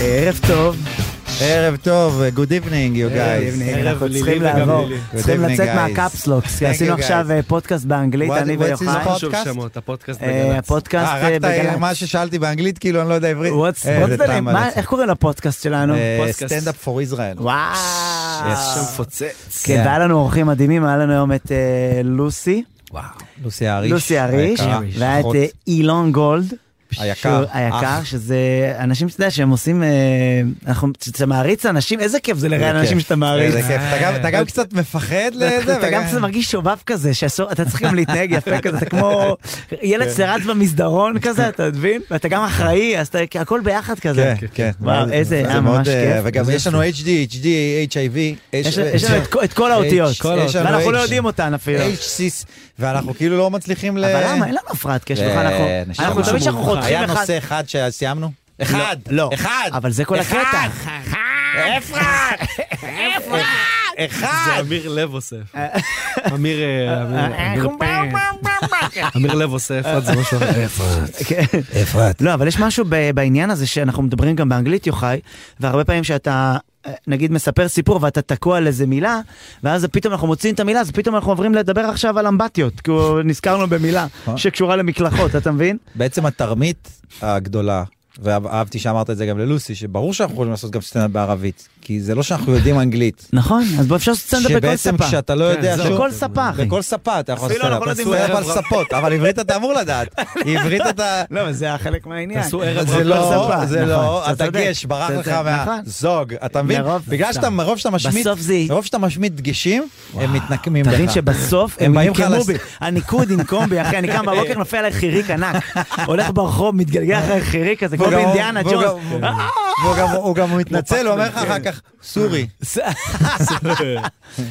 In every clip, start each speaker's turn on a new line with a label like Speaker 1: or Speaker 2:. Speaker 1: ערב טוב.
Speaker 2: ערב טוב, uh, good evening you
Speaker 1: ערב
Speaker 2: guys.
Speaker 1: evening.
Speaker 3: ערב
Speaker 1: אנחנו
Speaker 3: לילי
Speaker 1: צריכים
Speaker 3: וגם
Speaker 1: לעבור,
Speaker 3: לילי.
Speaker 1: צריכים
Speaker 2: Good evening,
Speaker 1: לצאת
Speaker 2: guys.
Speaker 1: מהקפסלוקס, כי
Speaker 2: Thank
Speaker 1: עשינו
Speaker 2: you,
Speaker 1: עכשיו
Speaker 2: guys.
Speaker 1: אה, פודקאסט באנגלית,
Speaker 2: What-
Speaker 1: אני
Speaker 2: what's his
Speaker 1: ויוחאי.
Speaker 2: podcast?
Speaker 3: חשוב שמות, הפודקאסט
Speaker 1: אה,
Speaker 3: בגל"צ.
Speaker 1: הפודקאסט
Speaker 2: אה,
Speaker 1: אה,
Speaker 2: הרגת אה,
Speaker 1: בגל"צ.
Speaker 2: מה ששאלתי באנגלית, כאילו אני לא יודע עברית.
Speaker 1: What's-
Speaker 2: אה,
Speaker 1: what's
Speaker 2: זה
Speaker 1: the name?
Speaker 2: תם
Speaker 1: מה-
Speaker 2: עליך.
Speaker 1: איך קוראים לפודקאסט שלנו?
Speaker 2: אה,
Speaker 3: פודקאסט.
Speaker 2: stand up for Israel.
Speaker 1: וואו.
Speaker 3: שם מפוצץ.
Speaker 1: כן,
Speaker 2: כן.
Speaker 1: והיה לנו אורחים מדהימים, היה לנו היום את אה, לוסי,
Speaker 2: לוסי אריש.
Speaker 1: לוסי אריש,
Speaker 2: היקרה,
Speaker 1: והיה את
Speaker 2: אחות
Speaker 1: אה, אילון גולד.
Speaker 2: היקר.
Speaker 1: שהוא- היקר,
Speaker 2: אח.
Speaker 1: שזה אנשים שאתה יודע שהם עושים, אה, אנחנו- שאתה מעריץ אנשים, איזה כיף זה לראיין
Speaker 2: איזה
Speaker 1: אנשים
Speaker 2: כיף.
Speaker 1: שאתה מעריץ. אה,
Speaker 2: איזה כיף. אתה גם- אתה גם קצת מפחד לזה.
Speaker 1: אתה גם
Speaker 2: וגם-
Speaker 1: קצת מרגיש שובב כזה, שאסור, אתה צריך גם להתנהג יפה כזה, אתה כמו ילד
Speaker 2: כן.
Speaker 1: שרץ במסדרון כזה, אתה מבין? ואתה גם אחראי, אז אתה הכל ביחד כזה.
Speaker 2: כן, כן.
Speaker 1: וואו,
Speaker 2: זה-
Speaker 1: איזה,
Speaker 2: זה
Speaker 1: היה
Speaker 2: מאוד,
Speaker 1: ממש
Speaker 2: אה,
Speaker 1: כיף.
Speaker 2: וגם
Speaker 1: זה
Speaker 2: יש לנו HD, HD, HIV.
Speaker 1: יש יש לנו את כל- את כל האותיות,
Speaker 2: כל האותיות.
Speaker 1: ואנחנו לא
Speaker 2: H-
Speaker 1: יודעים אותן אפילו.
Speaker 2: HCs, ואנחנו כאילו לא מצליחים ל...
Speaker 1: אבל למה? אין לנו הפרעת קשב,
Speaker 2: אה,
Speaker 1: אנחנו
Speaker 2: נשמה.
Speaker 1: כן, אנחנו תמיד שאנחנו חותכים
Speaker 2: היה
Speaker 1: אחד.
Speaker 2: נושא אחד שסיימנו? אחד! לא. אחד!
Speaker 1: אבל זה כל הקטע.
Speaker 2: אפרת! אפרת!
Speaker 3: זה
Speaker 2: אחד!
Speaker 3: אמיר לב אוסף. אמיר... אה, אמיר-
Speaker 1: אה.
Speaker 3: אמיר לב אוסף, עוד לא זה משהו אחר.
Speaker 1: כן.
Speaker 2: אפרת.
Speaker 1: לא, אבל יש משהו ב- בעניין הזה שאנחנו מדברים גם באנגלית, יוחאי, והרבה פעמים שאתה, אה, נגיד, מספר סיפור ואתה תקוע על איזה מילה, ואז פתאום אנחנו מוצאים את המילה, אז פתאום אנחנו עוברים לדבר עכשיו על אמבטיות, כי הוא- נזכרנו במילה
Speaker 2: אה?
Speaker 1: שקשורה למקלחות, אתה מבין?
Speaker 2: בעצם התרמית הגדולה, ואהבתי שאמרת את זה גם ללוסי, שברור שאנחנו יכולים לעשות גם סצנה בערבית, כי זה לא שאנחנו יודעים אנגלית.
Speaker 1: נכון, אז בוא אפשר לעשות סטנדאפ בכל
Speaker 2: שבעצם
Speaker 1: ספה.
Speaker 2: כשאתה לא יודע...
Speaker 3: כן, זהו.
Speaker 2: שום-
Speaker 1: בכל ספה, אחי.
Speaker 2: בכל ספה אתה יכול
Speaker 1: אפילו
Speaker 2: לעשות
Speaker 1: אנחנו לא
Speaker 2: סטנדאפ,
Speaker 1: יודעים
Speaker 2: סטנדאפ על
Speaker 3: ערב.
Speaker 2: ספות, אבל עברית אתה אמור לדעת. עברית אתה...
Speaker 1: לא, אבל זה היה חלק מהעניין.
Speaker 3: תעשו ערב
Speaker 2: זה
Speaker 3: רב
Speaker 2: לא,
Speaker 1: ספה,
Speaker 2: זה
Speaker 1: נכון,
Speaker 2: לא,
Speaker 1: אתה צודק,
Speaker 2: הדגש ברח
Speaker 1: אתה
Speaker 2: לך
Speaker 1: צודק, נכון.
Speaker 2: מהזוג, אתה מבין?
Speaker 1: מרוב-
Speaker 2: בגלל שאתה,
Speaker 1: סתם.
Speaker 2: מרוב שאתה משמיט,
Speaker 1: בסוף זה-
Speaker 2: מרוב שאתה משמיט דגשים, הם מתנקמים
Speaker 1: תבין
Speaker 2: בך.
Speaker 1: שבסוף
Speaker 2: הם
Speaker 1: הם
Speaker 2: באים לך
Speaker 1: ינקמו
Speaker 2: לס-
Speaker 1: בי, הניקוד ינקום בי, אחי, אני קם בבוקר, נופל עליי חיריק ענק, הולך ברחוב, מתגלגל אחרי חיריק כזה, כמו
Speaker 2: והוא גם-
Speaker 1: באינדיאנה
Speaker 2: והוא
Speaker 1: ג'ונס.
Speaker 2: גם- והוא גם- הוא גם מתנצל, הוא אומר לך אחר כך, סורי.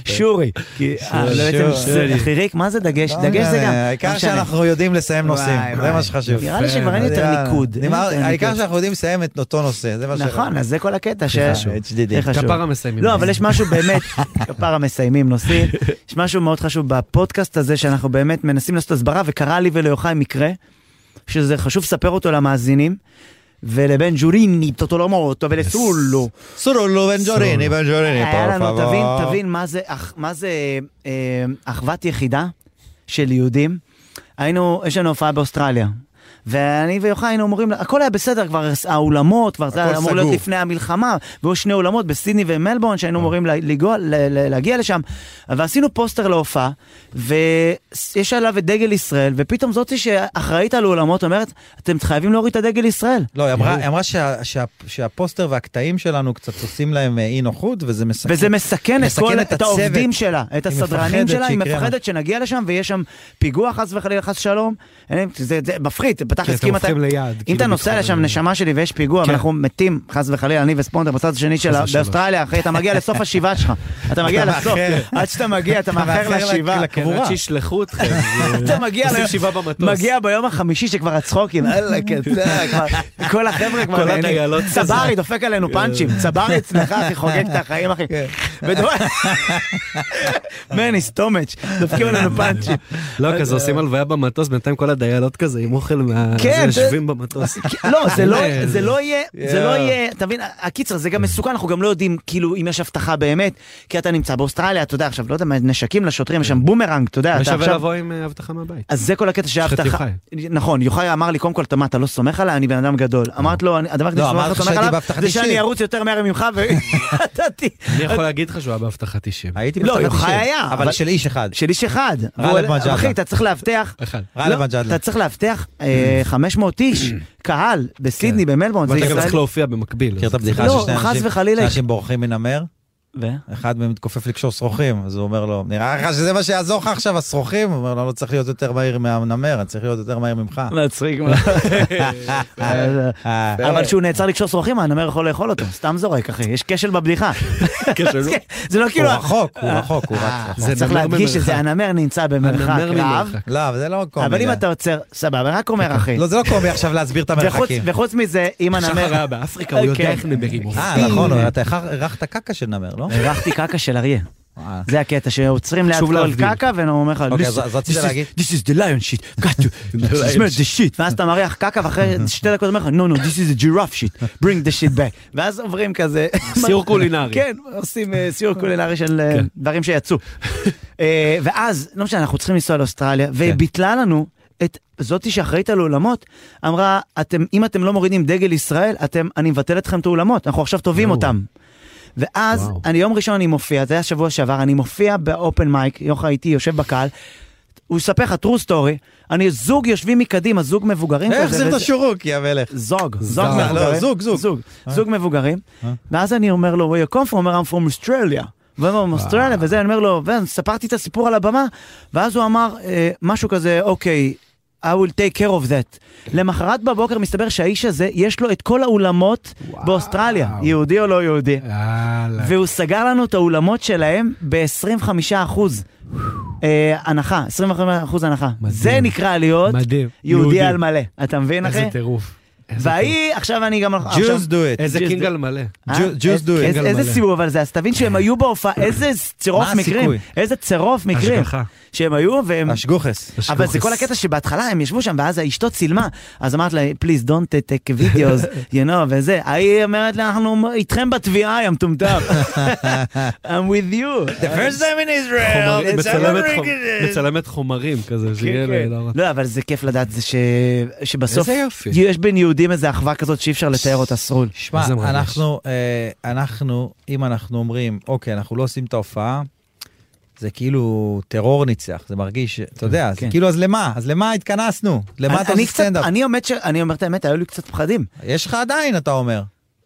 Speaker 1: שורי. כי- אה, לא, בעצם
Speaker 3: שורי.
Speaker 1: זה- חיריק, מה זה דגש?
Speaker 2: לא
Speaker 1: דגש זה
Speaker 2: משנה,
Speaker 1: גם... לא
Speaker 2: העיקר
Speaker 1: משנה.
Speaker 2: שאנחנו יודעים לסיים
Speaker 1: וואי,
Speaker 2: נושאים, זה
Speaker 1: וואי.
Speaker 2: מה שחשוב.
Speaker 1: נראה לי שכבר אין יותר
Speaker 2: יאללה.
Speaker 1: ניקוד. אין
Speaker 2: נגמר-
Speaker 1: יותר ניקוד.
Speaker 2: העיקר שאנחנו יודעים לסיים את אותו נושא, זה מה ש...
Speaker 1: נכון, אז זה כל הקטע ש...
Speaker 2: חשוב.
Speaker 1: הכי חשוב.
Speaker 3: כפרה מסיימים.
Speaker 1: לא, אבל יש משהו באמת, כפרה מסיימים נושאים, יש משהו מאוד חשוב בפודקאסט הזה, שאנחנו באמת מנסים לעשות הסברה, וקרה לי וליוחאי מקרה, שזה חשוב לספר אותו למאזינים, ולבן ג'וריני, טוטולומוטו לא ולסולו.
Speaker 2: סורולו לא, כאילו בן ג'וריני, בן ג'וריני,
Speaker 1: היה
Speaker 2: פור
Speaker 1: לנו,
Speaker 2: פאבור.
Speaker 1: אה, תבין, תבין מה זה, אח- מה זה אה, אחוות יחידה של יהודים. היינו, יש לנו הופעה באוסטרליה. ואני ויוחאי היינו אמורים, הכל היה בסדר כבר, האולמות, כבר זה
Speaker 2: הכל
Speaker 1: היה אמור
Speaker 2: סגור. אה.
Speaker 1: להיות לפני המלחמה, והיו שני אולמות בסידני ומלבורן שהיינו אמורים לה- לגוע- ל- ל- להגיע לשם, ועשינו פוסטר להופעה, ויש עליו את דגל ישראל, ופתאום זאתי שאחראית על האולמות אומרת, אתם חייבים להוריד את הדגל ישראל.
Speaker 2: לא, היא אמרה, היא אמרה שה- שה- שהפוסטר והקטעים שלנו קצת עושים להם אה, אי נוחות, וזה מסכן.
Speaker 1: וזה מסכן את
Speaker 2: מסכן
Speaker 1: כל,
Speaker 2: את
Speaker 1: את העובדים
Speaker 2: הצוות.
Speaker 1: שלה, את
Speaker 2: היא
Speaker 1: הסדרנים
Speaker 2: מפחדת
Speaker 1: שלה, היא
Speaker 2: שיקרה
Speaker 1: מפחדת שנגיע לשם ויהיה שם פיגוע חס וחלילה, חס שלום. אין להם- זה זה מפחיד,
Speaker 3: כי
Speaker 2: כן,
Speaker 1: בתכלס,
Speaker 3: אתם
Speaker 1: כי אם אתה...
Speaker 3: הופכים ליעד,
Speaker 1: אם
Speaker 3: כאילו,
Speaker 1: אתה נוסע
Speaker 3: ביטחון.
Speaker 1: לשם, נשמה שלי, ויש פיגוע, ואנחנו מתים, חס וחלילה, אני וספונדר בצד השני של ה-
Speaker 3: ושלום.
Speaker 1: באוסטרליה, אחי, אתה מגיע לסוף השבעה שלך. אתה מגיע
Speaker 2: אתה
Speaker 1: לסוף,
Speaker 2: מאחר.
Speaker 1: עד שאתה מגיע, אתה
Speaker 2: מאחר
Speaker 1: מאחר לשבעה.
Speaker 2: לק- לקבורה.
Speaker 3: עד שישלחו אתכם.
Speaker 1: אתה מגיע
Speaker 3: עושים
Speaker 1: ל-
Speaker 3: שבעה במטוס.
Speaker 1: מגיע ביום החמישי שכבר הצחוקים, אללה כזה, כבר- כל החבר'ה כבר
Speaker 3: כל לא הדיילות כזה.
Speaker 1: צברי דופק עלינו פאנצ'ים, צברי אצלך אחי חוגג את החיים אחי.
Speaker 3: כן.
Speaker 1: ודו- מני סטומץ', דופקים אה. עלינו פאנצ'ים.
Speaker 3: לא, כזה עושים הלוויה במטוס, בינתיים כל הדיילות כזה עם אוכל מה...
Speaker 1: כן,
Speaker 3: זה, יושבים במטוס.
Speaker 1: לא, זה לא-
Speaker 3: אה,
Speaker 1: זה לא יהיה, זה לא
Speaker 2: יואו.
Speaker 1: יהיה, אתה מבין, הקיצר, זה גם מסוכן, אנחנו גם לא יודעים, כאילו, אם יש הבטחה באמת, כי אתה נמצא באוסטרליה, אתה יודע, עכשיו, לא יודע מה, נשקים לשוטרים, יש שם בומרנג, אתה יודע,
Speaker 3: לא
Speaker 1: אתה
Speaker 3: שווה
Speaker 1: עכשיו...
Speaker 3: לבוא עם אה, אבטחה מהבית.
Speaker 1: אז זה כל הקטע שהיה
Speaker 3: יש לך את
Speaker 1: הבטחה. נכון, יוחאי אמר לי, קודם כל, אתה מה, אתה לא סומך עליי? אני בן אדם גדול. אמרת לו, "אני- הדבר היחיד
Speaker 2: לא,
Speaker 1: שאני
Speaker 2: אמרתי
Speaker 1: סומך
Speaker 2: שהייתי
Speaker 1: עליו,
Speaker 2: בהבטחת
Speaker 1: זה
Speaker 2: אישית.
Speaker 1: שאני ארוץ יותר מהר ממך, ונתתי.
Speaker 3: אני יכול להגיד לך שהוא היה באבטחת אישים.
Speaker 2: הייתי
Speaker 1: לא,
Speaker 2: בצד
Speaker 1: יוחאי
Speaker 2: השני,
Speaker 1: היה, אבל-
Speaker 2: אבל של איש אחד.
Speaker 1: של איש אחד.
Speaker 2: גאלב
Speaker 1: והוא-
Speaker 2: מג'אדלה.
Speaker 1: אחי, אתה צריך לאבטח...
Speaker 3: אחד.
Speaker 2: גאלב
Speaker 1: לא,
Speaker 2: מג'אדלה.
Speaker 1: אתה צריך לאבטח אה, 500 איש, קהל, בסידני,
Speaker 2: כן.
Speaker 1: במלבורן, זה
Speaker 3: ואתה גם צריך
Speaker 1: ישראל.
Speaker 3: להופיע במקביל.
Speaker 2: מכיר את
Speaker 3: אז-
Speaker 2: הבדיחה
Speaker 1: לא,
Speaker 2: ששני
Speaker 1: חס
Speaker 2: אנשים,
Speaker 1: וחלילה.
Speaker 2: שני אנשים בורחים מן המר,
Speaker 1: ו?
Speaker 2: אחד מהם מתכופף לקשור שרוכים, אז הוא אומר לו, נראה לך שזה מה שיעזור לך עכשיו, השרוכים? הוא אומר לו, לא צריך להיות יותר מהיר מהנמר, אני צריך להיות יותר מהיר ממך.
Speaker 1: מצחיק
Speaker 2: אה,
Speaker 1: אבל כשהוא נעצר לקשור שרוכים, הנמר יכול לאכול אותו, סתם זורק, אחי, יש כשל בבדיחה. זה לא
Speaker 2: הוא
Speaker 1: כאילו... אה,
Speaker 2: רחוק, הוא רחוק, הוא רץ.
Speaker 3: זה
Speaker 1: צריך
Speaker 3: נמר
Speaker 1: להדגיש שזה
Speaker 3: במרחק.
Speaker 1: הנמר נמצא במרחק
Speaker 3: הנמר
Speaker 1: רב,
Speaker 3: ממרחק.
Speaker 2: לא, אבל זה לא קומי.
Speaker 1: אבל אם
Speaker 2: זה-
Speaker 1: אתה עוצר, סבבה, רק אומר אחי.
Speaker 2: לא, זה לא קומי עכשיו להסביר את
Speaker 1: וחוץ-
Speaker 2: המרחקים.
Speaker 1: וחוץ מזה, אם
Speaker 3: שחר
Speaker 1: הנמר...
Speaker 3: היה באפריקה, הוא יודע אה,
Speaker 1: כן.
Speaker 2: נכון,
Speaker 3: איך נמרים.
Speaker 2: אה, נכון, אתה אירחת קקה של נמר, לא?
Speaker 1: הרחתי קקה של אריה.
Speaker 2: וואלה.
Speaker 1: זה הקטע, שעוצרים ליד
Speaker 3: חשוב
Speaker 1: כל
Speaker 3: להבדיל.
Speaker 1: קקה ואומר לך,
Speaker 2: אה. אוקיי, אז-
Speaker 1: "Listen,
Speaker 2: אז רצית
Speaker 1: this is-
Speaker 2: להגיד?
Speaker 1: This is the lion shit, got to,
Speaker 2: lion
Speaker 1: smell the shit. ואז אתה מריח קקה ואחרי שתי דקות אומר לך, no, no, this is a giraffe shit, bring the shit back. ואז עוברים כזה...
Speaker 3: סיור קולינרי.
Speaker 1: כן, עושים אה, סיור קולינרי של אה,
Speaker 3: כן.
Speaker 1: דברים שיצאו. אה, ואז, לא משנה, אנחנו צריכים לנסוע לאוסטרליה, והיא
Speaker 2: כן.
Speaker 1: ביטלה לנו את זאתי שאחראית על האולמות, אמרה, "אתם- אם אתם לא מורידים דגל ישראל, אתם, אני מבטל אתכם את האולמות, אנחנו עכשיו תובעים
Speaker 3: יואו.
Speaker 1: אותם. ואז,
Speaker 3: וואו.
Speaker 1: אני יום ראשון אני מופיע, זה היה שבוע שעבר, אני מופיע באופן מייק, יוחא איתי יושב בקהל, הוא יספר לך true story, אני זוג יושבים מקדימה, זוג
Speaker 3: אה,
Speaker 1: מבוגרים.
Speaker 2: איך
Speaker 1: כזה,
Speaker 2: זה את
Speaker 1: וזה-
Speaker 2: השורוק, יא מלך?
Speaker 1: זוג, זוג
Speaker 2: זוג,
Speaker 1: מבוגרים.
Speaker 2: לא, זוג, זוג.
Speaker 1: זוג,
Speaker 3: אה?
Speaker 1: זוג מבוגרים. ואז אני אומר לו, where you come from? הוא אומר, I'm from Australia. והם
Speaker 3: אה.
Speaker 1: אומרים, אוסטרליה, וזה, אני אומר לו, וספרתי את הסיפור על הבמה, ואז הוא אמר אה, משהו כזה, אוקיי, I will take care of that.
Speaker 3: כן.
Speaker 1: למחרת בבוקר מסתבר שהאיש הזה, יש לו את כל האולמות
Speaker 3: וואו.
Speaker 1: באוסטרליה, יהודי או לא יהודי.
Speaker 3: יאללה.
Speaker 1: והוא סגר לנו את האולמות שלהם ב-25 אחוז הנחה, 25 אחוז הנחה.
Speaker 3: מדהים.
Speaker 1: זה נקרא להיות
Speaker 3: מדהים.
Speaker 1: יהודי על מלא, אתה מבין אחי?
Speaker 3: איזה טירוף. איזה טירוף.
Speaker 1: והיא, עכשיו אני גם... עכשיו-
Speaker 2: Jews do it.
Speaker 3: איזה
Speaker 1: Jews
Speaker 3: קינג
Speaker 1: do-
Speaker 3: על מלא.
Speaker 1: אה?
Speaker 2: Jew- Jews do it.
Speaker 1: איזה- איזה סיבוב על זה, אז תבין שהם היו בהופעה, איזה צירוף
Speaker 2: מה הסיכוי?
Speaker 1: מקרים, איזה צירוף מקרים
Speaker 3: השגחה.
Speaker 1: שהם היו, והם...
Speaker 2: השגוחס.
Speaker 1: אבל זה כל הקטע שבהתחלה הם ישבו שם ואז אשתו צילמה, אז אמרת לה, please don't take videos, you know, וזה. היא אומרת לה, אנחנו איתכם בתביעה, יא מטומטם. I'm with you.
Speaker 2: The first time in Israel,
Speaker 3: חומרים-
Speaker 2: it's
Speaker 3: מצלמת
Speaker 2: American.
Speaker 3: חומ- מצלמת חומרים כזה, שיהיה
Speaker 1: כן,
Speaker 3: לה-
Speaker 1: כן. לא, אבל זה כיף לדעת זה ש... שבסוף
Speaker 3: איזה יופי.
Speaker 1: יש בין יהודים איזו אחווה כזאת שאי אפשר לתאר אותה סרול.
Speaker 2: שמע,
Speaker 3: איזה מרגש.
Speaker 2: אנחנו, אה, אנחנו, אם אנחנו אומרים, אוקיי, אנחנו לא עושים את ההופעה, זה כאילו טרור ניצח, זה מרגיש, אתה יודע, זה
Speaker 1: כן.
Speaker 2: כאילו, אז למה? אז למה התכנסנו? למה
Speaker 1: אני-
Speaker 2: אתה
Speaker 1: אני
Speaker 2: עושה
Speaker 1: קצת-
Speaker 2: סטנדאפ?
Speaker 1: אני עומד ש... אני אומר את האמת, היו לי קצת פחדים.
Speaker 2: יש לך עדיין, אתה אומר.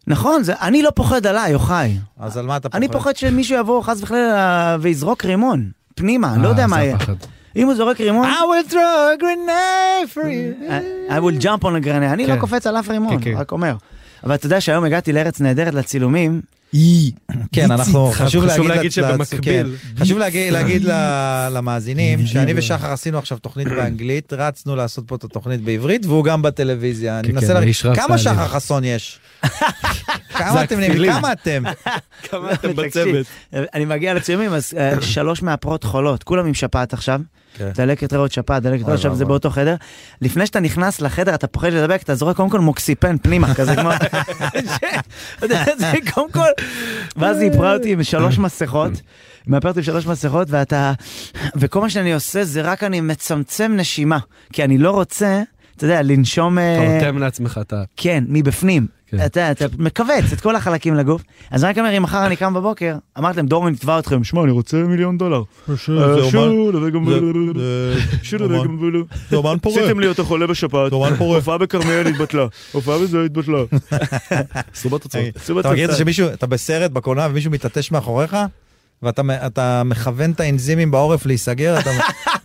Speaker 1: נכון, זה, אני לא פוחד עליי, יוחאי.
Speaker 2: אז על מה אתה פוחד?
Speaker 1: אני פוחד שמישהו יבוא חס וחלילה ויזרוק רימון. פנימה, אני לא
Speaker 3: אה,
Speaker 1: יודע
Speaker 3: זה
Speaker 1: מה יהיה.
Speaker 3: הפחד.
Speaker 1: אם הוא זורק רימון,
Speaker 2: I will throw a grenade for you.
Speaker 1: I I will jump on a grenade. אה, אני לא
Speaker 3: כן.
Speaker 1: קופץ על אף רימון,
Speaker 3: כן, כן.
Speaker 1: רק אומר. אבל אתה יודע שהיום הגעתי לארץ נהדרת לצילומים,
Speaker 2: כן, אנחנו,
Speaker 3: חשוב
Speaker 2: חשוב להגיד,
Speaker 3: להגיד
Speaker 2: לצ-
Speaker 3: שבמקביל-
Speaker 2: כן. חשוב להגיד- להגיד ל- למאזינים, שאני ושחר עשינו עכשיו תוכנית באנגלית, רצנו לעשות פה את התוכנית בעברית, והוא גם בטלוויזיה. אני
Speaker 3: כן,
Speaker 2: מנסה
Speaker 3: כן,
Speaker 2: להגיד,
Speaker 3: האיש רץ
Speaker 2: כמה
Speaker 3: תהליך.
Speaker 2: שחר חסון יש? כמה
Speaker 3: זה
Speaker 2: אתם נראים?
Speaker 3: הכפילים.
Speaker 2: כמה אתם?
Speaker 3: כמה אתם
Speaker 1: תקשיב, אה,
Speaker 3: בצוות.
Speaker 1: אני מגיע לצילומים, אז אה, שלוש מהפרעות חולות, כולם עם שפעת עכשיו.
Speaker 2: כן.
Speaker 1: דלקת ריאות שפעת, דלקת ריאות,
Speaker 2: אוי
Speaker 1: עכשיו זה
Speaker 2: ואבוי.
Speaker 1: באותו חדר. לפני שאתה נכנס לחדר, אתה פוחד לדבק, אתה זורק קודם כל מוקסיפן פנימה, כזה כמו... זה קודם כל... ואז היא הפרעה אותי עם שלוש מסכות, מאפרת עם שלוש מסכות, ואתה... וכל מה שאני עושה זה רק אני מצמצם נשימה, כי אני לא רוצה, אתה יודע, לנשום... אה,
Speaker 3: אתה רותם לעצמך, אתה...
Speaker 1: כן, מבפנים.
Speaker 3: כן.
Speaker 1: אתה יודע, אתה מכווץ את כל החלקים לגוף. אז אני רק אומר, אם מחר אני קם בבוקר, אמרתי להם, דורון יתבע אתכם, שמע, אני רוצה מיליון דולר. אה, שו, לרגע מ- שו, לרגע מ-
Speaker 2: אה, זה אומן
Speaker 1: עשיתם לי אותו חולה בשפעת,
Speaker 2: אומן פורה.
Speaker 1: הופעה בכרמיאל התבטלה, הופעה בזה התבטלה.
Speaker 3: סיבות עצמאות.
Speaker 1: עשו
Speaker 2: אתה מכיר את זה
Speaker 1: בצד.
Speaker 2: שמישהו, אתה בסרט, בקולנוע, ומישהו מתעטש מאחוריך? ואתה מ- אתה מכוון את האנזימים בעורף להיסגר, אתה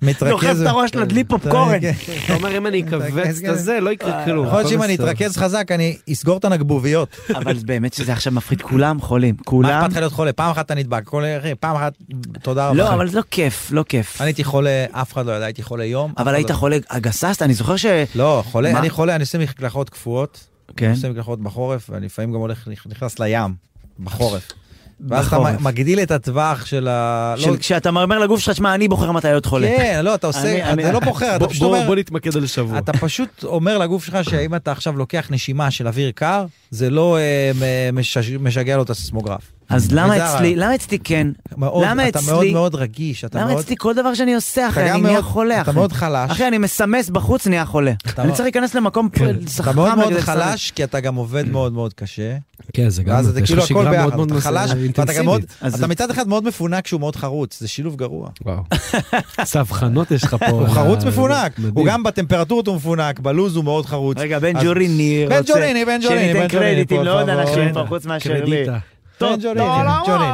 Speaker 2: מתרכז.
Speaker 1: דוחף את הראש לדלי פופקורן.
Speaker 2: כן.
Speaker 3: אתה אומר, אם אני אכווץ את הזה, לא יקרה כלום.
Speaker 2: יכול להיות שאם
Speaker 3: הכל
Speaker 2: אני
Speaker 3: בסדר.
Speaker 2: אתרכז חזק, אני אסגור את הנגבוביות.
Speaker 1: אבל באמת שזה עכשיו מפחיד, כולם חולים,
Speaker 2: מה
Speaker 1: כולם.
Speaker 2: אכפת לך להיות חולה? פעם אחת אתה נדבק, כל אחי, פעם אחת, תודה רבה.
Speaker 1: לא, אבל זה לא כיף, לא כיף.
Speaker 2: אני הייתי חולה, אף אחד לא ידע, הייתי חולה יום. אף אחד
Speaker 1: אבל היית
Speaker 2: לא-
Speaker 1: חולה, גססת, אני זוכר ש...
Speaker 2: לא, חולה,
Speaker 1: מה?
Speaker 2: אני חולה, אני עושה מקלחות קפואות,
Speaker 1: כן.
Speaker 2: אני עושה מקלחות בחורף, ואני לפעמים גם הולך, נכנס לים, בחורף. ואז אתה
Speaker 1: בחורף.
Speaker 2: מ- מגדיל את הטווח של ה... לא-
Speaker 1: של- כשאתה אומר לגוף שלך, שמע, אני בוחר מתי להיות חולה.
Speaker 2: כן, לא, אתה עושה,
Speaker 1: אני-
Speaker 2: אתה לא בוחר, אתה
Speaker 3: בוא-
Speaker 2: פשוט
Speaker 3: בוא-
Speaker 2: אומר...
Speaker 3: בוא נתמקד על שבוע.
Speaker 2: אתה פשוט אומר לגוף שלך שאם אתה עכשיו לוקח נשימה של אוויר קר, זה לא אה, מ- משש- משגע לו את הסיסמוגרף.
Speaker 1: אז למה
Speaker 2: וזה
Speaker 1: אצלי,
Speaker 2: הרעיון.
Speaker 1: למה אצלי כן?
Speaker 2: מאוד,
Speaker 1: למה
Speaker 2: אתה
Speaker 1: אצלי-
Speaker 2: מאוד מאוד רגיש, אתה
Speaker 1: למה
Speaker 2: מאוד...
Speaker 1: אצלי כל דבר שאני עושה,
Speaker 2: אתה
Speaker 1: אחי,
Speaker 2: גם
Speaker 1: אני נהיה
Speaker 2: מאוד-
Speaker 1: חולה, אחי.
Speaker 2: אתה מאוד חלש.
Speaker 1: אחי, אני מסמס בחוץ, נהיה חולה.
Speaker 2: אתה
Speaker 1: אני
Speaker 2: מאוד-
Speaker 1: צריך להיכנס למקום פר-
Speaker 2: כן. אתה
Speaker 1: סחרחם
Speaker 2: מאוד מאוד
Speaker 1: כדי לסמס.
Speaker 2: חלש, כי אתה גם עובד מאוד מאוד קשה,
Speaker 3: כן, זה
Speaker 2: ואז זה כאילו הכל ביחד, אתה חלש, ואתה גם מאוד,
Speaker 1: אז
Speaker 2: אתה
Speaker 1: זה-
Speaker 2: מצד אחד מאוד מפונק שהוא מאוד חרוץ, זה שילוב גרוע.
Speaker 3: וואו. איזה הבחנות יש לך פה.
Speaker 2: הוא חרוץ מפונק, הוא גם בטמפרטורות הוא מפונק, בלוז הוא מאוד חרוץ.
Speaker 1: רגע, בן
Speaker 2: אז-
Speaker 1: ג'וריני
Speaker 2: בן
Speaker 1: רוצה
Speaker 2: ג'וריני, בן ג'וריני, בן
Speaker 1: שניתן
Speaker 2: ג'וריני,
Speaker 1: קרדיטים
Speaker 2: פה,
Speaker 1: לעוד
Speaker 2: פה,
Speaker 1: אנשים
Speaker 2: פה.
Speaker 1: פה חוץ מאשר לי. לא.
Speaker 2: בן ג'וריני, ג'וריני.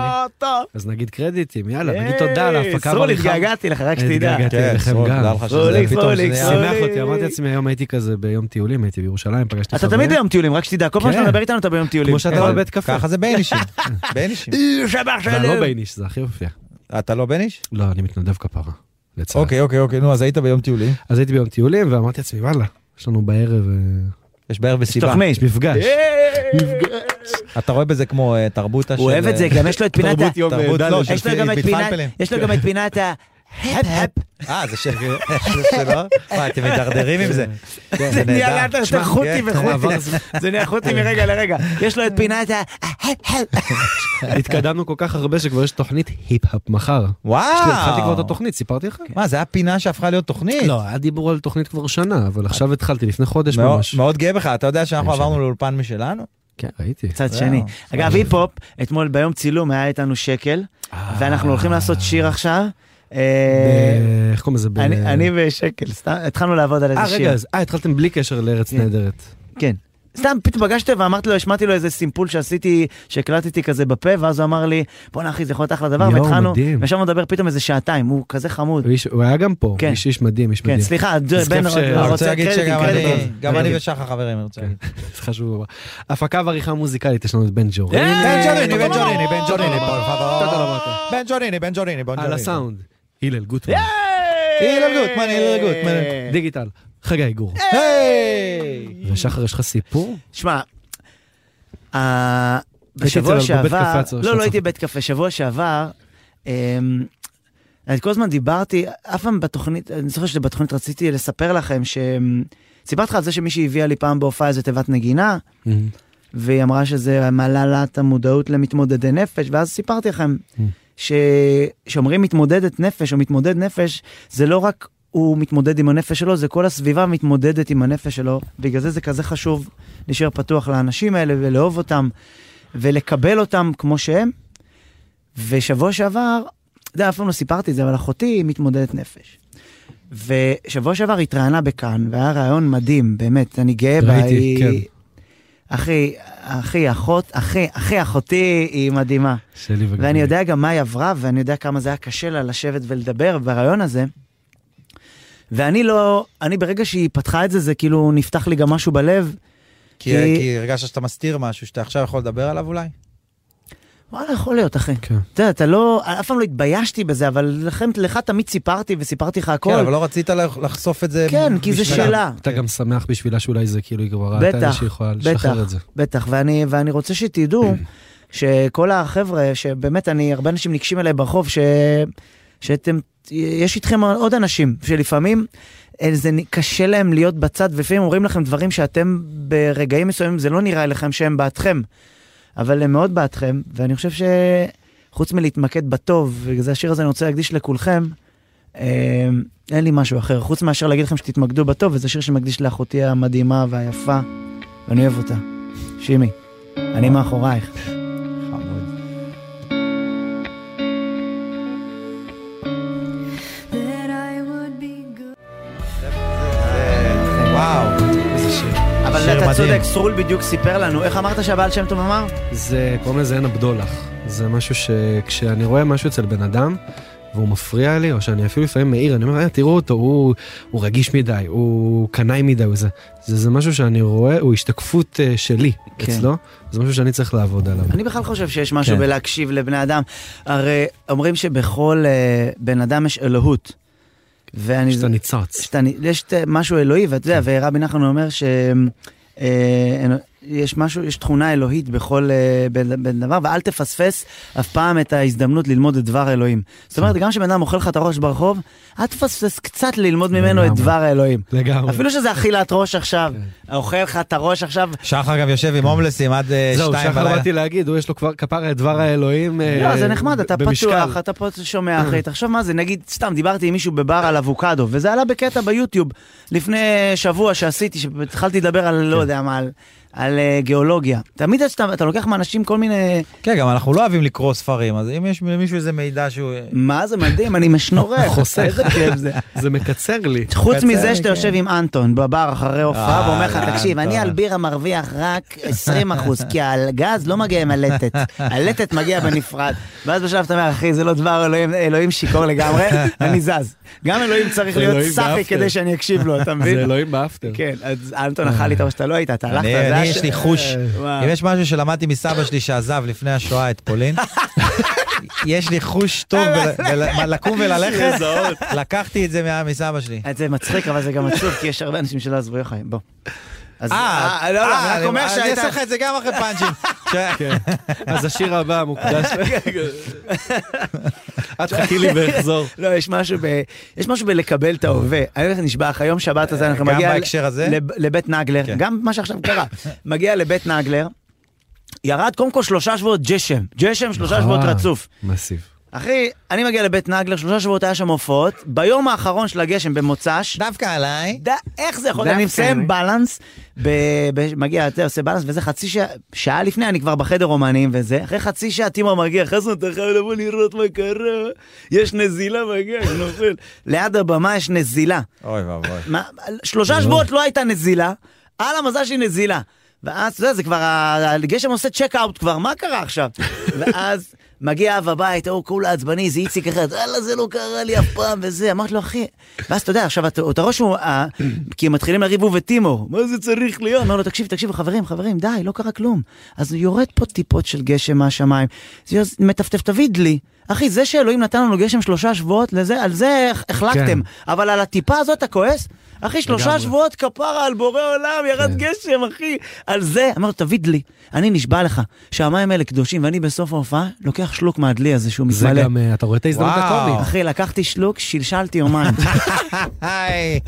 Speaker 3: אז נגיד קרדיטים, יאללה, נגיד תודה להפקה
Speaker 1: סרול,
Speaker 3: בריחה.
Speaker 1: התגעגעתי לך, רק שתדע.
Speaker 3: התגעגעתי.
Speaker 2: כן,
Speaker 3: לכם
Speaker 2: סרוק,
Speaker 3: גם.
Speaker 2: תדע לך שזה
Speaker 1: סרוליק,
Speaker 2: פתאום
Speaker 1: סרוליק,
Speaker 2: זה-
Speaker 1: סרוליק.
Speaker 3: שימח אותי, אמרתי לעצמי, היום הייתי כזה ביום טיולים, הייתי בירושלים, פגשתי
Speaker 1: אתה
Speaker 3: חברים.
Speaker 1: תמיד ביום טיולים, רק שתדע, כל פעם שאתה
Speaker 3: כן.
Speaker 1: מדבר איתנו אתה ביום טיולים. כן.
Speaker 3: כמו שאתה
Speaker 2: אבל
Speaker 3: בבית קפה.
Speaker 2: ככה זה ביינישים, ביינישים.
Speaker 1: אה, שבח
Speaker 3: ואני
Speaker 1: שלום.
Speaker 3: לא בייניש, זה הכי יופי.
Speaker 2: אתה לא בייניש?
Speaker 3: לא, אני מתנדב כפרה. לצערי.
Speaker 2: אוקיי, אוקיי, אוקיי, נו, אז היית ביום טיולי.
Speaker 3: אז הייתי ביום טיולים, ואמרתי לעצמי, וואלה, יש לנו בערב אה,
Speaker 2: יש בערב וסיבה.
Speaker 4: תוכניש, מפגש.
Speaker 2: אתה רואה בזה כמו אה, תרבותה של...
Speaker 1: הוא אוהב את זה, גם יש לו את פינת ה...
Speaker 3: תרבות יום
Speaker 2: תרבות
Speaker 3: ד'
Speaker 2: לא,
Speaker 3: של
Speaker 1: אה, יש לו גם את פינת-
Speaker 2: מתפלפלים.
Speaker 1: יש לו גם את פינת ה... הפ-הפ.
Speaker 2: אה, זה של- שלו? מה, אתם מידרדרים עם זה?
Speaker 1: כן. זה נהיה
Speaker 2: נהדר.
Speaker 1: לאט לאט
Speaker 2: תשמע,
Speaker 1: חוטי
Speaker 2: כן,
Speaker 1: וחוטי.
Speaker 2: עבר זמן.
Speaker 1: זה נהיה חוטי מרגע לרגע. יש לו את פינת ה... הפ-הפ.
Speaker 3: התקדמנו כל כך הרבה שכבר יש תוכנית היפ-הפ מחר. התחלתי כבר את
Speaker 2: וואו!
Speaker 3: התוכנית, סיפרתי לך?
Speaker 2: מה, זה היה פינה שהפכה להיות תוכנית?
Speaker 3: לא, היה דיבור על תוכנית כבר שנה, אבל עכשיו התחלתי לפני חודש
Speaker 2: מאוד-
Speaker 3: ממש.
Speaker 2: מאוד גאה בך, אתה יודע שאנחנו
Speaker 3: אני
Speaker 2: עברנו לאולפן משלנו?
Speaker 3: כן, ראיתי.
Speaker 1: צד
Speaker 2: זהו,
Speaker 1: שני.
Speaker 2: סבבה.
Speaker 1: אגב, היפ-הופ, אתמול ביום צילום היה איתנו שקל, ואנחנו הולכים לעשות שיר עכשיו. אה,
Speaker 3: ב- איך קוראים לזה? ב-
Speaker 1: אני אני ושקל, סתם, התחלנו לעבוד על איזה
Speaker 3: אה,
Speaker 1: שיר.
Speaker 3: רגע, אז- אה, התחלתם בלי קשר לארץ
Speaker 1: כן.
Speaker 3: נהדרת.
Speaker 1: כן. סתם פתאום פגשתי ואמרתי לו, השמעתי לו איזה סימפול שעשיתי, שהקלטתי כזה בפה, ואז הוא אמר לי, בואנה אחי, זה יכול להיות אחלה דבר,
Speaker 3: יואו,
Speaker 1: והתחלנו,
Speaker 3: מדהים.
Speaker 1: וישבנו לדבר פתאום איזה שעתיים, הוא כזה חמוד.
Speaker 3: הוא איש- הוא היה גם פה,
Speaker 1: כן.
Speaker 3: איש איש מדהים, איש
Speaker 1: כן,
Speaker 3: מדהים.
Speaker 1: סליחה,
Speaker 3: אז
Speaker 1: בן
Speaker 3: כיף ש-
Speaker 1: רוצה
Speaker 2: אני
Speaker 3: אה,
Speaker 2: רוצה להגיד
Speaker 1: קרדיט,
Speaker 2: שגם
Speaker 1: קרדיט.
Speaker 2: אני- גם אני
Speaker 3: נגיד.
Speaker 2: ושחר חברים, אני רוצה להגיד.
Speaker 3: כן. זה חשוב. מאוד. הפקה ועריכה מוזיקלית, יש לנו את בן ג'ורי.
Speaker 1: אה,
Speaker 2: בן ג'וריני, בן ג'וריני, בן ג'וריני, בוא,
Speaker 3: תודה
Speaker 2: פאבו.
Speaker 3: רבה.
Speaker 2: בן ג'וריני, בן ג'וריני, בן
Speaker 3: על
Speaker 2: ג'וריני.
Speaker 3: הסאונד, הלל גוטמן.
Speaker 2: אה, הלל גוטמן, הלל גוטמן.
Speaker 3: דיגיטל, חגי גור.
Speaker 2: היי!
Speaker 1: אה,
Speaker 3: ושחר, יש לך סיפור?
Speaker 1: שמע, אה,
Speaker 3: הייתי
Speaker 1: בשבוע
Speaker 3: אצל בבית
Speaker 1: שעבר,
Speaker 3: קפה אצל
Speaker 1: לא,
Speaker 3: השלושה.
Speaker 1: לא הייתי בבית קפה, שבוע שעבר, אמ, אני כל הזמן דיברתי, אף פעם בתוכנית, אני זוכר שבתוכנית רציתי לספר לכם ש... סיפרתי לך על זה שמישהי הביאה לי פעם בהופעה איזה תיבת נגינה, והיא אמרה שזה מעלה לה את המודעות למתמודדי נפש, ואז סיפרתי לכם
Speaker 3: Mm.
Speaker 1: ש... שאומרים מתמודדת נפש או מתמודד נפש, זה לא רק הוא מתמודד עם הנפש שלו, זה כל הסביבה מתמודדת עם הנפש שלו, בגלל זה זה כזה חשוב להישאר פתוח לאנשים האלה ולאהוב אותם ולקבל אותם כמו שהם. ושבוע שעבר, אתה יודע, אף פעם לא סיפרתי את זה, אבל אחותי היא מתמודדת נפש. ושבוע שעבר התראיינה בכאן, והיה רעיון מדהים, באמת, אני גאה בה.
Speaker 3: ראיתי,
Speaker 1: היא-
Speaker 3: כן.
Speaker 1: אחי, אחי, אחות, אחי, אחי, אחותי היא מדהימה.
Speaker 3: שלי וגבי.
Speaker 1: ואני יודע גם מה היא עברה, ואני יודע כמה זה היה קשה לה לשבת ולדבר ברעיון הזה. ואני לא, אני ברגע שהיא פתחה את זה, זה כאילו נפתח לי גם משהו בלב.
Speaker 2: כי
Speaker 1: כי-
Speaker 2: כי הרגשת שאתה מסתיר משהו שאתה עכשיו יכול לדבר עליו אולי?
Speaker 1: וואלה, יכול להיות, אחי.
Speaker 3: כן.
Speaker 1: אתה יודע, אתה לא, אף פעם לא התביישתי בזה, אבל לכם, לך תמיד סיפרתי וסיפרתי לך
Speaker 2: כן, אבל
Speaker 1: הכל.
Speaker 2: לא רצית לח- לחשוף את זה.
Speaker 1: כן, כי זה
Speaker 2: בשבילה.
Speaker 1: שלה.
Speaker 3: אתה גם שמח בשבילה שאולי זה כאילו היא כבר ראתה
Speaker 1: בטח,
Speaker 3: איזה שהיא יכולה לשחרר את זה. כן.
Speaker 1: בטח, ואני, ואני רוצה שתדעו שכל החבר'ה, שבאמת אני, הרבה אנשים ניגשים אליי ברחוב, ש... שאתם, יש איתכם עוד אנשים, שלפעמים אה, זה נ- קשה להם להיות בצד, ולפעמים אומרים לכם דברים שאתם ברגעים מסוימים, זה לא נראה לכם שהם בעדכם, אבל הם מאוד בעדכם, ואני חושב שחוץ מלהתמקד בטוב, בגלל זה השיר הזה אני רוצה להקדיש לכולכם, אה, אין לי משהו אחר, חוץ מאשר להגיד לכם שתתמקדו בטוב, וזה שיר שמקדיש לאחותי המדהימה והיפה, ואני אוהב אותה. שימי, אני מאחורייך.
Speaker 2: חמוד.
Speaker 5: that I would be good.
Speaker 2: זה- וואו.
Speaker 3: איזה שיר.
Speaker 1: אבל
Speaker 2: שיר
Speaker 1: אתה
Speaker 2: מדהים.
Speaker 1: צודק, סרול בדיוק סיפר לנו, איך אמרת שהבעל שם טוב אמר?
Speaker 3: זה, קוראים לזה עין הבדולח. זה משהו שכשאני רואה משהו אצל בן אדם, והוא מפריע לי, או שאני אפילו לפעמים מעיר, אני אומר, "אה, תראו אותו, הוא, הוא רגיש מדי, הוא קנאי מדי, הוא זה. זה, זה משהו שאני רואה, הוא השתקפות אה, שלי
Speaker 1: כן.
Speaker 3: אצלו, זה משהו שאני צריך לעבוד עליו.
Speaker 1: אני בכלל חושב שיש משהו
Speaker 2: כן.
Speaker 1: בלהקשיב לבני אדם. הרי אומרים שבכל אה, בן אדם יש אלוהות. ואני...
Speaker 3: שאתה ניצוץ. כן.
Speaker 1: שאתה, נ- יש ת- משהו אלוהי, ואתה יודע, ורבי נחמן אומר ש... אה, אין- יש משהו, יש תכונה אלוהית בכל אה, בן בן דבר, ואל תפספס אף פעם את ההזדמנות ללמוד את דבר אלוהים.
Speaker 3: כן.
Speaker 1: זאת אומרת, גם כשבן אדם אוכל לך את הראש ברחוב, אל תפספס קצת ללמוד ממנו את
Speaker 3: לגמרי.
Speaker 1: דבר האלוהים.
Speaker 3: לגמרי.
Speaker 1: אפילו שזה אכילת ראש עכשיו, אוכל לך את הראש עכשיו,
Speaker 2: שחר גם יושב עם הומלסים עד אה,
Speaker 3: זהו,
Speaker 2: שתיים
Speaker 3: שחר
Speaker 2: בלילה.
Speaker 3: באתי להגיד, הוא יש לו כבר כפרה את דבר האלוהים
Speaker 1: לא,
Speaker 3: אה,
Speaker 1: זה נחמד, אתה
Speaker 3: במשקל.
Speaker 1: פתוח, אתה פה שומע
Speaker 2: אה.
Speaker 1: אחי, תחשוב מה זה, נגיד, סתם דיברתי עם מישהו בבר על אבוקדו, וזה עלה בקטע ביוטיוב לפני שבוע שעשיתי, שהתחלתי לדבר על,
Speaker 2: כן.
Speaker 1: לא יודע מה, על- על אה, גיאולוגיה. תמיד כשאתה אתה לוקח מאנשים כל מיני,
Speaker 2: כן, גם אנחנו לא אוהבים לקרוא ספרים, אז אם יש למישהו איזה מידע שהוא...
Speaker 1: מה זה מדהים, אני משנורר.
Speaker 3: חוסך.
Speaker 1: איזה כיף זה.
Speaker 3: זה מקצר לי.
Speaker 1: חוץ
Speaker 2: קצר,
Speaker 1: מזה שאתה
Speaker 2: כן.
Speaker 1: יושב עם אנטון בבר אחרי הופעה
Speaker 2: אה,
Speaker 1: ואומר לך, תקשיב, אני
Speaker 2: אנטון."
Speaker 1: על בירה מרוויח רק 20 אחוז, כי הגז לא מגיע עם הלטת, הלטת מגיע בנפרד. ואז בשלב אתה אומר, אחי, זה לא דבר אלוהים, אלוהים שיכור לגמרי, אני זז. גם אלוהים צריך להיות
Speaker 3: אלוהים
Speaker 1: סאחי
Speaker 3: באפטר.
Speaker 1: כדי שאני אקשיב לו, אתה
Speaker 3: זה
Speaker 1: מבין?
Speaker 3: אלוהים באפטר.
Speaker 1: כן, אז אנטון אכל לי את הראש, אתה לא היית, אתה הלכת,
Speaker 2: אני,
Speaker 1: זה
Speaker 2: אני
Speaker 1: היה
Speaker 2: יש
Speaker 1: ש- אה,
Speaker 2: לי חוש.
Speaker 1: וואו.
Speaker 2: אם יש משהו שלמדתי מסבא שלי שעזב לפני השואה את פולין, יש לי חוש טוב ב- ב- לקום וללכת, לקחתי את זה מה- מסבא שלי.
Speaker 1: אה, אז זה מצחיק, אבל זה גם עצוב, כי יש הרבה אנשים שלא עזבו יוחאי, בוא. אז-
Speaker 2: אה, לא,
Speaker 1: אה, אני רק
Speaker 2: לא,
Speaker 1: אומר
Speaker 2: אני- אני
Speaker 1: שהייתה- כן.
Speaker 2: אעשה לך את כן. זה גם אחרי פאנג'ים.
Speaker 3: אז השיר הבא מוקדש... את חכי לי ואחזור.
Speaker 1: לא, יש משהו ב... יש משהו בלקבל את ההווה. אני הולך נשבע לך, יום שבת הזה אנחנו
Speaker 2: אה, גם
Speaker 1: מגיע... ל-
Speaker 2: בהקשר הזה?
Speaker 1: לב- לבית נגלר,
Speaker 2: כן.
Speaker 1: גם מה שעכשיו קרה. מגיע לבית נגלר, ירד קודם כל שלושה שבועות גשם. גשם
Speaker 2: נכון.
Speaker 1: שלושה שבועות רצוף.
Speaker 3: אה, מסיב.
Speaker 1: אחי, אני מגיע לבית נגלר, שלושה שבועות היה שם הופעות, ביום האחרון של הגשם במוצ"ש,
Speaker 2: דווקא עליי.
Speaker 1: ד- איך זה יכול להיות?
Speaker 4: דווקא
Speaker 1: אני מסיים
Speaker 4: אני.
Speaker 1: בלנס, ב- ב- מגיע, אתה עושה בלנס, וזה חצי שעה, שעה לפני, אני כבר בחדר אומנים וזה, אחרי חצי שעה טימר מגיע, חסון, אתה חייב לבוא לראות מה קרה, יש נזילה, מגיע, אני נופל. ליד הבמה יש נזילה.
Speaker 2: אוי ואבוי.
Speaker 1: מה, שלושה שבועות לא הייתה נזילה, על המזל שהיא נזילה. ואז, אתה יודע, זה כבר, ה- הגשם עושה צ'ק אאוט כבר, מה קרה עכשיו? ואז מגיע אב הבית, הוא כולה עצבני, זה איציק אחד, וואלה, זה לא קרה לי אף פעם, וזה, אמרתי לו, אחי, ואז אתה יודע, עכשיו, אתה אתה רואה שהוא, אה, כי הם מתחילים לריב הוא וטימו, מה זה צריך להיות? אמר לו, תקשיב, תקשיב, חברים, חברים, די, לא קרה כלום. אז יורד פה טיפות של גשם מהשמיים, זה יוז- מטפטף, תביא דלי. אחי, זה שאלוהים נתן לנו גשם שלושה שבועות, לזה, על זה החלקתם. אבל על הטיפה הזאת אתה כועס? אחי, שלושה
Speaker 3: כן. לגמרי. כן.
Speaker 1: שבועות כפרה על בורא עולם, ירד גשם, אחי. על זה, אמר לו, תביא דלי. אני נשבע לך שהמים האלה קדושים, ואני בסוף ההופעה לוקח שלוק מהדלי הזה שהוא
Speaker 3: זה
Speaker 1: מתמלא.
Speaker 3: גם, אה, אתה רואה את ההזדמנות
Speaker 2: וואו.
Speaker 3: הקומית.
Speaker 1: אחי, לקחתי שלוק, שלשלתי יומיים.
Speaker 2: היי.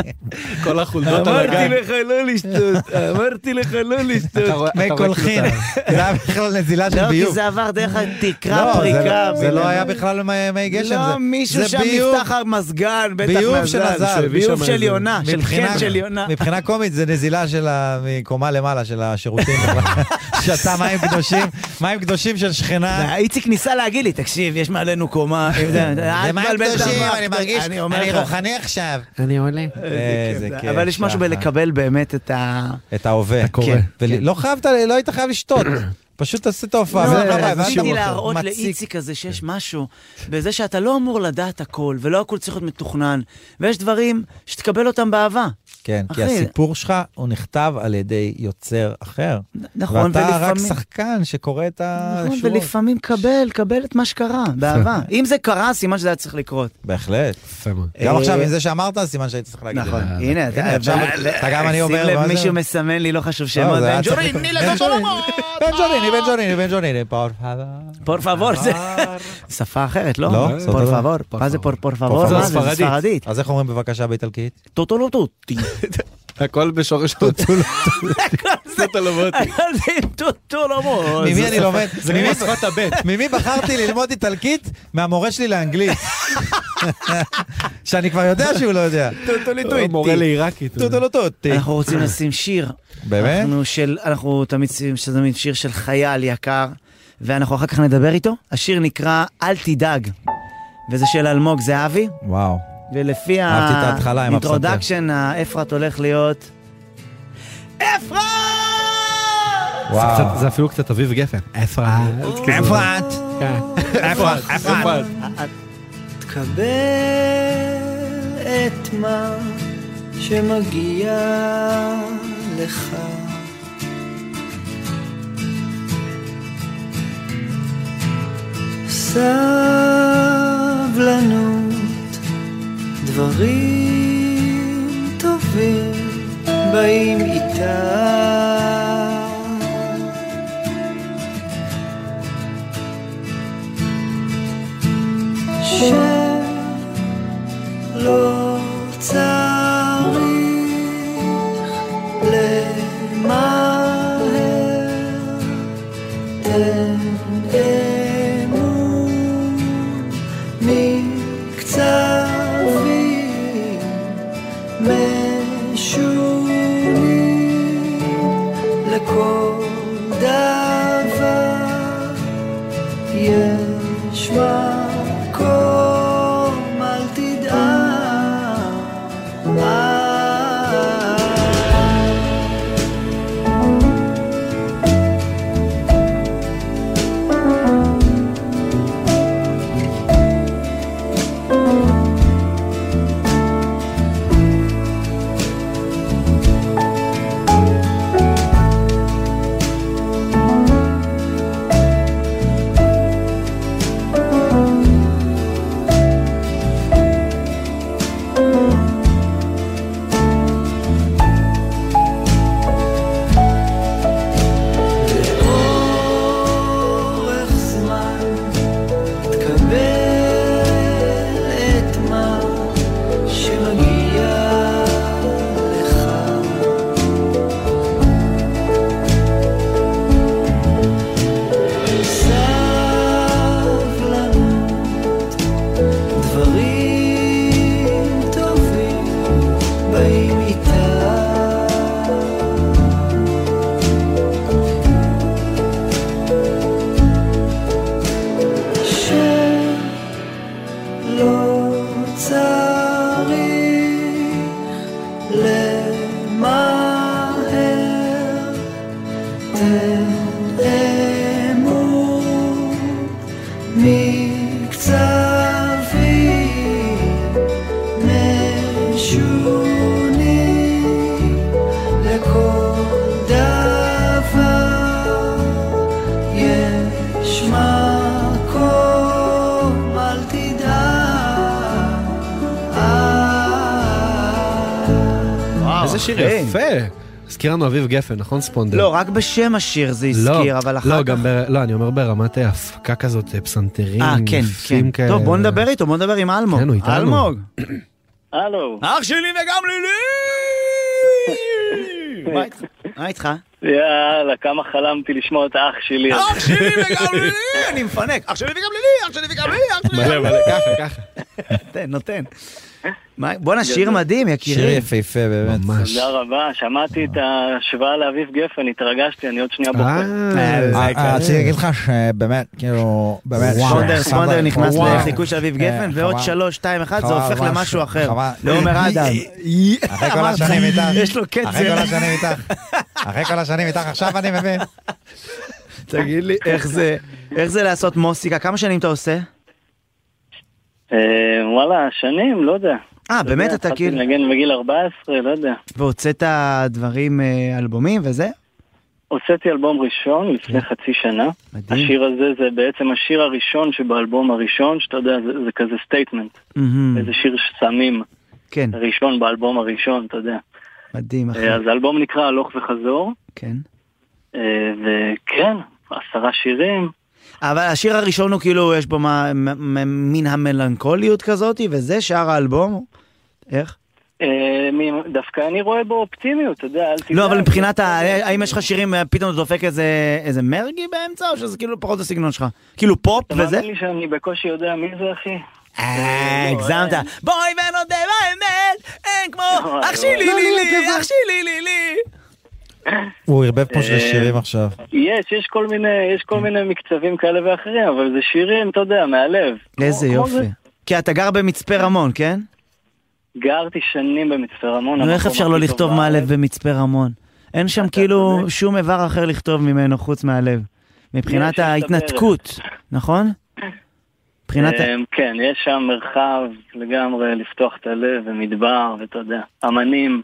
Speaker 3: כל
Speaker 2: לא,
Speaker 3: החולדות
Speaker 1: לך לא לשתות, אמרתי לך לא לשתות.
Speaker 2: מי קולחין. כאילו זה היה בכלל נזילה של
Speaker 1: לא, כי
Speaker 2: ביוב.
Speaker 1: זה עבר דרך התקרה,
Speaker 2: לא, זה-
Speaker 1: פריקה.
Speaker 2: זה לא
Speaker 1: בגלל-
Speaker 2: היה בכלל מי- מי גשם.
Speaker 1: לא,
Speaker 2: זה-
Speaker 1: מישהו
Speaker 2: זה
Speaker 1: שם
Speaker 2: ביוב.
Speaker 1: נפתח המזגן, בטח
Speaker 2: ביוב
Speaker 1: מזל.
Speaker 2: של מזל,
Speaker 1: של-
Speaker 2: הביא
Speaker 1: ביוב
Speaker 3: שם
Speaker 1: של
Speaker 3: איזה-
Speaker 1: יונה, של
Speaker 2: מבחינה-
Speaker 1: חן של יונה.
Speaker 2: מבחינה קומית זה נזילה של ה... מקומה למעלה של השירותים. שתה מים קדושים, מים קדושים של שכנה. כן.
Speaker 1: איציק ניסה להגיד לי, תקשיב, יש מעלינו קומה. זה
Speaker 2: זה מים קדושים, אני מרגיש, אני רוחני עכשיו.
Speaker 4: אני עולה.
Speaker 2: איזה כיף,
Speaker 1: אבל יש משהו
Speaker 2: שחר.
Speaker 1: בלקבל באמת את ה...
Speaker 2: את ההווה.
Speaker 3: אתה קורא.
Speaker 1: כן.
Speaker 2: ולא חייבת, לא היית חייב לשתות. פשוט תעשה את ההופעה.
Speaker 1: לא,
Speaker 2: ולא
Speaker 1: אבל
Speaker 2: חייב, הבנת
Speaker 1: רציתי
Speaker 2: אותו.
Speaker 1: להראות
Speaker 2: מציק.
Speaker 1: לאיציק הזה
Speaker 2: כן.
Speaker 1: שיש משהו בזה שאתה לא אמור לדעת הכל, ולא הכל צריך להיות מתוכנן, ויש דברים שתקבל אותם באהבה.
Speaker 2: כן, כי
Speaker 1: אחי.
Speaker 2: הסיפור שלך, הוא נכתב על ידי יוצר אחר.
Speaker 1: נכון,
Speaker 2: ואתה רק
Speaker 1: ולפעמים...
Speaker 2: שחקן שקורא את
Speaker 1: נכון,
Speaker 2: השורות.
Speaker 1: ולפעמים קבל, קבל את מה שקרה, באהבה. אם זה קרה, סימן שזה היה צריך לקרות.
Speaker 2: בהחלט.
Speaker 3: יפה מאוד.
Speaker 2: גם
Speaker 1: אה,
Speaker 2: עכשיו, עם זה שאמרת, סימן שהיית צריך להגיד את זה.
Speaker 1: נכון, הנה, אה,
Speaker 2: הנה, עכשיו, אתה גם אני אומר,
Speaker 1: שים
Speaker 2: מה
Speaker 1: לב,
Speaker 2: זה?
Speaker 1: מישהו מסמן לי, לא חשוב
Speaker 2: לא,
Speaker 1: שמות,
Speaker 2: זה היה
Speaker 1: בן
Speaker 2: צריך-
Speaker 1: ג'וריני,
Speaker 2: בן ג'וריני, בן ג'וריני, בן ג'וריני, בן ג'וריני, פאור פאבר.
Speaker 1: פור פאבור, זה שפה אחרת, לא?
Speaker 2: אה. לא, זה
Speaker 1: פור
Speaker 2: אותו דבר.
Speaker 1: פאבור, מה זה פור פור פאבור?
Speaker 2: פאבור.
Speaker 1: מה זה, זה
Speaker 3: ספרדית.
Speaker 1: ספרדית?
Speaker 2: אז איך אומרים בבקשה באיטלקית?
Speaker 1: טוטולוטוטי.
Speaker 3: הכל בשורש טוטול. טוטולובות.
Speaker 1: טוטולומות.
Speaker 2: ממי אני לומד?
Speaker 3: זה
Speaker 2: ממי-
Speaker 3: כמו שפת הבט.
Speaker 2: ממי בחרתי ללמוד איטלקית? מהמורה שלי לאנגלית. שאני כבר יודע שהוא לא יודע.
Speaker 3: הוא מורה לעיראקית.
Speaker 2: טוטולוטוטי.
Speaker 1: אנחנו רוצים לשים שיר.
Speaker 2: באמת?
Speaker 1: אנחנו של, אנחנו תמיד עושים שזה מין שיר של חייל יקר, ואנחנו אחר כך נדבר איתו. השיר נקרא "אל תדאג", וזה של אלמוג זהבי,
Speaker 2: וואו.
Speaker 1: ולפי
Speaker 2: אהבתי את ההתחלה עם הפסנתר.
Speaker 1: האינטרודקשן, האפרת הולך להיות... אפרת!
Speaker 2: וואו.
Speaker 3: זה אפילו קצת אביב גפן. אה, אפרה.
Speaker 2: איפה את? כן. איפה את? איפה את?
Speaker 6: תקבל את מה שמגיע לך. סבלנות, דברים טובים באים איתם. שלא לא צריך למהר, תן אמון מקצבים משונים לכל דבר. יש מקום, אל תדאג. לאמור מקצבי משוני לכל דבר יש מקום, אל תדאג.
Speaker 1: וואו,
Speaker 3: איזה שיר
Speaker 1: אחי.
Speaker 3: יפה. הזכיר לנו אביב גפן, נכון ספונדר?
Speaker 1: לא, רק בשם השיר זה הזכיר, אבל אחר כך...
Speaker 3: לא, גם בר... לא, אני אומר ברמת הפקה כזאת, פסנתרים,
Speaker 1: אה, כן,
Speaker 3: יפים
Speaker 1: כן.
Speaker 3: כאלה.
Speaker 1: טוב, בוא נדבר איתו, בוא נדבר עם אלמוג.
Speaker 3: כן, הוא איתנו.
Speaker 1: אלמוג,
Speaker 4: הלו,
Speaker 1: אח שלי וגם לילי! מה איתך? מה איתך?
Speaker 4: אה, יאללה, כמה חלמתי לשמוע את האח שלי. הזה.
Speaker 1: אח שלי וגם לילי! אני מפנק. אח שלי וגם לילי! אח שלי וגם לילי! אח שלי וגם לילי!
Speaker 3: ככה, ככה.
Speaker 1: נותן, נותן. מה- בואנה, שיר מדהים,
Speaker 2: שיר
Speaker 1: יקירי.
Speaker 2: יפהפה באמת. אה,
Speaker 3: ממש.
Speaker 4: תודה רבה, שמעתי את ההשוואה לאביב גפן, התרגשתי, אני עוד שנייה
Speaker 3: אה,
Speaker 4: בוחר.
Speaker 1: אה,
Speaker 2: אה, אה, רציתי להגיד לך שבאמת, כאילו, באמת,
Speaker 3: וואו.
Speaker 1: ספונדר,
Speaker 2: שסבא-
Speaker 1: ספונדר נכנס
Speaker 2: וואו.
Speaker 1: לחיקוי של אביב גפן,
Speaker 2: אה,
Speaker 1: ועוד
Speaker 2: חבל.
Speaker 1: 3, 2, 1, זה
Speaker 2: חבל,
Speaker 1: הופך
Speaker 2: ממש, לא,
Speaker 1: למשהו אחר.
Speaker 2: חבל. אה,
Speaker 1: לעומר אדם.
Speaker 2: אחרי כל השנים איתך,
Speaker 1: יש לו
Speaker 2: אה, אחרי כל
Speaker 1: קצר.
Speaker 2: השנים איתך, אחרי כל השנים איתך, עכשיו אני מבין.
Speaker 1: תגיד לי, איך זה, איך זה לעשות מוסיקה? כמה שנים אתה עושה?
Speaker 4: אה, וואלה, שנים, לא יודע.
Speaker 1: אה, באמת אתה
Speaker 4: התחלתי
Speaker 1: כאילו...
Speaker 4: לנגן בגיל 14, לא יודע.
Speaker 1: והוצאת דברים, אה, אלבומים וזה?
Speaker 4: הוצאתי אלבום ראשון לפני חצי שנה.
Speaker 1: כן. מדהים.
Speaker 4: השיר הזה זה בעצם השיר הראשון שבאלבום הראשון, שאתה יודע, זה- זה כזה סטייטמנט.
Speaker 1: מהמם.
Speaker 4: איזה שיר סמים
Speaker 1: Mm. כן,
Speaker 4: ראשון באלבום הראשון, אתה יודע.
Speaker 1: מדהים אחי.
Speaker 4: אה, אז האלבום נקרא הלוך וחזור,
Speaker 1: כן.
Speaker 4: אה, וכן, עשרה שירים.
Speaker 1: אבל השיר הראשון הוא כאילו, יש בו מה- מ- מ- מין המלנכוליות כזאת, וזה שאר האלבום? איך?
Speaker 4: אה, מי- דווקא אני רואה בו אופטימיות, אתה יודע, אל תדאג.
Speaker 1: לא, אבל מבחינת ה... האם יש לך שירים, אה, פתאום אתה דופק איזה איזה מרגי באמצע, או שזה כאילו פחות הסגנון שלך? כאילו פופ
Speaker 4: אתה
Speaker 1: וזה?
Speaker 4: מאמין לי שאני בקושי יודע מי זה, אחי?
Speaker 1: אה, הגזמת.
Speaker 4: אין.
Speaker 1: בואי ונודה באמת, אין כמו
Speaker 4: וואי,
Speaker 1: אח שלי
Speaker 4: וואי.
Speaker 1: לילי, אח שלי לילי.
Speaker 2: הוא ערבב פה
Speaker 1: אה,
Speaker 4: שני שירים
Speaker 2: עכשיו.
Speaker 4: יש, יש כל מיני, יש כל מיני מקצבים כאלה ואחרים, אבל זה שירים, אתה יודע, מהלב.
Speaker 1: איזה
Speaker 4: כמו- כמו
Speaker 1: יופי.
Speaker 4: זה. נכון,
Speaker 1: כי אתה גר במצפה רמון, כן?
Speaker 4: גרתי שנים במצפה רמון.
Speaker 1: נו, איך
Speaker 4: המקום
Speaker 1: אפשר
Speaker 4: הכי
Speaker 1: לא
Speaker 4: טוב
Speaker 1: לכתוב
Speaker 4: בארץ.
Speaker 1: מהלב במצפה רמון? אין שם
Speaker 4: אתה
Speaker 1: כאילו
Speaker 4: צודק.
Speaker 1: שום איבר אחר לכתוב ממנו חוץ מהלב.
Speaker 4: יש
Speaker 1: מבחינת
Speaker 4: את
Speaker 1: ההתנתקות, נכון? מבחינת... ה-
Speaker 4: אמ, כן, יש שם מרחב לגמרי לפתוח את הלב ומדבר, ואתה יודע, אמנים.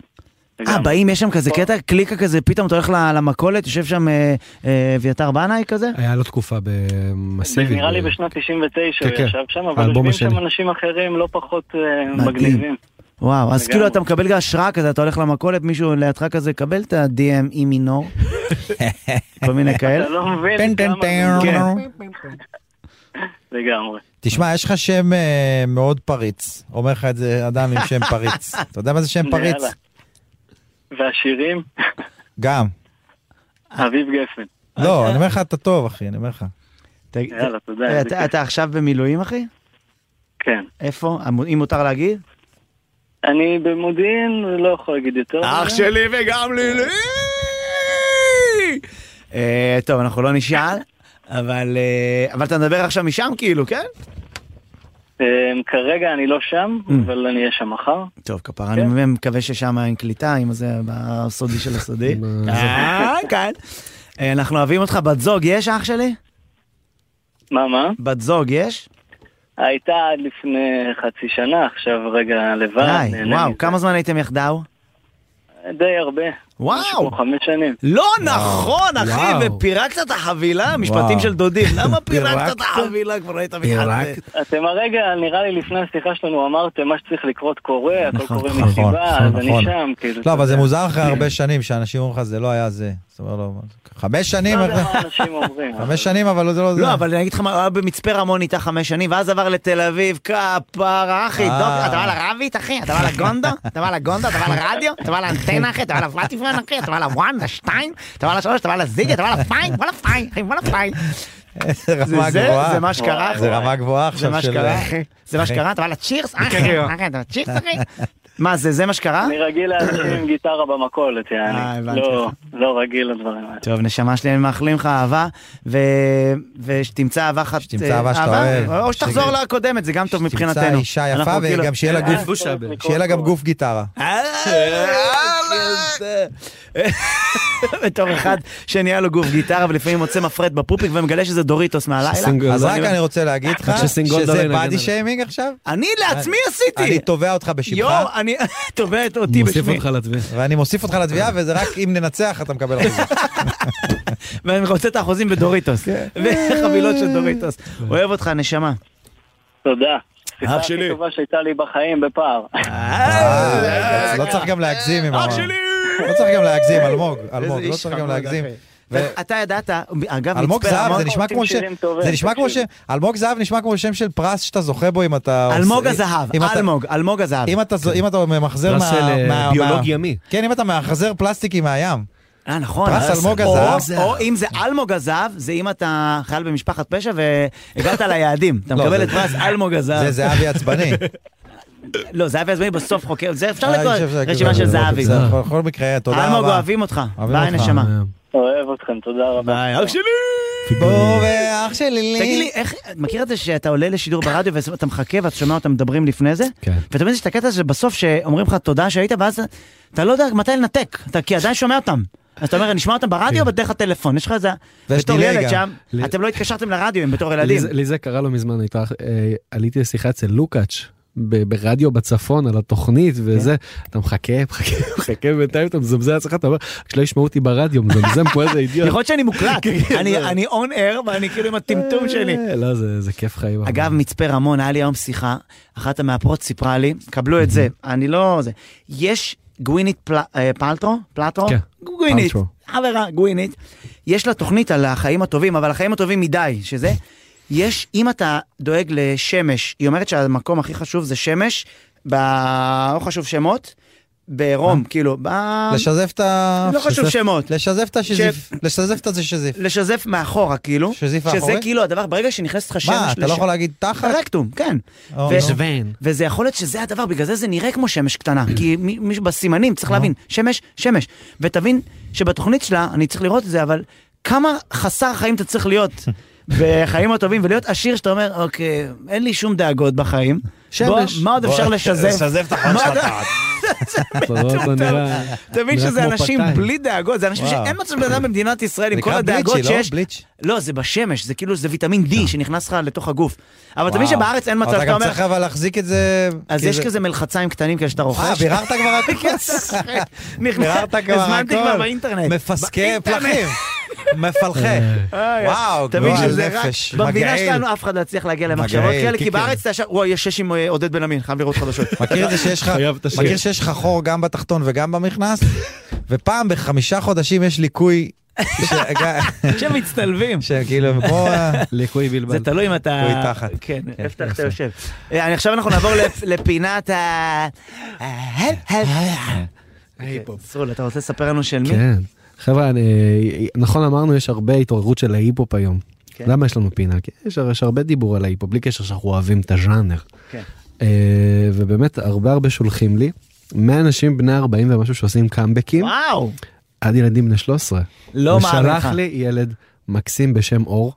Speaker 1: אה,
Speaker 4: לגמרי.
Speaker 1: באים, יש שם כזה קטע, קליקה כזה, פתאום אתה הולך ל- למכולת, יושב שם אה, אה, אביתר בנאי כזה?
Speaker 3: היה לו תקופה במסיבית.
Speaker 4: נראה לי בשנת 99
Speaker 3: כן, כן.
Speaker 4: הוא ישב שם, אבל
Speaker 3: האלבום
Speaker 4: יושבים שם
Speaker 3: השני.
Speaker 4: אנשים אחרים לא פחות אה,
Speaker 1: מדהים.
Speaker 4: מגניבים.
Speaker 1: וואו, אז
Speaker 4: לגמרי.
Speaker 1: כאילו אתה מקבל גם השראה כזה, אתה הולך למכולת, מישהו לידך כזה, קבל את ה-DM אי מינור. כל מיני כאלה.
Speaker 4: אתה לא מבין
Speaker 2: טן טן
Speaker 4: כמה...
Speaker 1: כן.
Speaker 2: טן.
Speaker 4: לגמרי.
Speaker 2: תשמע, יש לך שם אה, מאוד פריץ. אומר לך את זה אדם עם שם פריץ. אתה יודע מה זה שם פריץ?
Speaker 4: יאללה. והשירים,
Speaker 2: גם.
Speaker 4: אביב גפן.
Speaker 1: אה,
Speaker 2: לא, אני אומר לך, אתה טוב, אחי, אני אומר לך.
Speaker 1: תגיד,
Speaker 4: יאללה, תודה.
Speaker 1: אה,
Speaker 4: איזה
Speaker 1: אתה-
Speaker 4: כיף.
Speaker 1: אתה עכשיו במילואים, אחי?
Speaker 4: כן.
Speaker 1: איפה? אם מותר להגיד?
Speaker 4: אני במודיעין, לא יכול להגיד יותר.
Speaker 1: אח
Speaker 4: מזה.
Speaker 1: שלי וגם לילי! אה, טוב, אנחנו לא נשאל, אבל אה, אבל אתה מדבר עכשיו משם כאילו, כן?
Speaker 4: אמ, כרגע אני לא שם,
Speaker 1: Mm.
Speaker 4: אבל אני אהיה שם מחר.
Speaker 1: טוב, כפרה,
Speaker 4: כן.
Speaker 1: אני מקווה ששם אין קליטה, אם זה הסודי של הסודי. אה, כן. אה, אנחנו אוהבים אותך, בת זוג יש, אח שלי?
Speaker 4: מה, מה?
Speaker 1: בת זוג יש?
Speaker 4: הייתה עד לפני חצי שנה, עכשיו רגע לבד.
Speaker 1: די,
Speaker 4: נהנה
Speaker 1: וואו,
Speaker 4: מזה.
Speaker 1: כמה זמן הייתם יחדיו?
Speaker 4: די הרבה.
Speaker 1: וואו.
Speaker 4: משהו כמו חמש שנים.
Speaker 1: לא נכון, אחי,
Speaker 3: וואו.
Speaker 1: ופירקת את החבילה, משפטים של דודים. למה פירקת את
Speaker 3: פירקת?
Speaker 1: החבילה? כבר היית
Speaker 3: פירקת?
Speaker 4: אתם הרגע, נראה לי לפני השיחה שלנו אמרתם מה שצריך לקרות קורה, הכל
Speaker 1: נכון,
Speaker 4: קורה
Speaker 1: נכון,
Speaker 4: מסיבה,
Speaker 2: נכון,
Speaker 4: אז אני
Speaker 2: נכון.
Speaker 4: שם, כאילו. אתה
Speaker 2: לא, אבל זה
Speaker 4: יודע.
Speaker 2: מוזר אחרי הרבה שנים, שאנשים אומרים לך, זה לא היה זה. זאת אומרת, לא, חמש שנים?
Speaker 4: לא יודע מה אנשים אומרים.
Speaker 2: חמש שנים, אבל זה לא זה.
Speaker 1: לא, אבל אני אגיד לך מה, הוא היה במצפה רמון איתה חמש שנים, ואז עבר לתל אביב, כפרה, אחי,
Speaker 2: אה.
Speaker 1: דוק, אתה בא לרבית, אחי? אתה בא לגונדו? אתה בא לגונדו? אתה בא לרדיו? אתה בא לאנטנה, אחי? אתה בא לפלטיפון, אחי? אתה בא לוואן, לשתיים? אתה בא לשלוש? אתה בא לזיגי? אתה בא לפיין? בוא לפיין, אחי, בוא לפיין.
Speaker 2: זה
Speaker 1: זה
Speaker 2: רמה
Speaker 1: זה,
Speaker 2: גבוהה.
Speaker 1: זה מה שקרה.
Speaker 2: זה רמה גבוהה
Speaker 1: זה
Speaker 2: עכשיו
Speaker 1: מה
Speaker 2: של...
Speaker 1: שקרה, אחי. זה מה שקרה, אתה בא לצ'ירס, אחי, אחי, כן, אתה בצ'ירס, אחי. מה, זה זה מה שקרה?
Speaker 4: אני רגיל לאנשים עם גיטרה במכולת,
Speaker 1: אה,
Speaker 4: יעני.
Speaker 1: הבנתי
Speaker 4: לא,
Speaker 1: אותך.
Speaker 4: לא רגיל לדברים האלה.
Speaker 1: טוב, נשמה שלי, מאחלים לך אהבה, ו... ושתמצא אהבה אחת.
Speaker 2: שתמצא
Speaker 1: אה,
Speaker 2: אהבה שאתה אוהב.
Speaker 1: או שתחזור
Speaker 2: שתמצא-
Speaker 1: לקודמת, זה גם טוב מבחינתנו.
Speaker 2: שתמצא אישה יפה
Speaker 1: אנחנו כאילו-
Speaker 2: וגם שיהיה לה גוף-
Speaker 4: אה,
Speaker 2: שיהיה לה גם גוף גיטרה.
Speaker 1: אה, אה, כזה. בתור אחד שנהיה לו גוף גיטרה ולפעמים מוצא מפרט בפופיק ומגלה שזה דוריטוס מהלילה.
Speaker 3: שסינגל-
Speaker 2: אז
Speaker 3: לא,
Speaker 2: רק
Speaker 1: אני-
Speaker 2: אני רוצה להגיד לך
Speaker 3: רק שסינגולד לא
Speaker 2: שזה
Speaker 3: ינגן
Speaker 2: באדי
Speaker 3: עליו.
Speaker 2: שיימינג עכשיו?
Speaker 1: אני לעצמי
Speaker 2: אני
Speaker 1: עשיתי.
Speaker 2: תובע אותך בשמך,
Speaker 1: יואו, אני תובע את אותי
Speaker 3: מוסיף
Speaker 1: בשמי.
Speaker 3: אותך לתביעה. כן.
Speaker 2: ואני מוסיף אותך לתביעה, וזה רק אם ננצח אתה מקבל אחוזים.
Speaker 1: ואני רוצה את האחוזים בדוריטוס.
Speaker 2: כן.
Speaker 1: וחבילות של דוריטוס. אוהב אותך, נשמה.
Speaker 4: תודה.
Speaker 1: אח
Speaker 4: שיחה
Speaker 1: שלי.
Speaker 4: הכי טובה שהייתה לי בחיים בפער.
Speaker 2: אה, אז לא צריך גם להגזים עם ה...
Speaker 1: אח שלי!
Speaker 2: לא צריך גם להגזים, אלמוג, אלמוג,
Speaker 1: איש
Speaker 2: לא צריך גם
Speaker 1: חמוד,
Speaker 2: להגזים.
Speaker 1: אחי.
Speaker 2: ו-
Speaker 1: אתה ידעת, אגב,
Speaker 2: אלמוג
Speaker 1: מצפה
Speaker 2: זהב,
Speaker 1: רמון-
Speaker 2: זה נשמע
Speaker 4: עושים
Speaker 2: כמו ש...
Speaker 4: שירים טובים,
Speaker 2: זה נשמע כמו ש...
Speaker 4: תקשיב.
Speaker 2: אלמוג זהב נשמע כמו שם של פרס שאתה זוכה בו אם אתה... עושה-
Speaker 1: אלמוג
Speaker 2: אם-
Speaker 1: הזהב,
Speaker 2: אם אתה-
Speaker 1: אלמוג, אלמוג הזהב.
Speaker 2: אם אתה זו- אם אתה ממחזר
Speaker 3: פרס
Speaker 2: מה...
Speaker 3: של,
Speaker 2: מה-
Speaker 3: אה, ביולוג
Speaker 2: מה-
Speaker 3: ימי.
Speaker 2: כן, אם אתה מחזר פלסטיקי מהים.
Speaker 1: אה, נכון.
Speaker 2: פרס
Speaker 1: אז-
Speaker 2: אלמוג
Speaker 1: או-
Speaker 2: הזהב.
Speaker 1: או אם זה אלמוג הזהב, זה אם אתה חייל במשפחת פשע והגעת ליעדים. אתה
Speaker 2: לא,
Speaker 1: מקבל
Speaker 2: זה-
Speaker 1: את פרס אלמוג
Speaker 2: זה
Speaker 1: הזהב.
Speaker 2: זהבי עצבני. אה,
Speaker 1: לא, זהבי הזמני בסוף חוקר, זה אפשר
Speaker 2: אני
Speaker 1: לקרוא
Speaker 2: חושב שזה
Speaker 1: רשימה
Speaker 2: כזה.
Speaker 1: של זהבי.
Speaker 2: זה- בכל- בכל מקרה, תודה רבה.
Speaker 1: אלמוג, אוהבים אותך.
Speaker 2: אוהבים
Speaker 1: ביי,
Speaker 2: אותך.
Speaker 1: נשמה.
Speaker 4: אוהב אתכם, תודה רבה.
Speaker 1: ביי, אח שלי!
Speaker 2: בוא ואח שלי.
Speaker 1: תגיד לי, איך, את מכיר את זה שאתה עולה לשידור ברדיו ואתה מחכה ואתה שומע אותם מדברים לפני זה?
Speaker 3: כן.
Speaker 1: ותמיד יש את הקטע הזה בסוף שאומרים לך תודה שהיית, ואז אתה לא יודע מתי לנתק, אתה כי עדיין שומע אותם. אז אתה אומר, נשמע אותם ברדיו או דרך הטלפון? יש לך איזה...
Speaker 2: ויש
Speaker 1: בתור
Speaker 2: delay
Speaker 1: ילד
Speaker 2: גם.
Speaker 1: שם,
Speaker 3: ל-
Speaker 1: אתם לא התקשרתם לרדיו הם בתור
Speaker 3: לי
Speaker 1: ילדים.
Speaker 3: זה- לי זה קרה לא מזמן, הייתה, אה, עליתי לשיחה אצל לוקאץ'. ב- ברדיו בצפון על התוכנית וזה,
Speaker 1: כן.
Speaker 3: אתה מחכה, מחכה, מחכה בינתיים, אתה מזמזם לעצמך, אתה אומר, כשלא ישמעו אותי ברדיו, מזמזם כמו איזה אידיוט. כן,
Speaker 1: יכול להיות שאני מוקלט, אני- אני און אייר ואני כאילו עם הטמטום שלי.
Speaker 3: אה, לא, זה זה כיף חיים.
Speaker 1: אגב, מצפה רמון, היה לי היום שיחה, אחת המאפרות סיפרה לי, קבלו את זה, אני לא... זה. יש גווינית פל- אה, פלטרו? פלטרו?
Speaker 3: כן,
Speaker 1: גווינית,
Speaker 3: פלטרו.
Speaker 1: חברה, גווינית. יש לה תוכנית על החיים הטובים, אבל החיים הטובים מדי, שזה... יש, אם אתה דואג לשמש, היא אומרת שהמקום הכי חשוב זה שמש, ב... לא חשוב שמות,
Speaker 3: אה?
Speaker 1: ברום, כאילו, ב...
Speaker 2: אה. לשזף את ה...
Speaker 1: לא חשוב
Speaker 2: לשזף-
Speaker 1: שמות.
Speaker 2: לשזף את השזיף. לשזף את הזה שזיף.
Speaker 1: לשזף מאחורה, כאילו.
Speaker 2: שזיף
Speaker 1: שזה
Speaker 2: מאחורי?
Speaker 1: כאילו הדבר, ברגע שנכנסת לך שמש...
Speaker 2: מה, אתה לא יכול להגיד תחת?
Speaker 1: קרקטום, כן.
Speaker 2: או,
Speaker 1: ו-
Speaker 2: נו.
Speaker 1: וזה יכול להיות שזה הדבר, בגלל זה זה נראה כמו שמש קטנה. כי מי- מישהו בסימנים צריך להבין, שמש, שמש. ותבין שבתוכנית שלה, אני צריך לראות את זה, אבל כמה חסר חיים אתה צריך להיות בחיים הטובים, ולהיות עשיר שאתה אומר, אוקיי, אין לי שום דאגות בחיים. בוא,
Speaker 3: שמש.
Speaker 1: מה עוד אפשר לשזף?
Speaker 2: לשזף את החיים
Speaker 1: מה
Speaker 2: שלך.
Speaker 1: אתה-
Speaker 2: תחת.
Speaker 1: תבין
Speaker 3: נראה
Speaker 1: שזה
Speaker 3: כמו
Speaker 1: אנשים
Speaker 3: פתיים.
Speaker 1: בלי דאגות, זה אנשים
Speaker 2: וואו.
Speaker 1: שאין מצב בן אדם במדינת ישראל עם
Speaker 2: זה
Speaker 1: כל
Speaker 2: נקרא
Speaker 1: הדאגות
Speaker 2: בליצ'י, לא?
Speaker 1: שיש.
Speaker 2: בליץ'. לא.
Speaker 1: לא, זה בשמש, זה כאילו, זה ויטמין D שנכנס לך לתוך הגוף. אבל אתה מבין
Speaker 2: וואו.
Speaker 1: שבארץ אין מצב,
Speaker 2: אתה
Speaker 1: אתה
Speaker 2: גם
Speaker 1: אומר,
Speaker 2: צריך אבל להחזיק את זה...
Speaker 1: אז
Speaker 2: כי
Speaker 1: יש
Speaker 2: זה-
Speaker 1: כזה מלחציים קטנים כאלה שאתה רוכש.
Speaker 2: אה, ביררת כבר הכל? ביררת כבר הכל?
Speaker 1: הזמנתי כבר באינטרנט.
Speaker 2: מפסקי
Speaker 1: באינטרנט.
Speaker 2: פלחים.
Speaker 1: אה,
Speaker 2: מפלחה.
Speaker 3: אה.
Speaker 1: איי,
Speaker 2: וואו,
Speaker 1: תבין
Speaker 2: גועל
Speaker 1: שזה רק-
Speaker 2: נפש.
Speaker 1: במדינה
Speaker 2: מגעיל.
Speaker 1: שלנו אף אחד לא יצליח להגיע למחשבות
Speaker 2: מגעיל,
Speaker 1: כאלה, כי
Speaker 2: קיקר.
Speaker 1: בארץ אתה ישר, וואי, יש שש עם אה, עודד בן עמין, חייב לראות חדשות.
Speaker 2: מכיר את זה שיש לך,
Speaker 3: חייב את השיר.
Speaker 2: מכיר שיש לך חור גם בתחתון וגם במכנס? ופעם בחמישה חודשים יש ליקוי, ש-
Speaker 1: שמצטלבים.
Speaker 2: שכאילו, אה, פה...
Speaker 3: ליקוי
Speaker 1: זה
Speaker 3: בלבד.
Speaker 1: תלוי אם אתה...
Speaker 2: תלוי תחת.
Speaker 1: כן,
Speaker 2: כן,
Speaker 1: איפה אתה-
Speaker 2: יפה.
Speaker 1: אתה יושב. אה, אני- עכשיו אנחנו נעבור לפ- לפינת ה... אוקיי, סרול, אתה רוצה לספר לנו של מי?
Speaker 3: כן. חבר'ה, אני- נכון אמרנו, יש הרבה התעוררות של ההיפ-הופ היום.
Speaker 1: כן.
Speaker 3: למה יש לנו פינה? כי יש הרי יש הרבה דיבור על ההיפ-הופ, בלי קשר שאנחנו אוהבים את הז'אנר.
Speaker 1: כן.
Speaker 3: אה, ובאמת, הרבה הרבה שולחים לי, מאנשים בני 40 ומשהו שעושים קאמבקים,
Speaker 1: וואו!
Speaker 3: עד ילדים בני 13.
Speaker 1: לא מאמין לך.
Speaker 3: ושלח לי ילד מקסים בשם אור.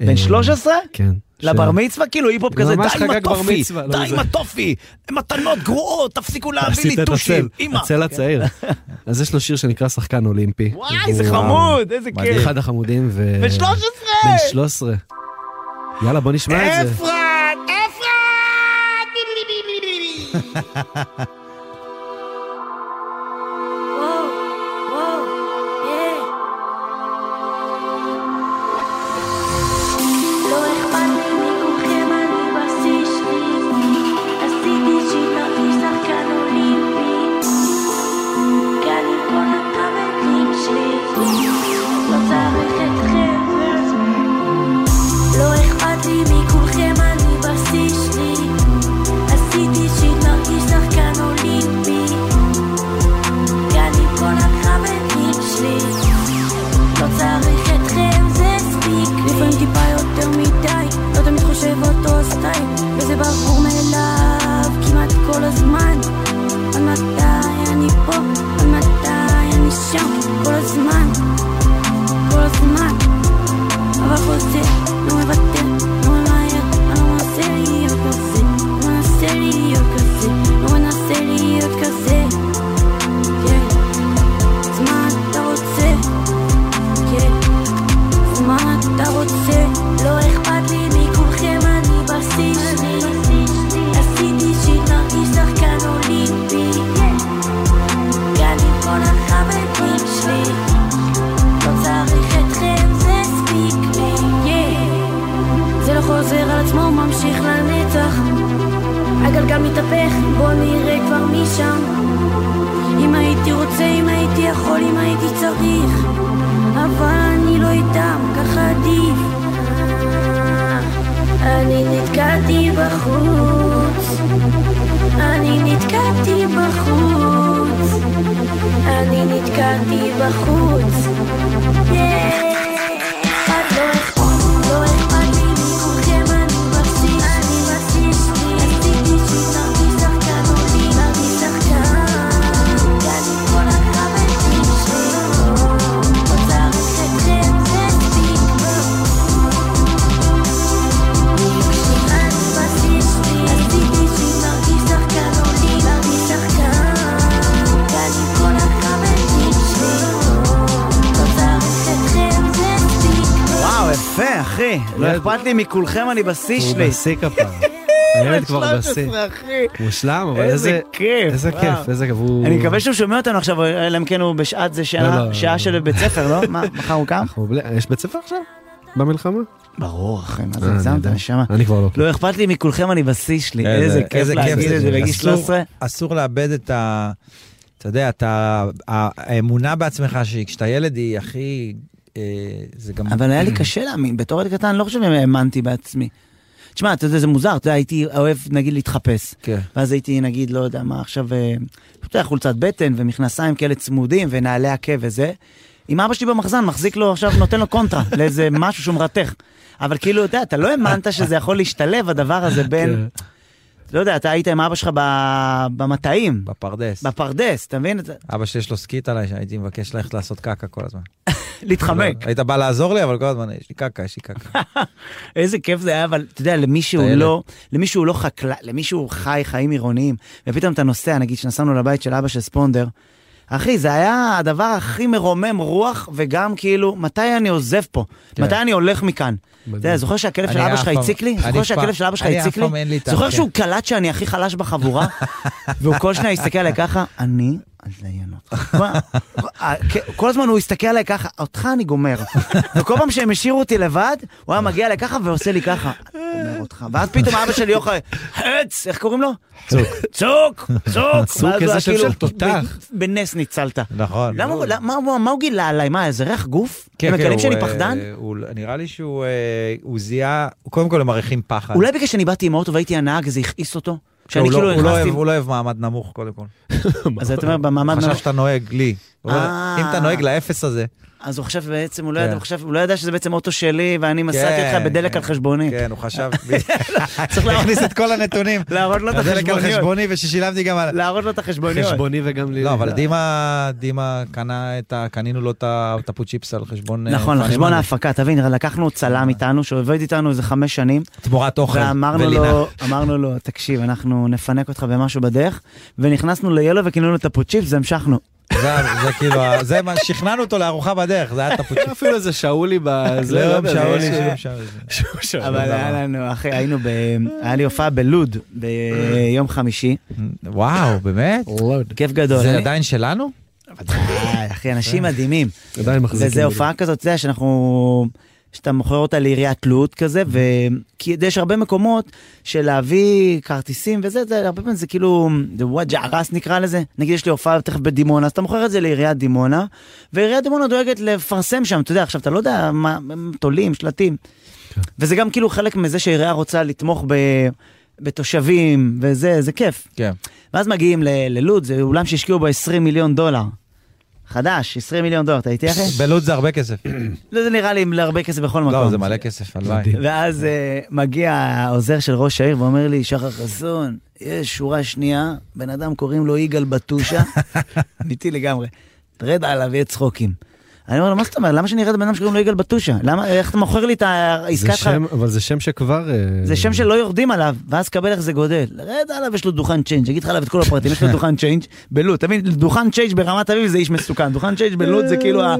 Speaker 3: אה,
Speaker 1: בן 13?
Speaker 3: כן.
Speaker 1: לבר מצווה? כאילו היפ-הופ כזה,
Speaker 3: ממש
Speaker 1: די עם
Speaker 3: חגג בר
Speaker 1: הטופי,
Speaker 3: מצווה, לא
Speaker 1: די עם
Speaker 3: זה."
Speaker 1: הטופי, מתנות גרועות, תפסיקו להביא
Speaker 3: עשית
Speaker 1: לי
Speaker 3: את
Speaker 1: טושים,
Speaker 3: הצל,
Speaker 1: אמא.
Speaker 3: הצל הצעיר. אז יש לו שיר שנקרא שחקן אולימפי.
Speaker 1: וואי, זה
Speaker 3: והוא
Speaker 1: חמוד, איזה כיף.
Speaker 3: אחד החמודים ו...
Speaker 1: בן 13!
Speaker 3: בן 13. יאללה, בוא נשמע את זה.
Speaker 1: אפרת,
Speaker 5: Whoa, whoa, yeah. לא אכפת לי מכולכם, אני בסיסטית. עשיתי שילמתי שחקן אולימפי. כאן עם כל הטאבלטים שלי. לא צריך אתכם. לא אכפת לי מכולכם, אני בסיסטית. עשיתי שילמתי שחקן אולימפי. לא לא לא לא לא לא לא הגלגל מתהפך, בוא נראה כבר מי שם. אם הייתי רוצה, אם הייתי יכול, אם הייתי צריך, אבל אני לא איתם, ככה עדיף. אני נתקעתי בחוץ, אני נתקעתי בחוץ, אני נתקעתי בחוץ. לא לא
Speaker 1: וואו, יפה, אחי. לא
Speaker 3: ילד-
Speaker 1: אכפת לי מכולכם, אני בשיא
Speaker 3: הוא
Speaker 1: שלי.
Speaker 3: בשיא כפרה. הילד כבר בשיא.
Speaker 1: 13, אחי.
Speaker 3: מושלם, אבל
Speaker 1: איזה
Speaker 3: איזה
Speaker 1: כיף,
Speaker 3: איזה
Speaker 1: וואו.
Speaker 3: כיף, איזה כיף. הוא-
Speaker 1: אני מקווה שהוא שומע אותנו עכשיו, אלא אם כן הוא בשעת זה
Speaker 3: לא,
Speaker 1: שעה
Speaker 3: לא,
Speaker 1: שעה
Speaker 3: לא.
Speaker 1: של בית ספר, לא? מה, מחר הוא קם?
Speaker 3: אנחנו בלי- יש בית ספר עכשיו? במלחמה?
Speaker 1: ברור, אחי, מה זה
Speaker 3: אה,
Speaker 1: הגזמת,
Speaker 3: נהדר.
Speaker 1: נשמה.
Speaker 3: אני כבר לא.
Speaker 1: לא אכפת לי מכולכם, אני בשיא שלי. איזה כיף להגיד את זה בגיל
Speaker 2: אסור-
Speaker 1: 13.
Speaker 2: אסור לאבד את ה... אתה יודע, את ה- האמונה בעצמך, שכשאתה ילד היא הכי... אה, זה גם...
Speaker 1: אבל היה לי קשה להאמין, בתור ילד קטן לא חושב שהאמנתי בעצמי. תשמע, אתה יודע, זה מוזר, אתה יודע, הייתי אוהב, נגיד, להתחפש.
Speaker 2: כן.
Speaker 1: ואז הייתי, נגיד, לא יודע מה, עכשיו, אה, אתה יודע, חולצת בטן ומכנסיים כאלה צמודים ונעלי עקב וזה. עם אבא שלי במחזן, מחזיק לו עכשיו, נותן לו קונטרה לאיזה משהו שהוא מרתך. אבל כאילו, אתה יודע, אתה לא האמנת שזה יכול להשתלב, הדבר הזה בין, לא יודע, אתה היית עם אבא שלך ב- במטעים,
Speaker 2: בפרדס.
Speaker 1: בפרדס, אתה מבין? אתה-
Speaker 2: אבא שיש לו סקית עליי, שהייתי מבקש ללכת לעשות קקה כל הזמן.
Speaker 1: להתחמק.
Speaker 2: היית בא לעזור לי, אבל כל הזמן, יש לי קקה, יש לי קקה.
Speaker 1: איזה כיף זה היה, אבל אתה יודע, למי שהוא
Speaker 2: טיילת.
Speaker 1: לא, למי שהוא לא חקלאי, למי שהוא חי חיים עירוניים, ופתאום אתה נוסע, נגיד, שנסענו לבית של אבא של ספונדר, אחי, זה היה הדבר הכי מרומם רוח, וגם כאילו, מתי אני עוזב פה?
Speaker 2: כן.
Speaker 1: מתי אני הולך מכאן? אתה יודע, זוכר שהכלב של
Speaker 2: אני
Speaker 1: אבא
Speaker 2: אף
Speaker 1: שלך
Speaker 2: פעם-
Speaker 1: הציק לי?
Speaker 2: אני
Speaker 1: זוכר
Speaker 2: אף
Speaker 1: שהכלב
Speaker 2: פעם-
Speaker 1: של אבא שלך
Speaker 2: אני אף
Speaker 1: הציק לי?
Speaker 2: פעם אין לי את ה-
Speaker 1: זוכר
Speaker 2: כן.
Speaker 1: שהוא קלט שאני הכי חלש בחבורה? והוא כל שניה הסתכל עליי ככה, אני אזיין אותך. כל- כל הזמן הוא הסתכל עליי ככה, אותך אני גומר. וכל פעם שהם השאירו אותי לבד, הוא היה מגיע אליי ככה ועושה לי ככה, גומר אותך. ואז פתאום אבא שלי יוחאי, חץ, איך קוראים לו? צוק. צוק, צוק.
Speaker 3: צוק,
Speaker 1: ואז הוא
Speaker 3: איזה
Speaker 1: היה
Speaker 3: שם
Speaker 1: כאילו,
Speaker 3: של תותח.
Speaker 1: ב- בנס ניצלת.
Speaker 2: נכון.
Speaker 1: למה הוא- למה- מה- מה הוא גילה עליי? מה, איזה ריח גוף? הם מגלים
Speaker 2: הוא,
Speaker 1: שאני
Speaker 2: אה,
Speaker 1: פחדן?
Speaker 2: הוא- נראה לי שהוא אה, הוא זיהה, קודם כל הם מריחים פחד.
Speaker 1: אולי בגלל שאני באתי עם האוטו והייתי הנהג זה הכעיס אותו? שאני
Speaker 2: הוא לא-
Speaker 1: כאילו
Speaker 2: הוא לא אוהב-
Speaker 1: נכנסתי...
Speaker 2: הוא לא אוהב מעמד נמוך, קודם כל.
Speaker 1: אז אתה אומר במעמד...
Speaker 2: חשב
Speaker 1: נמוך.
Speaker 2: שאתה נוהג לי. הוא אומר,
Speaker 1: אה.
Speaker 2: אם אתה נוהג לאפס הזה.
Speaker 1: אז הוא חשב בעצם, הוא לא
Speaker 2: כן.
Speaker 1: ידע- הוא חשב- הוא לא ידע שזה בעצם אוטו שלי ואני מסעתי
Speaker 2: כן,
Speaker 1: אותך בדלק
Speaker 2: כן.
Speaker 1: על חשבוני.
Speaker 2: כן, הוא חשב. צריך להכניס את כל הנתונים.
Speaker 1: לא, להראות לו את
Speaker 2: הדלק על
Speaker 1: החשבוניות.
Speaker 2: חשבוני וששילמתי גם על...
Speaker 1: להראות לו את החשבוניות.
Speaker 3: חשבוני וגם לי.
Speaker 2: לא, אבל דימה, דימה קנה את ה... קנינו לו את ה- את הפוצ'יפס על חשבון... אה,
Speaker 1: נכון,
Speaker 2: פאני
Speaker 1: לחשבון
Speaker 2: מאני.
Speaker 1: ההפקה, תבין, לקחנו צלם איתנו, שעובד איתנו איזה חמש שנים,
Speaker 2: תמורת אוכל
Speaker 1: ואמרנו
Speaker 2: ולינה.
Speaker 1: לו, אמרנו לו, תקשיב, אנחנו נפנק אותך במשהו בדרך, ונכנסנו ליאלו וכינינו את הפוצ'יפס, והמשכנו.
Speaker 2: זה- זה כאילו, ה- זה מה, שכנענו אותו לארוחה בדרך, זה היה את הפוצ'יפס.
Speaker 3: אפילו איזה שאולי בזה.
Speaker 2: לא,
Speaker 3: לא
Speaker 2: הם
Speaker 3: יודע,
Speaker 2: שאלו לי,
Speaker 3: זה-
Speaker 2: שהם שאלו לי. לא,
Speaker 1: אבל היה לנו, אחי, היינו ב... היה לי הופעה בלוד ביום חמישי,
Speaker 2: וואו, באמת?
Speaker 1: כיף גדול.
Speaker 2: זה
Speaker 1: אני-
Speaker 2: עדיין שלנו?
Speaker 1: אה, אחי, אנשים מדהימים.
Speaker 3: עדיין מחזיקים.
Speaker 1: וזה הופעה כזאת, אתה יודע, שאנחנו... שאתה מוכר אותה לעיריית לוד כזה, ו... כי יש הרבה מקומות של להביא כרטיסים וזה, זה הרבה פעמים זה כאילו, זה וואג'ה ערס נקרא לזה. נגיד יש לי הופעה תכף בדימונה, אז אתה מוכר את זה לעיריית דימונה, ועיריית דימונה דואגת לפרסם שם, אתה יודע, עכשיו אתה לא יודע מה, הם תולים, שלטים.
Speaker 3: כן.
Speaker 1: וזה גם כאילו חלק מזה שהעירייה רוצה לתמוך ב... בתושבים, וזה, זה כיף.
Speaker 2: כן.
Speaker 1: ואז מגיעים ל- ללוד, זה אולם שהשקיעו בו 20 מיליון דולר. חדש, 20 מיליון דולר, אתה איתי אחי?
Speaker 2: בלוד זה הרבה כסף.
Speaker 1: לא, זה נראה לי להרבה כסף בכל מקום.
Speaker 2: לא, זה מלא כסף, הלוואי.
Speaker 1: ואז אה, מגיע העוזר של ראש העיר ואומר לי, שחר חסון, יש שורה שנייה, בן אדם קוראים לו יגאל בטושה, אמיתי לגמרי, תרד עליו, יהיה צחוקים. אני אומר לו, מה זאת אומרת, למה שאני ארד בן אדם שקוראים לו יגאל בטושה? למה, איך אתה מוכר לי את העסקה
Speaker 3: זה
Speaker 1: שלך?
Speaker 3: שם, אבל זה שם שכבר... אה,
Speaker 1: זה שם שלא יורדים עליו, ואז קבל איך זה גודל. רד עליו, יש לו דוכן צ'יינג', אגיד לך עליו את כל הפרטים, יש לו דוכן צ'יינג' בלוד, תבין, דוכן צ'יינג' ברמת אביב זה איש מסוכן, דוכן צ'יינג' בלוד זה כאילו ה...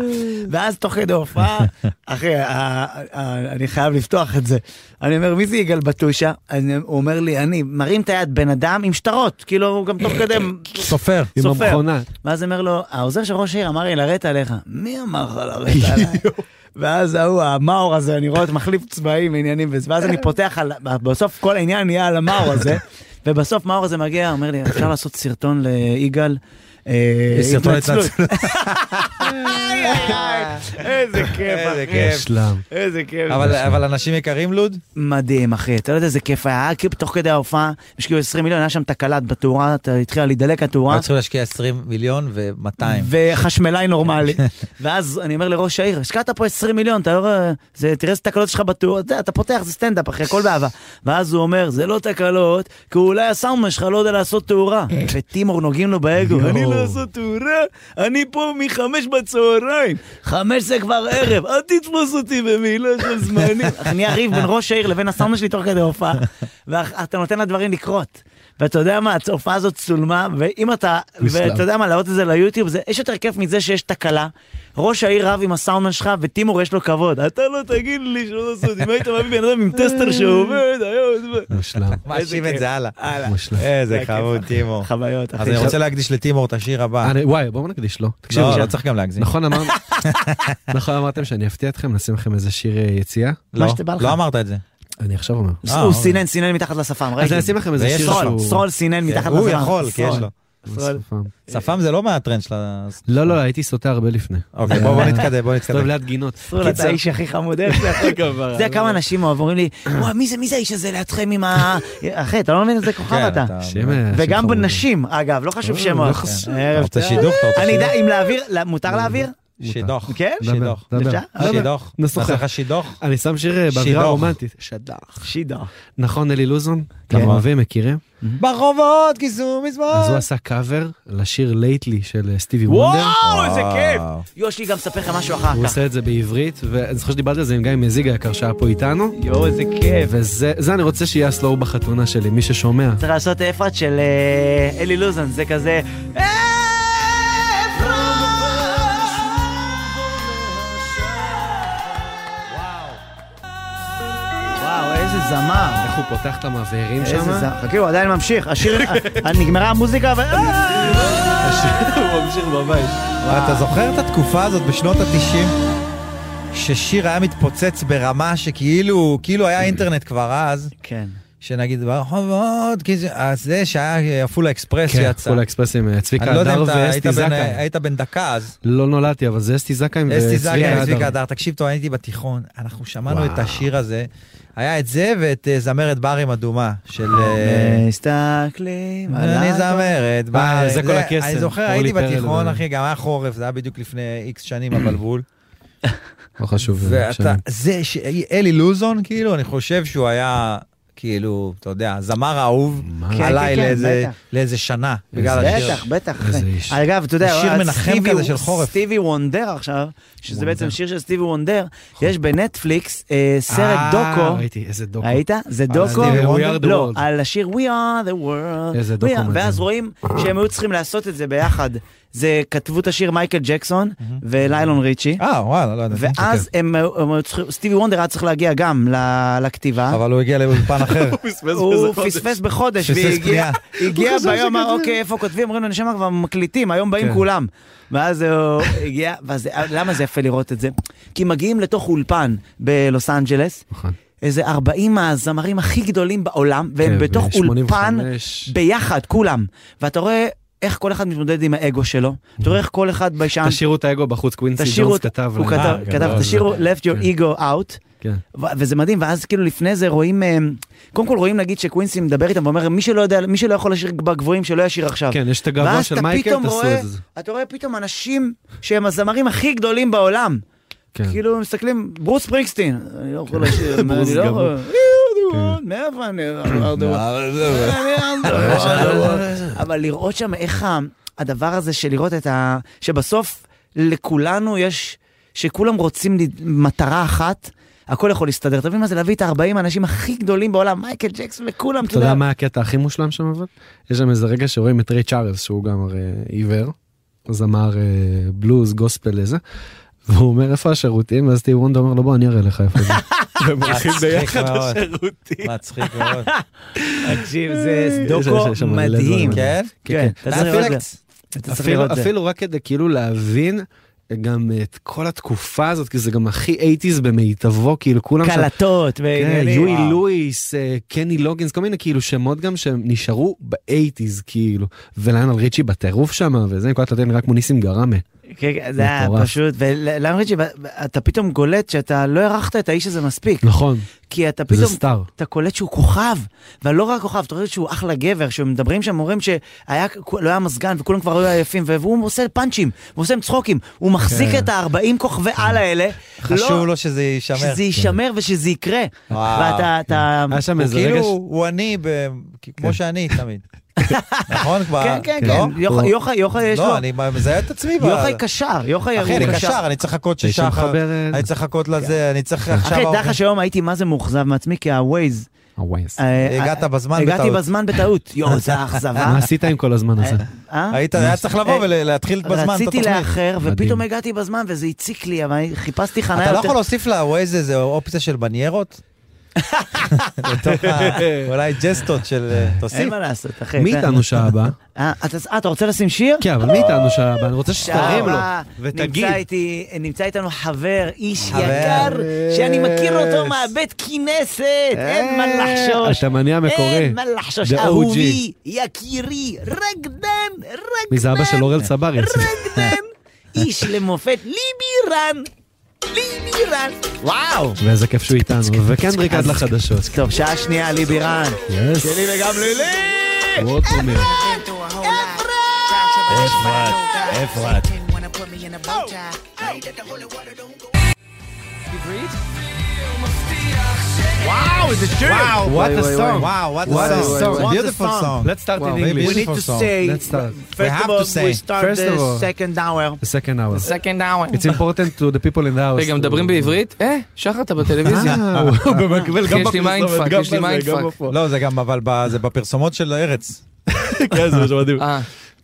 Speaker 1: ואז תוך כדי הופעה, אחי, ה- ה- ה- אני חייב לפתוח את זה. אני אומר, מי זה יגאל בטושה? אני- הוא אומר לי, אני מרים את היד, בן אדם עם שטרות, כאילו, הוא גם תוך כדי...
Speaker 2: סופר.
Speaker 3: עם
Speaker 1: סופר.
Speaker 3: המכונה.
Speaker 1: ואז אומר לו, העוזר של ראש העיר אמר לי לרדת עליך. מי אמר לך לרדת עליי? ואז ההוא, המאור הזה, אני רואה את מחליף צבעים, עניינים וזה, ואז אני פותח על... בסוף כל העניין נהיה על המאור הזה. ובסוף מאור הזה מגיע, אומר לי, אפשר לעשות סרטון ליגאל? אה,
Speaker 2: סרטון התנצלות.
Speaker 1: איזה כיף,
Speaker 2: איזה
Speaker 1: אחי.
Speaker 2: כיף.
Speaker 3: שלם.
Speaker 1: איזה כיף.
Speaker 2: אבל אבל אנשים יקרים, לוד?
Speaker 1: מדהים, אחי. אתה לא יודע איזה כיף היה, כאילו תוך כדי ההופעה, השקיעו 20 מיליון, היה שם תקלת בתאורה, אתה- התחילה להידלק התאורה.
Speaker 2: היו צריכים להשקיע 20 מיליון ו-200.
Speaker 1: וחשמלאי נורמלי. ואז אני אומר לראש העיר, השקעת פה 20 מיליון, אתה לא רואה, זה- תראה איזה תקלות שלך בתיאור, אתה יודע, אתה פותח, זה סטנדאפ אחי, הכל באהבה. ואז הוא אומר, זה לא תקלות, כי אולי הסאונדמן שלך לא יודע לעשות תאורה. וטימור נוגעים לו באגו, אני לא עושה תאורה, אני פה מחמש בצהריים, חמש זה כבר ערב, אל תתפוס אותי במילה של זמנים. נהיה ריב בין ראש העיר לבין הסאונדמן שלי תוך כדי הופעה, ואתה נותן לדברים לקרות. ואתה יודע מה, ההופעה הזאת צולמה, ואם אתה,
Speaker 3: מסלם.
Speaker 1: ואתה יודע מה, להעלות את זה ליוטיוב, זה, יש יותר כיף מזה שיש תקלה, ראש העיר רב עם הסאונדמן שלך, וטימור יש לו כבוד. אתה לא תגיד לי שלא לעשות, אם היית מביא בן אדם עם טסטר שעובד, היום...
Speaker 3: מושלם.
Speaker 2: מאשים את זה הלאה.
Speaker 3: מושלם.
Speaker 2: איזה
Speaker 1: זה
Speaker 2: חמוד,
Speaker 1: הכיף, אחי.
Speaker 2: טימו.
Speaker 1: חוויות, אחי.
Speaker 2: אז אני רוצה להקדיש לטימור את השיר הבא.
Speaker 3: אני- וואי, בואו נקדיש לו. תקשיבו,
Speaker 2: לא,
Speaker 3: ש-
Speaker 2: לא צריך גם להגזים.
Speaker 3: נכון אמרנו- נכון אמרתם שאני אפתיע אתכם, נשים לכם איזה שיר אה, יציאה?
Speaker 2: לא,
Speaker 1: מה שבא לך.
Speaker 2: לא אמרת את זה.
Speaker 3: אני עכשיו אומר.
Speaker 2: אה,
Speaker 1: הוא
Speaker 2: אוקיי.
Speaker 1: סינן, סינן מתחת לשפם,
Speaker 3: אז
Speaker 1: רגע.
Speaker 3: אני אשים לכם איזה
Speaker 2: ויש כן.
Speaker 3: שיר
Speaker 1: סרול,
Speaker 3: שהוא...
Speaker 1: סרול סינן מתחת נכון. לשפם.
Speaker 2: הוא יכול, כי יש
Speaker 1: סרול.
Speaker 2: לו.
Speaker 1: סרול.
Speaker 3: שפם.
Speaker 2: שפם זה לא מהטרנד של ה...
Speaker 3: לא, לא, הייתי סוטה הרבה לפני.
Speaker 2: אוקיי, בוא בוא נתקדם, בוא
Speaker 3: טוב,
Speaker 2: נתקדם.
Speaker 3: ליד גינות.
Speaker 1: סרול, אתה האיש הכי חמוד, איך זה אחי? אתה יודע
Speaker 2: לא-
Speaker 1: כמה אנשים אומרים לי, וואי, מי זה, מי זה האיש הזה לידכם עם ה... אחי, אתה לא מבין איזה כוכב
Speaker 2: כן,
Speaker 1: אתה.
Speaker 3: שם, אה, שם
Speaker 1: וגם
Speaker 3: חמוד.
Speaker 1: בנשים, אגב, לא חשוב
Speaker 3: אה,
Speaker 1: שמות.
Speaker 3: לא חשוב.
Speaker 1: ערב
Speaker 2: אתה רוצה
Speaker 1: טוב.
Speaker 2: שידוך? אתה רוצה
Speaker 1: אני
Speaker 2: שידוך?
Speaker 1: יודע, אם להעביר, לא, מותר להעביר?
Speaker 2: שידוך.
Speaker 1: כן?
Speaker 2: שידוך. לא,
Speaker 3: דבר, דבר.
Speaker 1: אפשר? לא,
Speaker 3: דבר.
Speaker 2: שידוך.
Speaker 3: נשוחח.
Speaker 2: נעשה לך שידוך?
Speaker 3: לא, אני שם שיר אה, באווירה
Speaker 2: שידוך.
Speaker 3: הרומנטית. שדח.
Speaker 1: שידו.
Speaker 3: נכון, אלי לוזון?
Speaker 1: כן.
Speaker 3: אתם אוהבים, מכירים?
Speaker 2: ברחובות, כיסו
Speaker 3: אז הוא
Speaker 2: מזמן.
Speaker 3: עשה קאבר לשיר לייטלי של אה, סטיבי וונדר.
Speaker 1: וואו, איזה כיף!
Speaker 2: וואו.
Speaker 1: יו, יש לי גם לספר לכם משהו אחר
Speaker 3: הוא
Speaker 1: כך.
Speaker 3: עושה את זה בעברית, ואני זוכר שדיברתי על זה עם גיא מזיג היקר שהיה פה איתנו.
Speaker 1: יואו, איזה כיף.
Speaker 3: וזה זה אני רוצה שיהיה הסלואו בחתונה שלי, מי ששומע.
Speaker 1: צריך לעשות אפרת של אה, אלי לוזון, זה כזה... וואו, איזה זמר.
Speaker 3: איך הוא פותח את המבערים שם? כן,
Speaker 1: איזה זמר. חכי, הוא עדיין ממשיך. השיר... אה, נגמרה המוזיקה, אה! אבל...
Speaker 3: הוא ממשיך בבית.
Speaker 2: אתה זוכר את התקופה הזאת בשנות ה-90? ששיר היה מתפוצץ ברמה שכאילו, כאילו היה אינטרנט כבר אז,
Speaker 1: כן.
Speaker 2: שנגיד ברחובות, כי זה, אז זה שהיה עפולה אקספרס
Speaker 3: כן,
Speaker 2: שיצא.
Speaker 3: פול האקספרס עם אה, צביקה
Speaker 2: אני לא יודע
Speaker 3: הדר
Speaker 2: אם אתה היית
Speaker 3: ואסתי
Speaker 2: בן-
Speaker 3: זכאי.
Speaker 2: היית בן דקה אז.
Speaker 3: לא נולדתי, אבל זה אסתי זכאי
Speaker 2: אסתי זקן, צביקה
Speaker 3: וצביקה הדר.
Speaker 2: הדר, תקשיב טוב, הייתי בתיכון, אנחנו שמענו
Speaker 3: וואו.
Speaker 2: את השיר הזה, היה את זה ואת אה, זמרת ברים אדומה, של... אה,
Speaker 1: מסתכלים
Speaker 2: אני זמרת, בר-
Speaker 3: אה, זה כל הקסם,
Speaker 2: אני זוכר,
Speaker 3: אורלי
Speaker 2: הייתי
Speaker 3: פרל
Speaker 2: בתיכון,
Speaker 3: ו-
Speaker 2: אחי, גם היה חורף, זה היה בדיוק לפני איקס שנים הבלבול.
Speaker 3: לא חשוב. אה,
Speaker 2: ואתה,
Speaker 3: שם.
Speaker 2: זה, ש- אלי לוזון, כאילו, אני חושב שהוא היה, כאילו, אתה יודע, זמר אהוב,
Speaker 3: מה?
Speaker 1: כן,
Speaker 2: עליי
Speaker 1: כן,
Speaker 2: לאיזה-
Speaker 1: בטח.
Speaker 2: לאיזה שנה, בגלל השיר.
Speaker 1: בטח, בטח. אה,
Speaker 3: איזה איש.
Speaker 1: אגב, אתה יודע,
Speaker 2: זה שיר מנחם
Speaker 1: סטיבי-
Speaker 2: כזה של חורף.
Speaker 1: סטיבי וונדר עכשיו, שזה בעצם שיר של סטיבי וונדר, יש בנטפליקס אה, סרט
Speaker 3: אה,
Speaker 1: דוקו.
Speaker 3: ראיתי, איזה דוקו.
Speaker 1: ראית? זה דוקו,
Speaker 2: סטיבי
Speaker 3: וונדר? We are the
Speaker 1: לא,
Speaker 3: world.
Speaker 1: על השיר We are the world,
Speaker 3: איזה
Speaker 1: We
Speaker 3: דוקו
Speaker 1: are-
Speaker 3: מדהים.
Speaker 1: ואז רואים שהם היו צריכים לעשות את זה ביחד. זה כתבו את השיר מייקל ג'קסון וליילון ריצ'י,
Speaker 2: אה, וואלה, לא יודע.
Speaker 1: ואז הם הם היו צריכים, סטיבי וונדר היה צריך להגיע גם ל- לכתיבה.
Speaker 2: אבל הוא הגיע לאולפן אחר.
Speaker 1: הוא פספס בחודש,
Speaker 2: פספס קנייה.
Speaker 1: והגיע הגיע
Speaker 3: חשב
Speaker 1: ביום, ה-
Speaker 3: שכתבו.
Speaker 1: אוקיי, איפה כותבים? אומרים לו, נשמה כבר מקליטים, היום באים
Speaker 3: כן.
Speaker 1: כולם. ואז הוא הגיע, ואז- למה זה יפה לראות את זה? כי מגיעים לתוך אולפן בלוס אנג'לס,
Speaker 3: נכון.
Speaker 1: איזה 40 הזמרים הכי גדולים בעולם, והם
Speaker 3: כן,
Speaker 1: בתוך
Speaker 3: ב-
Speaker 1: אולפן
Speaker 3: 85.
Speaker 1: ביחד, כולם. ואתה רואה איך כל אחד מתמודד עם האגו שלו, אתה רואה איך כל אחד ביישן,
Speaker 3: תשאירו את האגו בחוץ, קווינסי
Speaker 1: תשאירו,
Speaker 3: ג'ונס כתב.
Speaker 1: הוא
Speaker 3: להם.
Speaker 1: כתב,
Speaker 2: אה,
Speaker 1: כתב,
Speaker 2: גדול.
Speaker 1: תשאירו left your ego out.
Speaker 3: כן.
Speaker 1: ו- וזה מדהים, ואז כאילו לפני זה רואים, אה, קודם כל רואים נגיד שקווינסי מדבר איתם ואומר, מי שלא יודע, מי שלא יכול לשיר בגבוהים שלא ישיר עכשיו.
Speaker 3: כן, יש את הגבוה
Speaker 1: ואז
Speaker 3: של
Speaker 1: אתה
Speaker 3: מייקל,
Speaker 1: פתאום
Speaker 3: תעשו
Speaker 1: רואה-
Speaker 3: את זה.
Speaker 1: אתה רואה פתאום אנשים שהם הזמרים הכי גדולים בעולם.
Speaker 3: כן.
Speaker 1: כאילו הם מסתכלים, ברוס פרינגסטין, אני לא יכול לשיר,
Speaker 3: ברוס כן.
Speaker 1: אני לא
Speaker 3: גבוה.
Speaker 1: יכול, מאיפה אני, לא-
Speaker 3: לא,
Speaker 1: אבל לראות שם איך ה- הדבר הזה של לראות את ה... שבסוף לכולנו יש, שכולם רוצים ל- מטרה אחת, הכל יכול להסתדר. אתה מבין מה זה להביא את ה-40 האנשים הכי גדולים בעולם, מייקל ג'קסון וכולם,
Speaker 3: אתה יודע מה הקטע הכי מושלם שם אבל? יש שם איזה רגע שרואים את ריי צ'ארלס שהוא גם הרי עיוור, זמר אה, בלוז, גוספל איזה, והוא אומר איפה השירותים ואז טי וונדה אומר לו בוא אני אראה לך איפה זה. והם הולכים ביחד.
Speaker 2: לשירותים. מצחיק מאוד.
Speaker 1: תקשיב, זה
Speaker 3: יש-
Speaker 1: דוקו
Speaker 3: יש שם מלא
Speaker 1: מדהים.
Speaker 3: דברים.
Speaker 2: כן?
Speaker 1: כן, אתה צריך לראות את זה.
Speaker 2: אפילקס.
Speaker 1: אתה צריך
Speaker 3: אפילו-
Speaker 1: לראות את זה.
Speaker 3: אפילו רק כדי כאילו להבין גם את כל התקופה הזאת, כי זה גם הכי 80's במיטבו, כאילו כולם שם...
Speaker 1: קלטות
Speaker 3: כן,
Speaker 1: ועניינים.
Speaker 3: יואי
Speaker 1: וואו.
Speaker 3: לואיס, אה, קני לוגינס, כל מיני כאילו שמות גם שהם נשארו באייטיז כאילו. וליונל ריצ'י בטירוף שם וזה, כל התלתן רק כמו ניסים גראמה.
Speaker 1: כן, כן, זה היה
Speaker 3: מטורף.
Speaker 1: פשוט, ולמה ריצ'י, אתה פתאום גולט שאתה לא הערכת את האיש הזה מספיק,
Speaker 3: נכון,
Speaker 1: כי אתה
Speaker 3: וזה
Speaker 1: פתאום
Speaker 3: סטאר.
Speaker 1: אתה קולט שהוא כוכב, אבל לא רק כוכב, אתה רואה שהוא אחלה גבר, שמדברים שם, אומרים שהיה, לא היה מזגן וכולם כבר היו עייפים, והוא עושה פאנצ'ים, הוא עושה צחוקים, הוא מחזיק
Speaker 2: כן.
Speaker 1: את ה-40 כוכבי
Speaker 3: כן.
Speaker 1: על האלה, לא
Speaker 2: חשוב לו שזה יישמר.
Speaker 1: שזה יישמר ושזה יקרה.
Speaker 2: וואו.
Speaker 1: ואתה, אתה...
Speaker 3: היה שם
Speaker 2: הוא
Speaker 3: איזה כן.
Speaker 2: כאילו,
Speaker 3: רגע... ש-
Speaker 2: הוא עני, ב- כמו שאני תמיד. נכון כבר?
Speaker 1: כן, כן,
Speaker 2: לא?
Speaker 1: כן, יוחאי- יוחאי, יוחאי יש לו,
Speaker 2: לא, אני מזהה את עצמי. ב-
Speaker 1: יוחאי קשר, יוחאי
Speaker 2: אחי,
Speaker 1: הוא
Speaker 2: אני קשר, אני צריך לחכות
Speaker 3: האיש
Speaker 2: שעה אחר...
Speaker 3: שמחבר, אה,
Speaker 2: אני צריך לחכות לזה, אני צריך עכשיו...
Speaker 1: אחי, דע
Speaker 2: האורחים-
Speaker 1: לך שהיום הייתי מה זה מאוכזב מעצמי, כי הווייז...
Speaker 3: הווייז.
Speaker 1: אה,
Speaker 2: הגעת
Speaker 1: אה,
Speaker 2: בזמן
Speaker 1: הגעתי
Speaker 2: בטעות.
Speaker 1: בזמן בטעות. יואו, זה אכזבה.
Speaker 3: מה עשית עם כל הזמן הזה?
Speaker 1: אה?
Speaker 2: היית, היה צריך לבוא
Speaker 1: אה,
Speaker 2: ולהתחיל בזמן את
Speaker 1: רציתי
Speaker 2: התוכנית.
Speaker 1: לאחר, ופתאום
Speaker 3: מדהים.
Speaker 1: הגעתי בזמן, וזה הציק לי, אבל אני חיפשתי חניה
Speaker 2: אתה לא
Speaker 1: יותר...
Speaker 2: יכול להוסיף לווייז איזה אופציה של בניירות? לתוך ה- אולי ג'סטות של... אה,
Speaker 1: אין
Speaker 2: תוסיף.
Speaker 1: מה לעשות, אחי.
Speaker 3: מי
Speaker 1: זה-
Speaker 3: איתנו שעה הבאה?
Speaker 1: אה, אתה- אה, אתה רוצה לשים שיר?
Speaker 3: כן, אבל מי איתנו שעה הבאה? אני רוצה
Speaker 1: שעה
Speaker 3: שתרים לו.
Speaker 1: הבאה
Speaker 3: ותגיד.
Speaker 1: נמצא איתי, נמצא איתנו חבר, איש
Speaker 2: חבר.
Speaker 1: יקר, שאני מכיר אותו
Speaker 3: Yes.
Speaker 1: מהבית כנסת, אין מה לחשוש.
Speaker 3: אה, אתה מניע מקורי.
Speaker 1: אין מה לחשוש,
Speaker 3: The OG.
Speaker 1: אהובי, יקירי, רקדן, רקדן.
Speaker 3: מי זה אבא של אורל צברי?
Speaker 1: רקדן, איש למופת, ליבירן, ליבירן. וואו.
Speaker 3: ואיזה כיף שהוא איתנו. וקנדריק עד לחדשות.
Speaker 1: טוב, שעה שנייה, ליבירן.
Speaker 3: יס.
Speaker 1: שלי וגם לילי!
Speaker 3: וואט אומר.
Speaker 2: אפרת.
Speaker 1: וואו, איזה שיר!
Speaker 2: וואו,
Speaker 3: וואי,
Speaker 2: what a
Speaker 3: וואי,
Speaker 2: song.
Speaker 3: וואי.
Speaker 2: וואו, what a
Speaker 3: What a
Speaker 2: song. It's a
Speaker 1: What
Speaker 3: song.
Speaker 1: a
Speaker 2: beautiful
Speaker 1: song.
Speaker 2: song.
Speaker 3: Let's start in
Speaker 2: Wow, very
Speaker 1: We
Speaker 3: English.
Speaker 1: need
Speaker 2: beautiful
Speaker 1: to
Speaker 2: song.
Speaker 1: say,
Speaker 3: Let's start.
Speaker 2: We
Speaker 1: first
Speaker 2: have
Speaker 1: of
Speaker 2: to
Speaker 1: all, we
Speaker 2: say.
Speaker 1: start
Speaker 3: First of
Speaker 1: the
Speaker 3: all.
Speaker 1: second hour.
Speaker 3: The second hour.
Speaker 7: סקנד אאוור.
Speaker 3: It's important to the people in the house.
Speaker 7: רגע, מדברים בעברית? אה, שחר, אתה בטלוויזיה.
Speaker 3: אה, הוא במקביל
Speaker 7: אחי, כן. יש לי מיינדפאק,
Speaker 3: גם
Speaker 7: יש לי
Speaker 3: בזה, גם
Speaker 7: מיינדפאק.
Speaker 3: בפה.
Speaker 2: לא, זה גם, אבל ב- זה בפרסומות של ארץ.
Speaker 3: כן, זה מה שמדהים.
Speaker 7: אה,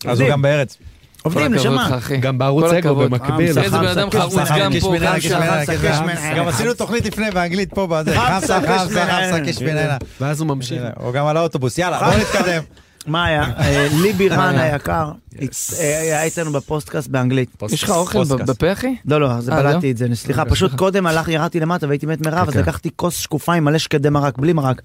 Speaker 2: אז הוא גם בארץ.
Speaker 1: עובדים,
Speaker 7: כל הכבוד לך,
Speaker 1: נשמה.
Speaker 7: אחי.
Speaker 3: גם בערוץ
Speaker 7: כל
Speaker 3: אגו
Speaker 7: הכבוד.
Speaker 3: במקביל.
Speaker 1: אה,
Speaker 7: איזה בן אדם
Speaker 1: חמסה,
Speaker 7: חרוץ גם
Speaker 2: חמסה,
Speaker 7: פה,
Speaker 2: קיש
Speaker 7: גם
Speaker 2: בן
Speaker 7: שם.
Speaker 2: עינה, קיש בן עינה.
Speaker 1: חמסה,
Speaker 2: גם
Speaker 1: חמסה.
Speaker 2: עשינו תוכנית לפני באנגלית פה, בזה. חמסה,
Speaker 1: קיש בן
Speaker 2: חמסה, חמסה,
Speaker 1: עינה.
Speaker 2: קיש בן עינה.
Speaker 3: ואז הוא ממשיך.
Speaker 2: או גם על האוטובוס, יאללה, בוא נתקדם.
Speaker 1: מה היה? אה, ליבי רן היקר, אה, היה איתנו בפוסטקאסט באנגלית.
Speaker 7: יש לך אוכל
Speaker 2: פוסטקאסט.
Speaker 7: ב- בפה, אחי?
Speaker 1: לא, לא, אז
Speaker 7: אה, אוקיי.
Speaker 1: בלעתי את זה, סליחה, פשוט קודם הלך, ירדתי למטה והייתי מת מרעב, אז
Speaker 3: כן.
Speaker 1: לקחתי כוס שקופה עם מלא שקדי מרק, בלי מרק.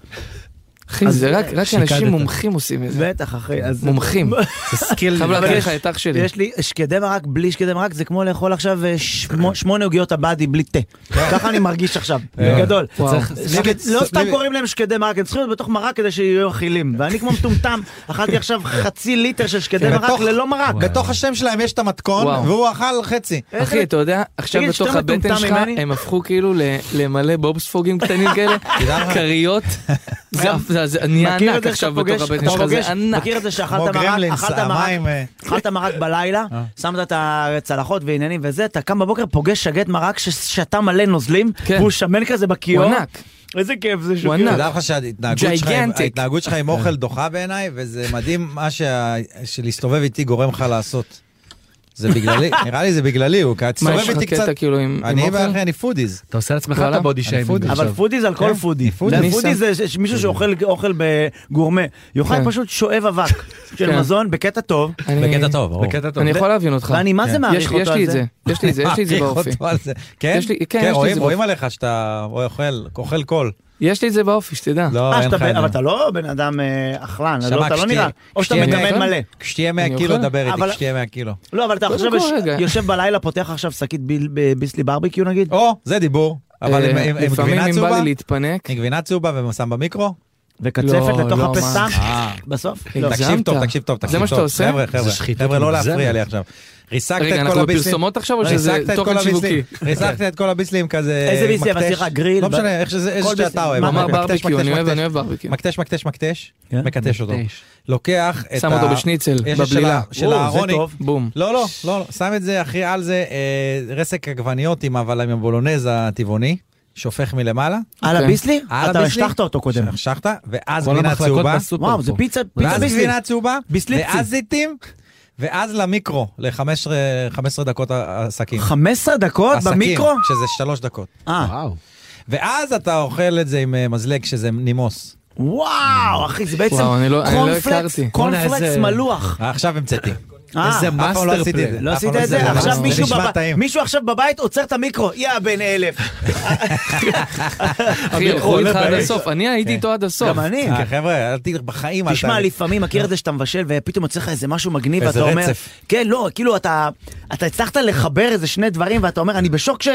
Speaker 7: אחי,
Speaker 1: אז-
Speaker 7: זה רק רק
Speaker 3: שיקדת.
Speaker 7: אנשים מומחים עושים את זה.
Speaker 1: בטח, אחי, אז...
Speaker 7: מומחים.
Speaker 3: זה סקיל.
Speaker 7: חייב
Speaker 1: אבל
Speaker 7: להקריא לך
Speaker 1: יש-
Speaker 7: את אח שלי.
Speaker 1: יש לי שקדי מרק בלי שקדי מרק, זה כמו לאכול עכשיו אה, שמו- שמונה עוגיות הבאדי בלי תה. ככה אני מרגיש עכשיו,
Speaker 2: אה,
Speaker 1: בגדול.
Speaker 7: וואו.
Speaker 3: צריך-
Speaker 1: שקד-
Speaker 2: ליבי-
Speaker 1: לא סתם
Speaker 2: ליבי-
Speaker 1: קוראים להם שקדי מרק, הם צריכים להיות בתוך מרק כדי שיהיו אכילים. ואני כמו מטומטם, אכלתי עכשיו חצי ליטר של שקדי מרק
Speaker 2: כן, בתוך-
Speaker 1: ללא מרק.
Speaker 2: בתוך השם שלהם יש את המתכון,
Speaker 7: וואו.
Speaker 2: נכון, והוא אכל חצי.
Speaker 7: אחי, אתה יודע, עכשיו
Speaker 1: תגיד,
Speaker 7: בתוך
Speaker 1: שאתה
Speaker 7: הבטן
Speaker 1: מטומטם
Speaker 7: שלך,
Speaker 1: ממני?
Speaker 7: הם הפכו כאילו ל- למלא בובספוגים קטנים כאלה,
Speaker 2: תדע לך.
Speaker 7: כריות. זה- זה- זה נהיה
Speaker 1: מכיר
Speaker 7: ענק
Speaker 1: את זה שאתה
Speaker 7: עכשיו בתוך
Speaker 1: פוגש-
Speaker 7: הבטן
Speaker 1: אתה
Speaker 7: שלך,
Speaker 1: פוגש-
Speaker 7: זה ענק.
Speaker 1: מכיר את זה
Speaker 2: כמו
Speaker 1: שאכלת מרק,
Speaker 2: גרמלינס,
Speaker 1: אכלת מרק,
Speaker 2: המים... אה,
Speaker 1: אכלת מרק בלילה, שמת את הצלחות ועניינים וזה, אתה קם בבוקר, פוגש שגט מרק ששתה מלא נוזלים,
Speaker 7: כן.
Speaker 1: והוא שמן כזה
Speaker 7: הוא
Speaker 1: בכיור.
Speaker 7: ענק.
Speaker 1: איזה כיף זה שהוא
Speaker 7: הוא
Speaker 1: כאילו-
Speaker 7: ענק.
Speaker 2: תדע לך שההתנהגות שלך עם-
Speaker 7: Gigantic. אה.
Speaker 2: ההתנהגות שלך עם אוכל דוחה בעיניי, וזה מדהים מה שה- שלהסתובב איתי גורם לך לעשות. זה בגללי, נראה לי זה בגללי, הוא כי
Speaker 7: מה,
Speaker 2: תסתובב
Speaker 7: יש
Speaker 2: איתי
Speaker 7: לך
Speaker 2: קצת.
Speaker 7: קטע כאילו עם עם
Speaker 2: אני
Speaker 7: אוכל?
Speaker 2: ואחי, אני פודיז.
Speaker 3: אתה עושה לעצמך
Speaker 7: וואלה.
Speaker 3: את הבודי
Speaker 2: אני
Speaker 3: שיימינג
Speaker 2: פודי.
Speaker 3: עכשיו.
Speaker 1: אבל פודי זה על כל
Speaker 2: כן,
Speaker 1: פודי.
Speaker 2: פודי.
Speaker 1: זה
Speaker 7: ניסן.
Speaker 1: פודי זה ש- מישהו שאוכל אוכל בגורמה. יוחאי
Speaker 7: כן.
Speaker 1: פשוט שואב אבק של
Speaker 7: כן.
Speaker 1: מזון בקטע טוב,
Speaker 7: אני-
Speaker 2: טוב, ברור.
Speaker 3: בקטע טוב.
Speaker 7: אני יכול להבין אותך. כן.
Speaker 1: ואני
Speaker 2: כן.
Speaker 1: מה זה
Speaker 7: יש
Speaker 1: מעריך אה,
Speaker 7: לי- יש
Speaker 1: אותו
Speaker 7: לי
Speaker 1: על
Speaker 7: את
Speaker 1: זה.
Speaker 7: זה, יש לי את זה, יש לי את זה
Speaker 2: מעריך
Speaker 7: באופי.
Speaker 2: אותו על זה. אה, כן?
Speaker 7: יש לי- כן, יש
Speaker 2: כן,
Speaker 7: לי את
Speaker 2: רואים-
Speaker 7: זה
Speaker 2: רואים עליך שאתה אוכל, אוכל קול.
Speaker 7: יש לי את זה באופי, שתדע.
Speaker 2: לא,
Speaker 1: אה,
Speaker 2: אין
Speaker 1: שאתה
Speaker 2: לך
Speaker 1: בן-
Speaker 2: את
Speaker 1: אבל
Speaker 2: זה.
Speaker 1: אתה לא בן אדם אה, אכלן, אז
Speaker 2: שמע,
Speaker 1: לא- אתה לא
Speaker 2: כשתהיה-
Speaker 1: נראה. או שאתה
Speaker 2: כשתהיה
Speaker 1: מדמן
Speaker 7: מאכלן?
Speaker 1: מלא.
Speaker 2: כשתהיה 100
Speaker 7: אני
Speaker 2: קילו,
Speaker 7: אוכל.
Speaker 2: דבר איתי,
Speaker 1: אבל-
Speaker 2: כשתהיה 100 קילו.
Speaker 1: לא, אבל אתה
Speaker 7: קודם
Speaker 1: עכשיו
Speaker 7: כל,
Speaker 1: יש-
Speaker 7: רגע.
Speaker 1: יושב בלילה, פותח עכשיו שקית ביל- ב- ביסלי ברבקיו נגיד?
Speaker 2: או, זה דיבור. אבל עם-
Speaker 7: אה,
Speaker 2: עם עם
Speaker 7: לפעמים
Speaker 2: גבינה
Speaker 7: אם בא
Speaker 2: צהובה?
Speaker 7: לי להתפנק,
Speaker 2: עם גבינה צהובה ושם במיקרו?
Speaker 1: וקצפת
Speaker 7: לא,
Speaker 1: לתוך
Speaker 7: לא,
Speaker 1: הפה
Speaker 7: מה?
Speaker 1: סתם?
Speaker 2: אה.
Speaker 1: בסוף?
Speaker 7: אה,
Speaker 1: לא.
Speaker 7: זה-
Speaker 2: תקשיב
Speaker 7: הגזמת.
Speaker 2: טוב, תקשיב טוב,
Speaker 7: זה
Speaker 2: תקשיב
Speaker 7: מה שאתה
Speaker 2: טוב.
Speaker 7: עושה?
Speaker 2: חבר'ה,
Speaker 3: זה
Speaker 2: חבר'ה,
Speaker 3: שחיתות
Speaker 2: חבר'ה, לא
Speaker 3: מוגזמת.
Speaker 2: להפריע לי עכשיו. ריסקת את
Speaker 7: רגע,
Speaker 2: כל
Speaker 7: אנחנו
Speaker 2: הביסלים.
Speaker 7: בפרסומות עכשיו או שזה
Speaker 2: ריסקת את כל
Speaker 7: תוכן
Speaker 2: הביסלים.
Speaker 7: שיווקי?
Speaker 2: ריסקת את כל הביסלים כזה...
Speaker 1: איזה ביסלי? אבל
Speaker 2: מקטש.
Speaker 1: סליחה, גריל,
Speaker 2: לא
Speaker 1: ב-
Speaker 2: משנה, איך שזה, איזה
Speaker 1: כל ביסלי.
Speaker 2: שאתה אוהב.
Speaker 1: מה,
Speaker 7: אמר
Speaker 2: מקטש,
Speaker 7: ברבקיו,
Speaker 2: מקטש,
Speaker 7: אני אוהב,
Speaker 2: מקטש.
Speaker 7: אני אוהב ברבקיו.
Speaker 2: מקטש, מקטש, מקטש,
Speaker 1: כן.
Speaker 2: מקטש אותו. לוקח את ה...
Speaker 7: שם אותו בשניצל,
Speaker 2: יש של
Speaker 7: בבלילה.
Speaker 2: ה- של
Speaker 1: וואו, זה
Speaker 2: הארוני.
Speaker 1: טוב.
Speaker 7: בום.
Speaker 2: לא, לא, לא, לא, שם את זה, אחי, על זה אה, רסק עגבניות, עם- אבל עם הבולונז הטבעוני, שופך מלמעלה. כן.
Speaker 1: על
Speaker 7: אוקיי.
Speaker 1: הביסלי?
Speaker 2: על
Speaker 1: אתה
Speaker 2: הביסלי?
Speaker 1: השטחת אותו קודם.
Speaker 2: שחשכת, ואז
Speaker 3: כל
Speaker 2: גבינה
Speaker 3: המחלקות
Speaker 2: צהובה.
Speaker 3: בסופר
Speaker 1: אה? וואו, זה
Speaker 3: פה.
Speaker 1: פיצה פיצה
Speaker 2: ואז
Speaker 1: ביסלי.
Speaker 2: גבינה צהובה,
Speaker 1: ביסליפצי.
Speaker 2: ואז זיתים, ואז למיקרו, ל-15 דקות ה- עסקים.
Speaker 1: 15 דקות
Speaker 2: עסקים,
Speaker 1: במיקרו?
Speaker 2: שזה שלוש דקות.
Speaker 1: אה,
Speaker 3: וואו.
Speaker 2: ואז אתה אוכל את זה עם אה, מזלג שזה נימוס.
Speaker 1: וואו, אחי, זה בעצם
Speaker 7: וואו, אני לא- אני לא
Speaker 1: קורנפלקס,
Speaker 7: הכרתי.
Speaker 1: קורנפלקס
Speaker 3: איזה-
Speaker 1: מלוח.
Speaker 2: אה, עכשיו המצאתי.
Speaker 1: אה,
Speaker 2: אף פעם לא עשיתי את זה.
Speaker 1: לא
Speaker 2: אף
Speaker 1: עשית
Speaker 2: פעם
Speaker 1: את זה?
Speaker 2: עשיתי
Speaker 1: עכשיו
Speaker 2: זה
Speaker 1: מישהו
Speaker 2: נשמע
Speaker 1: בב-
Speaker 2: טעים.
Speaker 1: מישהו עכשיו בבית עוצר את המיקרו, יא בן אלף.
Speaker 7: אחי, הלכו איתך עד הסוף, אני הייתי
Speaker 2: כן.
Speaker 7: איתו עד הסוף.
Speaker 1: גם אני.
Speaker 2: אה, חבר'ה, אל תלך בחיים. אל
Speaker 1: תשמע,
Speaker 2: תעלה.
Speaker 1: לפעמים מכיר את זה שאתה מבשל ופתאום יוצא לך איזה משהו מגניב,
Speaker 2: איזה
Speaker 1: ואתה אומר...
Speaker 2: רצף.
Speaker 1: כן, לא, כאילו אתה אתה הצלחת לחבר איזה שני דברים, ואתה אומר, אני בשוק ש...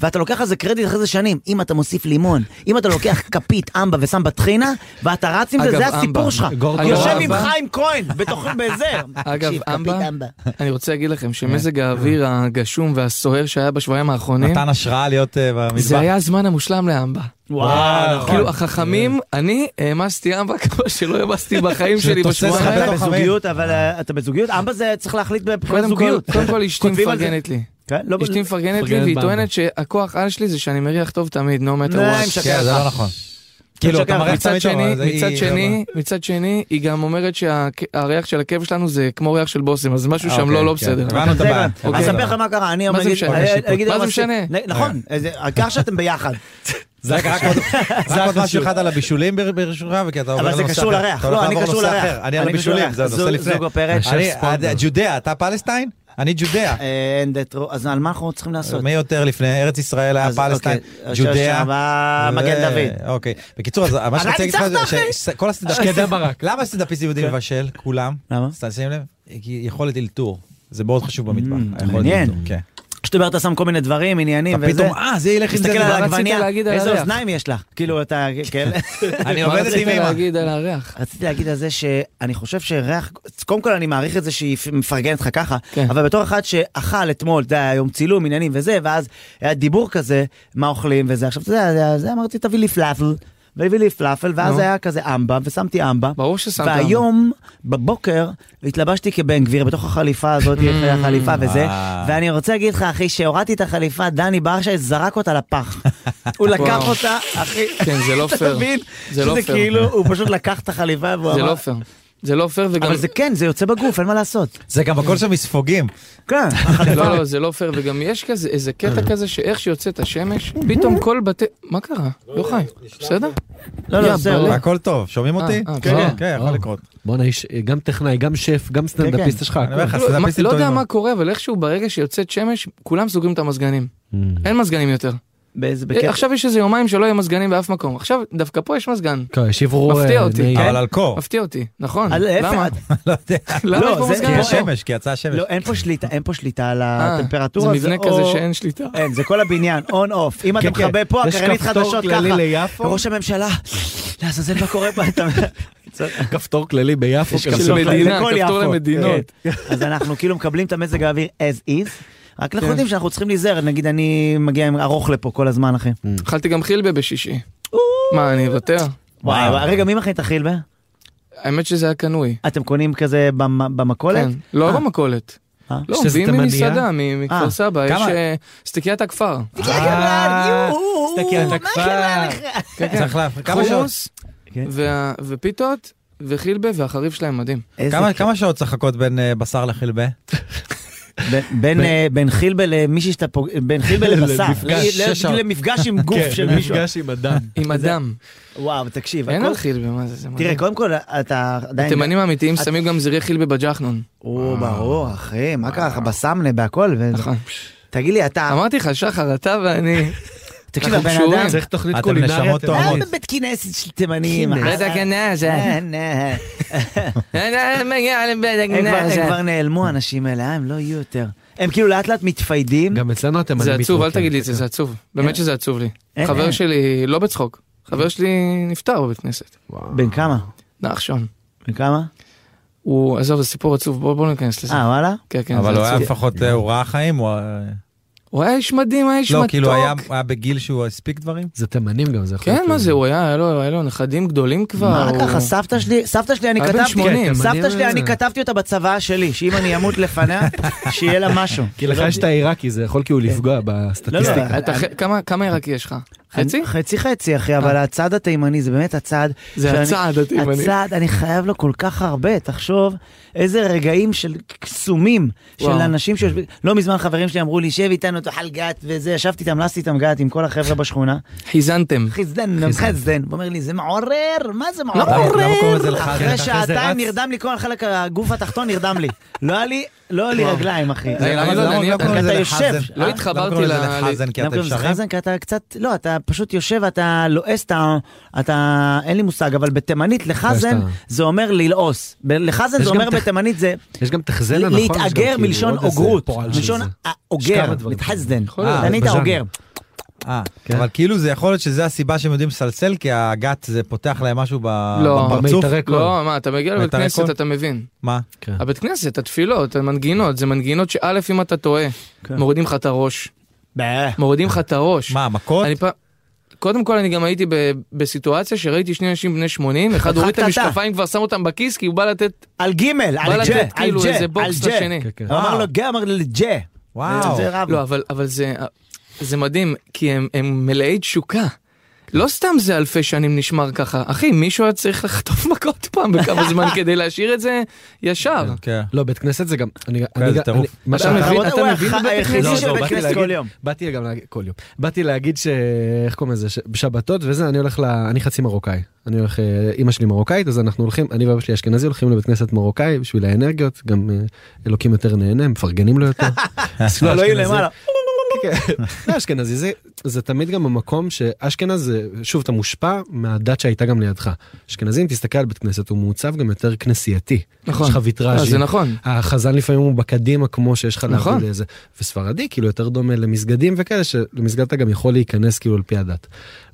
Speaker 1: ואתה לוקח על זה קרדיט אחרי זה שנים. אם אתה מוסיף לימון, אם אתה לוקח כפית אמבה ושם בטחינה, ואתה רץ עם זה,
Speaker 7: אגב,
Speaker 1: זה
Speaker 7: אמבה.
Speaker 1: הסיפור שלך.
Speaker 7: גורדון.
Speaker 1: יושב עם
Speaker 7: אמבה.
Speaker 1: חיים כהן, בתוך... בזה.
Speaker 7: אגב,
Speaker 1: תקשיב, כפית
Speaker 7: אמבה, אני רוצה להגיד לכם שמזג
Speaker 1: כן.
Speaker 7: האוויר הגשום והסוער שהיה בשבועיים האחרונים,
Speaker 2: נתן השראה להיות אה, במטבח.
Speaker 7: זה היה הזמן המושלם לאמבה.
Speaker 3: אה,
Speaker 1: וואו, נכון.
Speaker 7: כאילו החכמים, אני העמסתי אמבה כמו שלא העמסתי בחיים
Speaker 2: שזה
Speaker 7: שלי
Speaker 2: תוסס
Speaker 7: בשבועיים
Speaker 2: לך
Speaker 1: אתה
Speaker 7: האלה.
Speaker 2: בתוך- חברים.
Speaker 1: בזוגיות, אבל אה, אתה בזוגיות? אמבה זה צריך להחליט מבחינת
Speaker 7: קודם כל,
Speaker 1: זוגיות.
Speaker 7: קודם כל אשתי
Speaker 1: כותבים על זה.
Speaker 7: מפרגנת לי.
Speaker 1: כן, לא-
Speaker 7: אשתי מפרגנת לי
Speaker 3: מפרגנת
Speaker 7: והיא
Speaker 3: באמבה.
Speaker 7: טוענת שהכוח על שלי זה שאני מריח טוב תמיד, no matter
Speaker 1: לא, היא
Speaker 7: what.
Speaker 1: משקרת.
Speaker 2: כן, זה לא נכון. כאילו, אתה
Speaker 1: שקר.
Speaker 2: מראה
Speaker 7: מצד
Speaker 2: תמיד טוב,
Speaker 7: שני,
Speaker 2: אבל זה-
Speaker 7: מצד
Speaker 2: היא-
Speaker 7: שני, מצד שני, היא גם אומרת שהריח של הכאב שלנו זה כמו ריח של בושם, אז משהו שם לא לא
Speaker 2: אוקיי,
Speaker 7: בסדר.
Speaker 2: כן. הבנו את
Speaker 1: זה
Speaker 2: הבעיה.
Speaker 1: גם-
Speaker 2: אוקיי.
Speaker 1: אני אספר לך מה קרה, אני
Speaker 7: מה זה
Speaker 1: נגיד-
Speaker 7: משנה?
Speaker 1: אה,
Speaker 7: שיפוט.
Speaker 1: נגיד
Speaker 7: מה זה
Speaker 1: למסיק-
Speaker 7: משנה?
Speaker 1: נ- נכון,
Speaker 2: אה.
Speaker 1: איזה- העיקר שאתם ביחד.
Speaker 2: זה רק רק עוד- רק עוד משהו אחד על הבישולים בר- ברשותך, וכי אתה עובר
Speaker 1: אבל זה
Speaker 2: לנושא
Speaker 1: קשור
Speaker 2: אחר.
Speaker 1: לריח.
Speaker 2: אתה
Speaker 1: לא,
Speaker 2: הולך
Speaker 1: אני
Speaker 2: לעבור
Speaker 1: קשור
Speaker 2: לנושא
Speaker 1: לריח.
Speaker 2: אחר. אני על
Speaker 1: אני קשור
Speaker 2: הבישולים,
Speaker 1: לריח.
Speaker 2: זה הנושא
Speaker 1: זוג-
Speaker 2: לפני.
Speaker 1: זוג הפרק,
Speaker 2: אני-
Speaker 1: שף ספונדר.
Speaker 2: אה, ג'ודע, אתה פלסטיין? אני ג'ודע.
Speaker 1: אה, אין דטרו, אז על מה אנחנו צריכים לעשות?
Speaker 2: מי יותר לפני? ארץ ישראל היה
Speaker 1: אז,
Speaker 2: פלסטיין,
Speaker 1: אוקיי,
Speaker 2: ג'ודע.
Speaker 1: שם, אה, מגן
Speaker 2: ו-
Speaker 1: דוד.
Speaker 2: אוקיי. בקיצור, אז מה שאני רוצה להגיד לך
Speaker 1: ניצחת,
Speaker 2: זה
Speaker 1: אחי.
Speaker 2: שכל הסטנדאפיסטים...
Speaker 7: שקדה ברק.
Speaker 2: למה הסטנדאפיסטים יודעים לבשל? כולם.
Speaker 1: למה?
Speaker 2: סתם שים לב. כי יכולת אלתור. זה מאוד חשוב במטבח. היכולת
Speaker 1: Mm, מעניין.
Speaker 2: אלתור, כן.
Speaker 1: כשאתה אומר, אתה שם כל מיני דברים, עניינים
Speaker 2: אתה
Speaker 1: וזה.
Speaker 2: פתאום, אה, זה ילך עם זה.
Speaker 1: תסתכל
Speaker 2: זה
Speaker 1: על
Speaker 7: רצית
Speaker 1: העגבניה,
Speaker 7: להגיד על
Speaker 1: איזה
Speaker 7: הריח.
Speaker 1: אוזניים יש לה. כאילו, אתה, כן.
Speaker 2: אני
Speaker 7: מה
Speaker 2: עובדת
Speaker 7: רצית
Speaker 2: עם אמא.
Speaker 7: להגיד על הריח?
Speaker 1: רציתי להגיד על זה שאני חושב שריח, קודם כל אני מעריך את זה שהיא מפרגנת לך ככה,
Speaker 7: כן.
Speaker 1: אבל בתור אחד שאכל אתמול, זה היה יום צילום, עניינים וזה, ואז היה דיבור כזה, מה אוכלים וזה, עכשיו אתה יודע, זה- זה אמרתי תביא לי פלאפל, והביא לי פלאפל, ואז
Speaker 7: נו.
Speaker 1: היה כזה אמבה, ושמתי אמבה,
Speaker 7: ברור ששמת אמבה.
Speaker 1: והיום בבוקר התלבשתי כבן גביר בתוך החליפה הזאת, איך
Speaker 2: Mm.
Speaker 1: היה החליפה וזה,
Speaker 2: אה.
Speaker 1: ואני רוצה להגיד לך אחי, שהורדתי את החליפה, דני ברשי זרק אותה לפח, הוא לקח
Speaker 7: וואו.
Speaker 1: אותה, אחי,
Speaker 7: כן, זה לא
Speaker 1: אתה
Speaker 7: פייר.
Speaker 1: מבין?
Speaker 7: זה לא
Speaker 1: שזה
Speaker 7: פייר.
Speaker 1: כאילו, הוא פשוט לקח את החליפה והוא
Speaker 7: זה
Speaker 1: אמר,
Speaker 7: לא פייר. זה לא פייר וגם...
Speaker 1: אבל זה כן, זה יוצא בגוף, אין מה לעשות.
Speaker 2: זה גם הכל שם מספוגים.
Speaker 1: כן.
Speaker 7: לא, לא, זה לא פייר, וגם יש כזה, איזה
Speaker 2: אוקיי.
Speaker 7: קטע כזה שאיך שיוצאת השמש, פתאום כל בתי... מה קרה? יוחאי, בסדר?
Speaker 1: לא, לא,
Speaker 7: יא
Speaker 1: זהו.
Speaker 7: בלה.
Speaker 2: הכל טוב, שומעים אותי?
Speaker 7: אה,
Speaker 2: כן,
Speaker 7: כן.
Speaker 2: כן, יכול
Speaker 3: אה.
Speaker 2: לקרות. כן,
Speaker 3: בואנה, יש אה, גם טכנאי, גם שף, גם סטנדאפיסט, יש כן. לך
Speaker 2: אני אומר
Speaker 3: הכל.
Speaker 2: לך,
Speaker 7: לא, מה-
Speaker 2: סטנדאפיסטים
Speaker 7: לא יודע
Speaker 2: טובים
Speaker 7: מה קורה, אבל איכשהו ברגע שיוצאת שמש, כולם סוגרים את המזגנים.
Speaker 3: Mm.
Speaker 7: אין מזגנים יותר. אה,
Speaker 1: באיזה בקטע.
Speaker 7: עכשיו יש איזה יומיים שלא יהיה מזגנים באף מקום. עכשיו, דווקא פה יש מזגן.
Speaker 3: כן, יש עברור...
Speaker 7: מפתיע
Speaker 3: אה,
Speaker 7: אותי.
Speaker 3: נעים.
Speaker 2: אבל על קור,
Speaker 7: מפתיע אותי, נכון.
Speaker 1: על- איפה?
Speaker 7: למה?
Speaker 2: לא יודע.
Speaker 7: למה
Speaker 1: לא,
Speaker 7: יש פה
Speaker 1: זה-
Speaker 7: מזגן?
Speaker 2: כי
Speaker 1: לא.
Speaker 2: יש שמש, כי יצאה שמש.
Speaker 1: לא, אין פה שליטה, אין פה שליטה על
Speaker 7: אה,
Speaker 1: הטמפרטורה.
Speaker 7: זה מבנה
Speaker 1: או-
Speaker 7: כזה שאין שליטה.
Speaker 1: אין, זה כל הבניין, און אוף. אם אתה
Speaker 3: כן, כן.
Speaker 1: מכבה פה,
Speaker 3: יש
Speaker 1: הקרנית
Speaker 3: כפתור
Speaker 1: חדשות
Speaker 3: כללי
Speaker 1: ככה.
Speaker 3: ליפו?
Speaker 1: ראש הממשלה, לעזאזל מה קורה פה, אתה...
Speaker 3: כפתור כללי ביפו.
Speaker 1: כפתור
Speaker 3: כזה.
Speaker 7: של
Speaker 1: כללי
Speaker 7: מדינה,
Speaker 1: לכל
Speaker 7: כפתור
Speaker 1: יפו.
Speaker 7: למדינות.
Speaker 1: כן. אז אנחנו כאילו מקבלים את המזג האוויר as is, רק
Speaker 7: כן.
Speaker 1: אנחנו יודעים שאנחנו צריכים להיזהר, נגיד אני מגיע עם ארוך לפה כל הזמן, אחי.
Speaker 7: אכלתי גם חילבה בשישי. מה, אני אוותר?
Speaker 1: וואי, וואי, רגע, מי מכין את החילבה?
Speaker 7: האמת שזה היה קנוי.
Speaker 1: אתם קונים כזה במ- במכולת?
Speaker 7: כן. לא
Speaker 1: אה.
Speaker 7: במכולת.
Speaker 1: אה?
Speaker 7: לא,
Speaker 3: שזה
Speaker 7: מביאים
Speaker 3: תימניה?
Speaker 7: ממסעדה, מ- מכפר
Speaker 1: אה,
Speaker 7: סבא, יש
Speaker 2: כמה?
Speaker 7: אה, סטיקיית הכפר.
Speaker 2: תסתכל, אתה כבר... אה, צריך להפ... כמה שעות?
Speaker 7: כן, חומוס וה- ופיתות וחילבה והחריף שלהם מדהים.
Speaker 1: איזה
Speaker 2: כמה-
Speaker 1: כיף.
Speaker 2: כמה שעות צריך לחכות בין אה, בשר לחלבה?
Speaker 1: ב- בין, אה, בין חילבה למישהי שאתה פוג... בין חילבה לבשר.
Speaker 2: למפגש,
Speaker 1: ל- ל-
Speaker 2: שש שעות.
Speaker 1: למפגש עם גוף של מישהו.
Speaker 3: מפגש כן, עם אדם.
Speaker 7: עם אדם.
Speaker 1: וואו, תקשיב.
Speaker 7: אין
Speaker 1: הכל-
Speaker 7: על חילבה, מה זה? זה
Speaker 1: תראה,
Speaker 7: מדהים.
Speaker 1: קודם כל, אתה עדיין...
Speaker 7: תימנים אמיתיים
Speaker 1: את-
Speaker 7: שמים גם זרי חילבה בג'חנון.
Speaker 1: או, ברור, אחי, מה קרה לך בסמנה, בהכל? ו-
Speaker 7: נכון.
Speaker 1: תגיד לי, אתה...
Speaker 7: אמרתי לך, שחר, אתה ואני.
Speaker 1: תקשיב,
Speaker 7: אנחנו
Speaker 1: הבן
Speaker 7: קשורים.
Speaker 1: אדם...
Speaker 3: צריך תוכנית
Speaker 2: אתם
Speaker 3: קולינריה.
Speaker 2: נשמות
Speaker 3: אתם-
Speaker 2: תואמות.
Speaker 1: למה בבית כנסת של תימנים?
Speaker 7: בית הגנז, אה.
Speaker 1: אה, נה.
Speaker 7: אני מגיע לבית
Speaker 1: הם כבר-
Speaker 7: הגנז,
Speaker 1: הם
Speaker 7: אה.
Speaker 1: כבר נעלמו, האנשים האלה, אה, הם לא יהיו יותר. הם כאילו לאט לאט מתפיידים.
Speaker 3: גם אצלנו אתם...
Speaker 7: זה עצוב, אל תגיד לי את זה, זה עצוב. באמת שזה עצוב לי.
Speaker 1: כן. אין,
Speaker 7: חבר
Speaker 1: אין.
Speaker 7: שלי, לא בצחוק, חבר שלי נפטר בבית כנסת.
Speaker 1: בן כמה?
Speaker 7: נחשון.
Speaker 1: בן כמה?
Speaker 7: הוא, עזוב, זה סיפור עצוב, בואו בוא ניכנס לזה.
Speaker 1: אה, וואלה?
Speaker 7: כן, כן,
Speaker 2: אבל
Speaker 7: זה
Speaker 2: הוא היה
Speaker 7: עצוב.
Speaker 2: לפחות, אה, הוא ראה חיים, הוא... אה,
Speaker 7: הוא היה איש מדהים, היה איש מתוק.
Speaker 2: לא, כאילו היה היה בגיל שהוא הספיק דברים?
Speaker 3: זה תימנים גם, זה יכול
Speaker 7: כן,
Speaker 3: להיות-
Speaker 7: מה זה, הוא היה, היה לו- היה לו נכדים גדולים כבר.
Speaker 1: מה
Speaker 7: הוא-
Speaker 1: ככה, סבתא שלי, סבתא שלי אני
Speaker 7: היה בן
Speaker 1: כתבתי,
Speaker 7: 80.
Speaker 1: סבתא
Speaker 3: מדהים
Speaker 1: שלי אני
Speaker 3: זה.
Speaker 1: כתבתי אותה בצוואה שלי, שאם אני אמות לפניה, שיהיה לה משהו.
Speaker 3: כי לך יש את העיראקי, זה יכול כאילו לפגוע
Speaker 1: לא, לא,
Speaker 3: בסטטיסטיקה.
Speaker 7: אתה
Speaker 1: אני-
Speaker 7: ח- כמה- כמה עיראקי יש לך? חצי? אה.
Speaker 1: אני- חצי חצי, אחי, אבל הצד התימני זה באמת הצד...
Speaker 7: זה
Speaker 1: שאני-
Speaker 7: הצעד התימני.
Speaker 1: הצד, אני חייב לו כל כך הרבה, תחשוב איזה רגעים של קסומים, של
Speaker 7: וואו.
Speaker 1: אנשים שיושבים... לא מזמן חברים שלי אמרו לי, שב איתנו, תאכל גת וזה, ישבתי איתם, לסתי איתם גת עם כל החבר'ה בשכונה.
Speaker 7: חיזנתם.
Speaker 1: חזדן, חזדן. הוא אומר לי, זה מעורר, מה זה מעורר?
Speaker 2: למה קוראים לזה לך?
Speaker 1: לא אחרי
Speaker 2: זה- אחרי זה
Speaker 1: שעתיים
Speaker 2: רץ.
Speaker 1: נרדם לי כל החלק, הגוף התחתון נרדם לי. לא היה לי, לא היה לי רגליים, אחי.
Speaker 7: אני
Speaker 2: למה-
Speaker 7: לא יודע,
Speaker 2: למה
Speaker 7: אני-
Speaker 2: לא קוראים
Speaker 1: אתה
Speaker 2: לזה
Speaker 1: יושב.
Speaker 2: לחזן?
Speaker 7: לא
Speaker 2: אה?
Speaker 7: התחברתי
Speaker 2: למה קוראים לזה
Speaker 7: ל-
Speaker 2: לחזן, כי
Speaker 1: למה
Speaker 2: אתם
Speaker 1: קוראים לזה
Speaker 2: שרים?
Speaker 1: חזן? כי אתה קצת, לא, אתה פשוט יושב ואתה לועס, אתה, אתה, אין לי מושג, אבל בתימנית לחזן
Speaker 3: לועס,
Speaker 1: זה אומר ללעוס. ב- לחזן
Speaker 3: יש
Speaker 1: זה
Speaker 3: גם
Speaker 1: אומר
Speaker 3: תח-
Speaker 1: בתימנית זה
Speaker 3: יש גם תחזנה, נכון? יש גם
Speaker 1: להתאגר
Speaker 3: כאילו
Speaker 1: מלשון
Speaker 3: עוד איזה
Speaker 1: אוגרות,
Speaker 3: פועל של
Speaker 1: מלשון
Speaker 3: זה.
Speaker 1: האוגר,
Speaker 3: כמה דברים.
Speaker 1: מתחזדן.
Speaker 7: יכול להיות.
Speaker 1: תמיד
Speaker 3: בז'אנר.
Speaker 1: האוגר.
Speaker 2: אה,
Speaker 3: כן.
Speaker 2: אבל כאילו זה יכול להיות שזה הסיבה שהם יודעים לסלסל, כי הגת זה פותח להם משהו ב-
Speaker 3: אה,
Speaker 7: לא.
Speaker 2: בפרצוף.
Speaker 3: במיתרי קול.
Speaker 7: לא, מה, אתה מגיע לבית
Speaker 2: אתה
Speaker 7: כנסת,
Speaker 2: הכל?
Speaker 7: אתה מבין.
Speaker 2: מה?
Speaker 3: כן.
Speaker 7: הבית כנסת, התפילות, המנגינות, זה מנגינות שא', אם אתה טועה,
Speaker 1: כן.
Speaker 7: מורידים לך את הראש. מורידים לך את הראש.
Speaker 2: מה, מכות?
Speaker 7: אני פעם... קודם כל אני גם הייתי ב... בסיטואציה שראיתי שני אנשים בני 80, אחד הוריד את
Speaker 1: חתכת אתה.
Speaker 7: המשקפיים כבר שם אותם בכיס כי הוא בא לתת,
Speaker 1: על גימל,
Speaker 7: בא
Speaker 1: על ג'ה,
Speaker 7: לתת
Speaker 1: על
Speaker 7: כאילו
Speaker 1: ג'ה,
Speaker 7: איזה
Speaker 1: על
Speaker 7: בוקס
Speaker 1: ג'ה.
Speaker 7: לשני.
Speaker 3: כן, כן.
Speaker 1: הוא אמר
Speaker 2: וואו.
Speaker 1: לו גה, אמר לי ג'ה.
Speaker 2: וואו.
Speaker 1: זה רב.
Speaker 7: לא אבל, אבל זה, זה מדהים כי הם, הם מלאי תשוקה. לא סתם זה אלפי שנים נשמר ככה, אחי מישהו היה צריך לחטוף מכות פעם בכמה זמן כדי להשאיר את זה ישר.
Speaker 2: כן.
Speaker 3: לא, בית כנסת זה גם... אני-
Speaker 2: כן,
Speaker 3: אני-
Speaker 2: זה טירוף.
Speaker 3: אני- מה
Speaker 7: אתה
Speaker 3: שאתה
Speaker 7: מבין-
Speaker 3: אמרת-
Speaker 1: אתה
Speaker 7: אתה
Speaker 1: הוא
Speaker 7: מבין
Speaker 1: הח-
Speaker 7: בבית
Speaker 1: היחידי
Speaker 7: כנסת?
Speaker 3: לא,
Speaker 1: של
Speaker 3: לא,
Speaker 1: בית
Speaker 3: באתי
Speaker 1: כנסת
Speaker 3: להגיד-
Speaker 1: כל יום.
Speaker 3: באתי גם להגיד, כל יום. באתי להגיד ש... איך קוראים לזה? ש- בשבתות וזה, אני הולך ל... אני חצי מרוקאי. אני הולך... אה, אימא שלי מרוקאית, אז אנחנו הולכים, אני ואבא שלי אשכנזי הולכים לבית כנסת מרוקאי בשביל האנרגיות, גם אה, אלוקים יותר נהנה, מפרגנים לו יותר. אז לא,
Speaker 1: אלוהים
Speaker 3: אשכנזי.
Speaker 1: למעלה.
Speaker 3: כן, לא אשכנזי, זה, זה תמיד גם המקום שאשכנז, זה- שוב, אתה מושפע מהדת שהייתה גם לידך. אשכנזים, תסתכל על בית כנסת, הוא מעוצב גם יותר כנסייתי.
Speaker 7: נכון.
Speaker 3: יש לך
Speaker 7: אה,
Speaker 3: ויטראז'ים.
Speaker 7: זה נכון.
Speaker 3: החזן לפעמים הוא בקדימה כמו שיש לך
Speaker 7: נכון.
Speaker 3: להבדיל איזה, וספרדי כאילו יותר דומה למסגדים וכאלה שלמסגד אתה גם יכול להיכנס כאילו על פי הדת.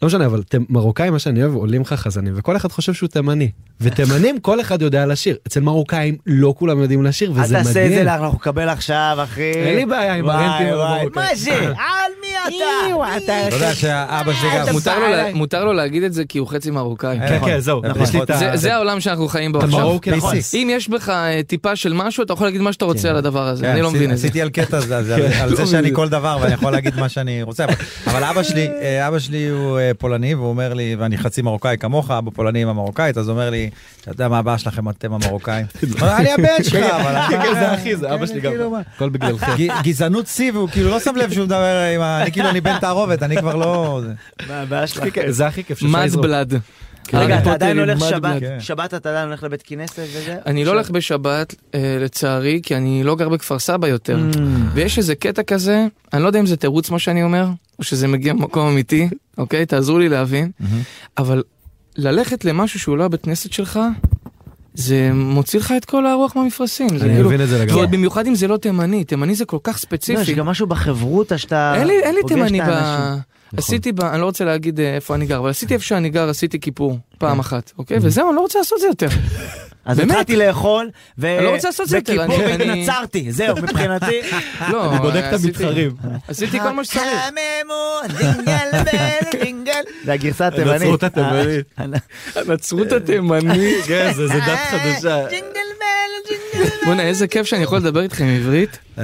Speaker 3: לא משנה אבל ת- מרוקאים מה שאני אוהב עולים לך חזנים וכל אחד חושב שהוא תימני ותימנים כל אחד יודע לשיר אצל מרוקאים לא כולם יודעים לשיר
Speaker 1: אל
Speaker 3: וזה מדהים.
Speaker 1: תעשה את זה לך, אנחנו נקבל עכשיו, אחי.
Speaker 3: אין לי בעיה עם הרנטים על
Speaker 1: וואי וואי,
Speaker 3: המרוקאים.
Speaker 1: מה זה? על מי אתה?
Speaker 2: אה. אתה יודע שהאבא שלי גם...
Speaker 7: מותר לו,
Speaker 1: בעל
Speaker 7: לה,
Speaker 1: עליי.
Speaker 7: אה, מותר לו להגיד את זה כי הוא חצי מרוקאי.
Speaker 8: אה,
Speaker 2: כן,
Speaker 3: כן, זהו,
Speaker 2: נכון.
Speaker 3: יש לי את ה-
Speaker 7: זה, זה כן, העולם שאנחנו חיים בו עכשיו.
Speaker 3: מרוקאי
Speaker 1: נכון.
Speaker 3: סיס.
Speaker 7: אם יש בך אה, טיפה של משהו אתה יכול להגיד מה שאתה רוצה על הדבר הזה,
Speaker 2: כן,
Speaker 7: אני לא
Speaker 2: עשיתי-
Speaker 7: מבין את זה. כן. לא
Speaker 2: עשיתי על קטע הזה, על זה- על זה שאני כל דבר ואני יכול להגיד מה שאני רוצה. אבל- אבל אבא שלי, אה, אבא שלי הוא אה, פולני והוא אומר לי, ואני חצי מרוקאי כמוך, אבא פולני עם המרוקאית, אז הוא אומר לי, אתה יודע מה הבעיה שלכם אתם המרוקאים? הוא אומר, אני הבן שלך, אבל...
Speaker 1: אה,
Speaker 3: כן, זה אחי, זה אבא שלי גם.
Speaker 2: כאילו, מה?
Speaker 3: הכל בגללכם.
Speaker 2: ג- גזענות שיא, והוא כאילו לא שם לב שהוא מדבר עם ה... אני כאילו, אני בן תערובת, אני כבר לא... זה.
Speaker 1: מה הבעיה שלך?
Speaker 3: זה הכי כיף ששי
Speaker 7: מד
Speaker 3: יזרוק.
Speaker 7: בלאד. כן.
Speaker 1: רגע, אתה
Speaker 3: פוטר
Speaker 1: עדיין
Speaker 3: עם
Speaker 1: הולך
Speaker 3: מד
Speaker 1: שבת,
Speaker 2: בלאד.
Speaker 1: שבת אתה עדיין הולך לבית כנסת וזה?
Speaker 7: אני לא הולך בשבת אה, לצערי כי אני לא גר בכפר סבא יותר
Speaker 1: Mm.
Speaker 7: ויש איזה קטע כזה אני לא יודע אם זה תירוץ מה שאני אומר או שזה מגיע ממקום אמיתי אוקיי תעזרו לי להבין
Speaker 1: Mm-hmm.
Speaker 7: אבל ללכת למשהו שהוא לא הבית כנסת שלך זה מוציא לך את כל הרוח מהמפרשים זה
Speaker 3: אני
Speaker 7: כאילו
Speaker 3: מבין את זה לגמרי.
Speaker 7: ועוד במיוחד אם זה לא תימני תימני זה כל כך
Speaker 1: לא, יש
Speaker 7: ספציפי
Speaker 1: גם משהו בחברותא שאתה...
Speaker 7: אין לי, אין לי
Speaker 1: פוגש את
Speaker 7: תימני ב...
Speaker 1: האנשים. נכון.
Speaker 7: עשיתי, ב... אני לא רוצה להגיד אה, איפה אני גר, אבל עשיתי איפה שאני גר, עשיתי כיפור
Speaker 1: כן.
Speaker 7: פעם אחת, אוקיי? וזהו, אני לא רוצה לעשות את זה יותר.
Speaker 1: אז
Speaker 7: באמת?
Speaker 1: התחלתי לאכול, ו...
Speaker 7: אני לא רוצה לעשות את זה יותר,
Speaker 1: וכיפור
Speaker 7: אני- אני-
Speaker 1: והתנצרתי, זהו, מבחינתי. אה,
Speaker 7: לא, אני בודק את המתחרים. עשיתי כל מה שצריך.
Speaker 1: חממו, דינגל בל, דינגל. אה, זה הגרסה התימנית.
Speaker 3: הנצרות התימנית.
Speaker 7: הנצרות התימנית.
Speaker 3: כן, זה דת
Speaker 1: אה, ג'ינגל בל, ג'ינגל
Speaker 7: בואנה, איזה כיף שאני יכול לדבר איתכם עברית.
Speaker 2: אה,